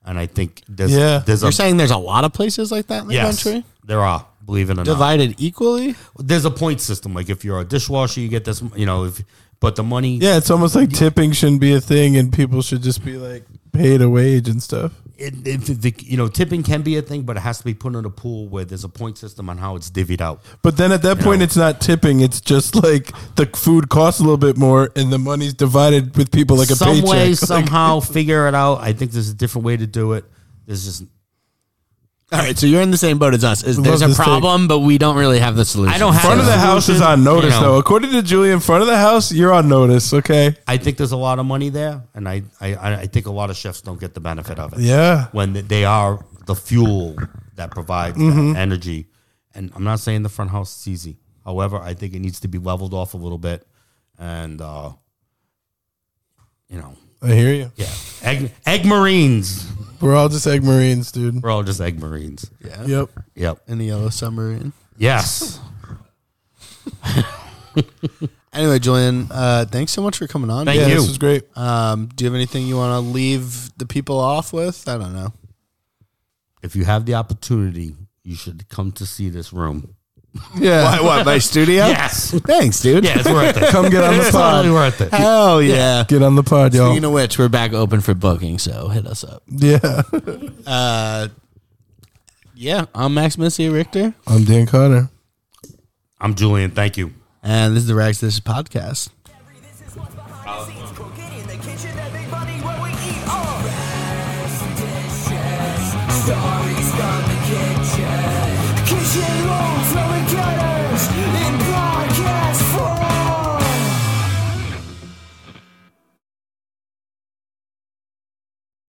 Speaker 3: And I think there's
Speaker 1: Yeah.
Speaker 3: there's
Speaker 2: You're
Speaker 3: a
Speaker 2: saying there's a lot of places like that in the
Speaker 3: yes,
Speaker 2: country?
Speaker 3: there are, believe it or not
Speaker 2: Divided equally?
Speaker 3: there's a point system. Like if you're a dishwasher, you get this. You know, if but the money,
Speaker 1: Yeah, it's almost like tipping shouldn't be a thing, and people should just be like paid a wage and stuff.
Speaker 3: it, if the, you know, tipping can be a thing, but it has to be put in a pool where there's a point system on how it's divvied out.
Speaker 1: But then at that point,
Speaker 3: know.
Speaker 1: it's not tipping. It's just like the food costs a little bit more, and the money's divided with people like a
Speaker 3: Some
Speaker 1: paycheck. [LAUGHS]
Speaker 3: way,
Speaker 1: Like,
Speaker 3: somehow, figure it out. I think there's a different way to do it. There's just
Speaker 2: All right, so you're in the same boat as us. Is
Speaker 1: love
Speaker 2: there's a
Speaker 1: this thing.
Speaker 2: problem, but we don't really have the solution.
Speaker 3: I don't have
Speaker 1: front of the
Speaker 3: Yeah.
Speaker 1: house is
Speaker 3: Solution,
Speaker 1: on notice,
Speaker 3: you know.
Speaker 1: though. According to Julian, front of the house, you're on notice. Okay.
Speaker 3: I think there's a lot of money there, and I I, I- I think a lot of chefs don't get the benefit of it.
Speaker 1: Yeah.
Speaker 3: when th- they are the fuel that provides
Speaker 1: Mm-hmm.
Speaker 3: that energy. And I'm not saying the front house is easy. However, I think it needs to be leveled off a little bit, and uh, you know,
Speaker 1: I hear you.
Speaker 3: yeah, egg, egg marines.
Speaker 1: We're all just egg marines, dude.
Speaker 3: We're all just egg marines.
Speaker 2: Yeah.
Speaker 1: Yep.
Speaker 3: Yep.
Speaker 2: In the yellow submarine.
Speaker 3: Yes.
Speaker 2: Anyway, Julian, uh, thanks so much for coming on.
Speaker 3: Thank
Speaker 1: Yeah,
Speaker 3: you.
Speaker 1: this was great.
Speaker 2: Um, do you have anything you want to leave the people off with? I don't know.
Speaker 3: If you have the opportunity, you should come to see this room.
Speaker 2: Yeah. Why, what, my [LAUGHS] studio?
Speaker 3: Yes.
Speaker 2: Thanks, dude. Um,
Speaker 3: Yeah, it's worth it.
Speaker 1: Come get on the
Speaker 3: It's
Speaker 1: pod.
Speaker 3: totally worth it.
Speaker 2: Hell yeah.
Speaker 1: Get on the pod, y'all.
Speaker 2: Speaking of which, we're back open for booking, so hit us up.
Speaker 1: Yeah.
Speaker 2: Yeah, I'm Max Missy Richter,
Speaker 1: I'm Dan Carter.
Speaker 3: I'm Julian. Thank you.
Speaker 2: and this is the Rags Dishes Podcast.
Speaker 4: This is what's behind the scenes. Crooked in the kitchen that make money where we eat all rest dishes. Stories from the kitchen. Kitchen roll flowing gutters.